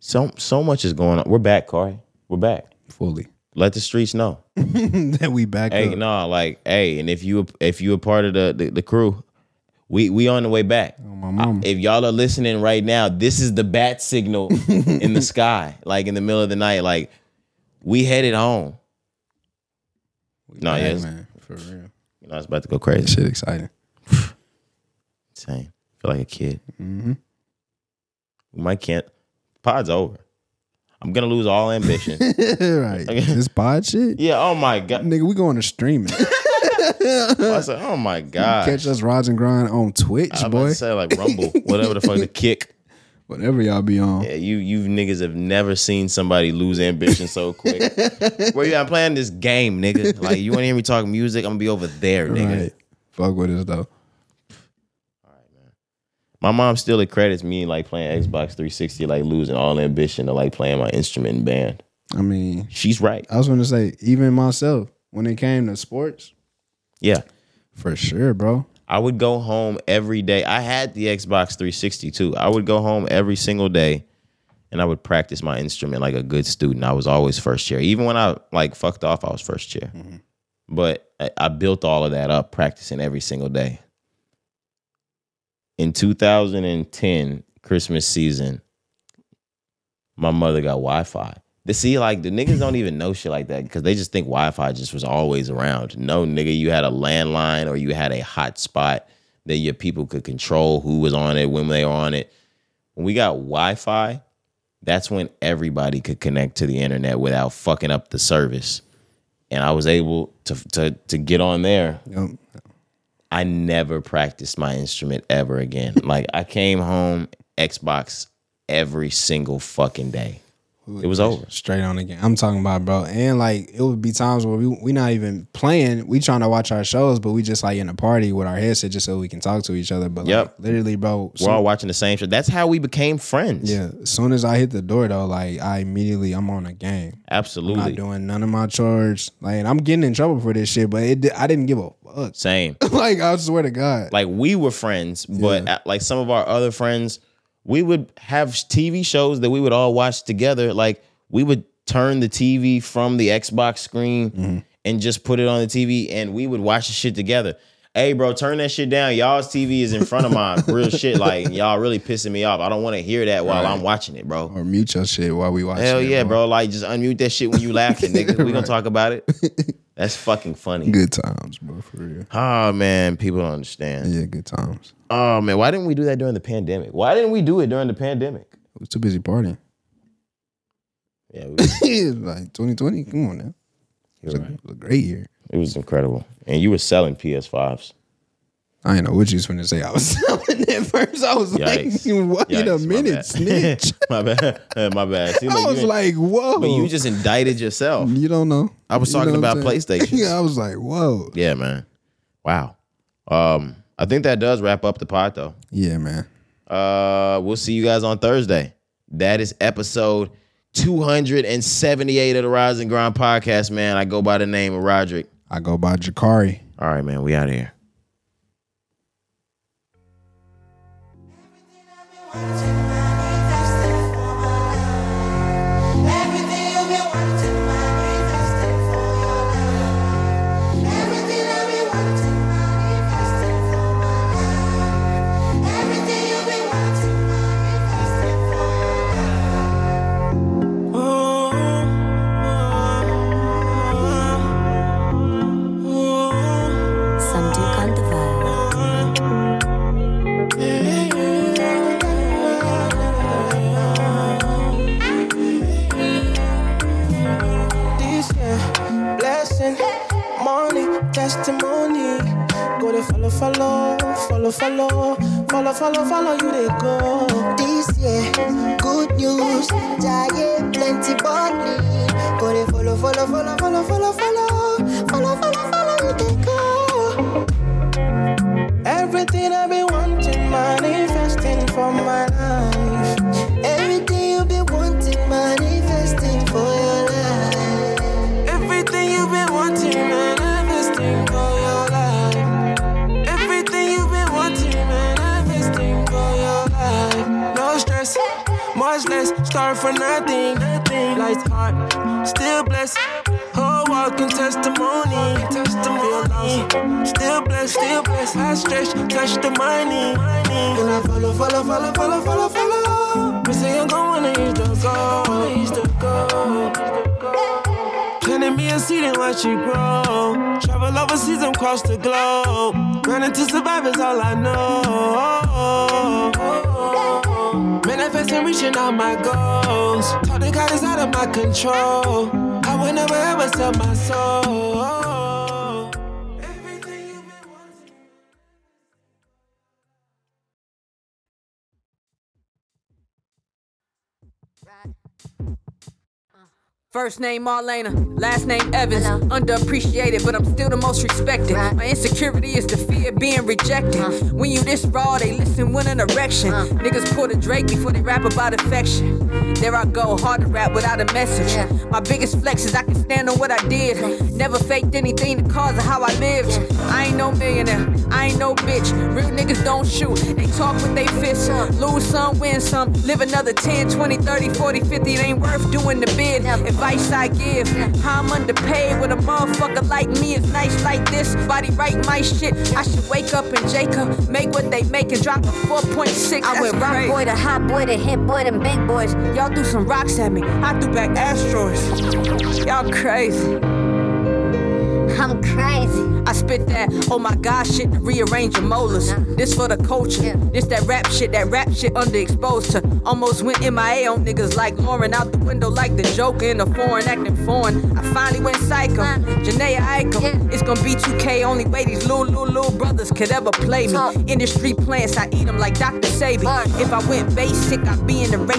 A: So so much is going on. We're back, Corey. We're back.
B: fully. [laughs]
A: Let the streets know.
B: that we back
A: Hey,
B: up.
A: no, like, hey, and if you if you a part of the the, the crew, we we on the way back.
B: Oh, My mom.
A: If y'all are listening right now, this is the bat
B: [laughs]
A: signal in the sky, like in the middle of the night. Like we headed home. No,
B: Hey,
A: yeah, it's-
B: man, for real.
A: you know it's about to go crazy.
B: Shit, exciting.
A: Same. Feel like a kid.
B: Mm-hmm.
A: We might can't. Pod's over. I'm gonna lose all ambition.
B: [laughs] right.
A: [laughs]
B: This pod shit.
A: yeah. Oh my god.
B: Nigga, we going
A: [laughs]
B: to streaming.
A: I said, oh my god.
B: Catch us rods and grind on Twitch,
A: I was about
B: boy.
A: to say like Rumble, whatever the fuck the kick.
B: Whatever y'all be on.
A: Yeah, you you niggas have never seen somebody lose ambition so
B: [laughs]
A: quick. Where you? I'm playing this game, nigga. Like you want to hear me talk music? I'm gonna be over there, nigga.
B: Right. Fuck with us though.
A: My mom still accredits me like playing Xbox 360, like losing all ambition to like playing my instrument and band.
B: I mean,
A: She's right.
B: I was gonna say, even myself, when it came to sports,
A: Yeah.
B: for sure, bro.
A: I would go home every day. I had the Xbox 360 too. I would go home every single day and I would practice my instrument like a good student. I was always first chair. Even when I like fucked off, I was first chair. But I, I built all of that up practicing every single day. In 2010, Christmas season, my mother got Wi Fi. See, like the niggas don't even know shit like that because they just think Wi Fi just was always around. No, nigga, you had a landline or you had a hotspot that your people could control who was on it, when they were on it. When we got Wi Fi, that's when everybody could connect to the internet without fucking up the service. And I was able to to to get on there.
B: Yup.
A: I never practiced my instrument ever [laughs] again. like I came home Xbox every single fucking day. It was over.
B: Straight on again. I'm talking about, bro. And like, it would be times where we we not even playing. We trying to watch our shows, but we just like in a party with our headset just so we can talk to each other. But
A: Yep.
B: like, literally, bro.
A: We're all watching the same show. That's how we became friends.
B: yeah. As soon as I hit the door, though, like I immediately I'm on a game. I'm not
A: Absolutely.
B: doing none of my chores. Like, and I'm getting in trouble for this shit, but it di- I didn't give a fuck. [laughs]
A: Same.
B: like, I swear to God.
A: Like we were friends, but uh, like some of our other friends, we would have TV shows that we would all watch together. Like we would turn the TV from the Xbox screen
B: Mm-hmm.
A: and just put it on the TV and we would watch the shit together. Hey bro, turn that shit down. Y'all's TV is in front of mine.
B: [laughs]
A: Real shit. Like y'all really pissing me off. I don't want to hear that while I'm watching it, bro.
B: or mute your shit while we watch.
A: Hell
B: it,
A: yeah, bro. Like just unmute that shit when you laughing, nigga.
B: [laughs]
A: We gonna talk about it. That's fucking funny.
B: Good times, bro. For real.
A: Oh man, people don't understand.
B: Yeah, good times.
A: Oh man, why didn't we do that during the pandemic? Why didn't we do it during the pandemic?
B: I was too busy partying. [laughs]
A: Yeah, we,
B: It's like 2020. Come on now. It was,
A: you're
B: a,
A: right.
B: it was a great year.
A: It was incredible, and you were selling PS5s.
B: I didn't know what you was finna say. I was [laughs] selling it first. I was
A: Yikes.
B: like, [laughs] wait
A: Yikes,
B: a
A: [laughs]
B: minute, snitch.
A: my bad. [laughs] my bad. See,
B: I
A: you
B: was
A: in-
B: like, whoa.
A: but you just indicted yourself.
B: You don't know.
A: I was
B: You
A: talking
B: know what
A: about
B: I'm saying? [laughs]
A: PlayStations.
B: yeah, I was like, whoa.
A: Yeah, man. Wow. Um, I think that does wrap up the pod, though.
B: Yeah, man.
A: Uh, we'll see you guys on Thursday. That is episode 278 of the Rise and Grind podcast, man. I go by the name of Roderick.
B: I go by Jakari.
A: All right, man. We out of here.
H: Oh, oh.
I: Sandu Kantavari.
D: This yeah, blessing, money, testimony. Go to follow, follow, follow, follow, follow, follow, follow you they go.
H: This year, good news, giant plenty body. Go to follow, follow, follow, follow, follow, follow, follow, follow, follow, you they go.
D: Everything I've been wanting, manifesting for my life.
H: Everything you be wanting, manifesting for your life.
D: Everything you've been wanting, manifesting for your life. Everything you've been wanting, manifesting for your life. No stress, much less, start for nothing. Life's hard, still blessed. Whole walking testimony, testimony. Feel lost, still blessed, still blessed. I stretch, touch the money. When I follow, follow, follow, follow, follow, follow. We say I'm going to use the goal, use the goal. Planting me a seed and watch it grow. Travel overseas and across the globe. Running to survive is all I know. Manifesting, reaching all my goals. Talk to God is out of my control. I will never ever sell my soul. Everything you've been wanting.
J: First name Marlena, last name Evans. Underappreciated, but I'm still the most respected.
H: Right.
J: My insecurity is the fear of being rejected. When you this raw, they listen with an erection. Niggas pull the Drake before they rap about affection. There I go, hard to rap without a message.
H: Yeah.
J: My biggest flex is I can stand on what I did. Never faked anything because of how I lived. I ain't no millionaire, I ain't no bitch. Real niggas don't shoot, they talk with they fists. Lose some, win some, live another 10, 20, 30, 40, 50. It ain't worth doing the bid. Advice I give, how I'm underpaid with a motherfucker like me is nice like this. Body write my shit. I should wake up and Jacob, make what they make and drop a 4.6.
I: I went rock boy to hot boy to hit boy to big boys.
J: Y'all threw some rocks at me. I threw back asteroids. Y'all crazy.
I: I'm crazy.
J: I spit that, oh my god shit to rearrange your molars. This for the culture.
I: Yeah.
J: This that rap shit, that rap shit underexposed to. Almost went MIA on niggas like Lauren out the window like the Joker in the foreign acting foreign. I finally went psycho.
I: Uh.
J: Janaea Eichel.
I: Yeah.
J: It's gonna be 2K, only way these little, little, little brothers could ever play me.
I: Talk.
J: Industry plants, I eat them like Dr. Sabi.
I: Fuck.
J: If I went basic, I'd be in the race.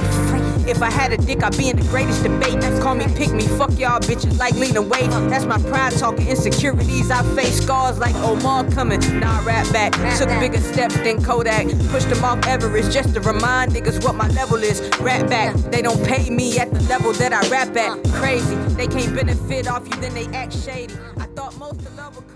J: If I had a dick, I'd be in the greatest debate. Call me pick me, fuck y'all bitches like Lena Wade. That's my pride talking insecurities. I face scars like Omar coming. Nah, rap back. Took bigger steps than Kodak. Pushed them off Everest just to remind niggas what my level is. Rap back. They don't pay me at the level Uh-huh. that I rap at. Crazy. They can't benefit off you, then they act shady. I thought most of love would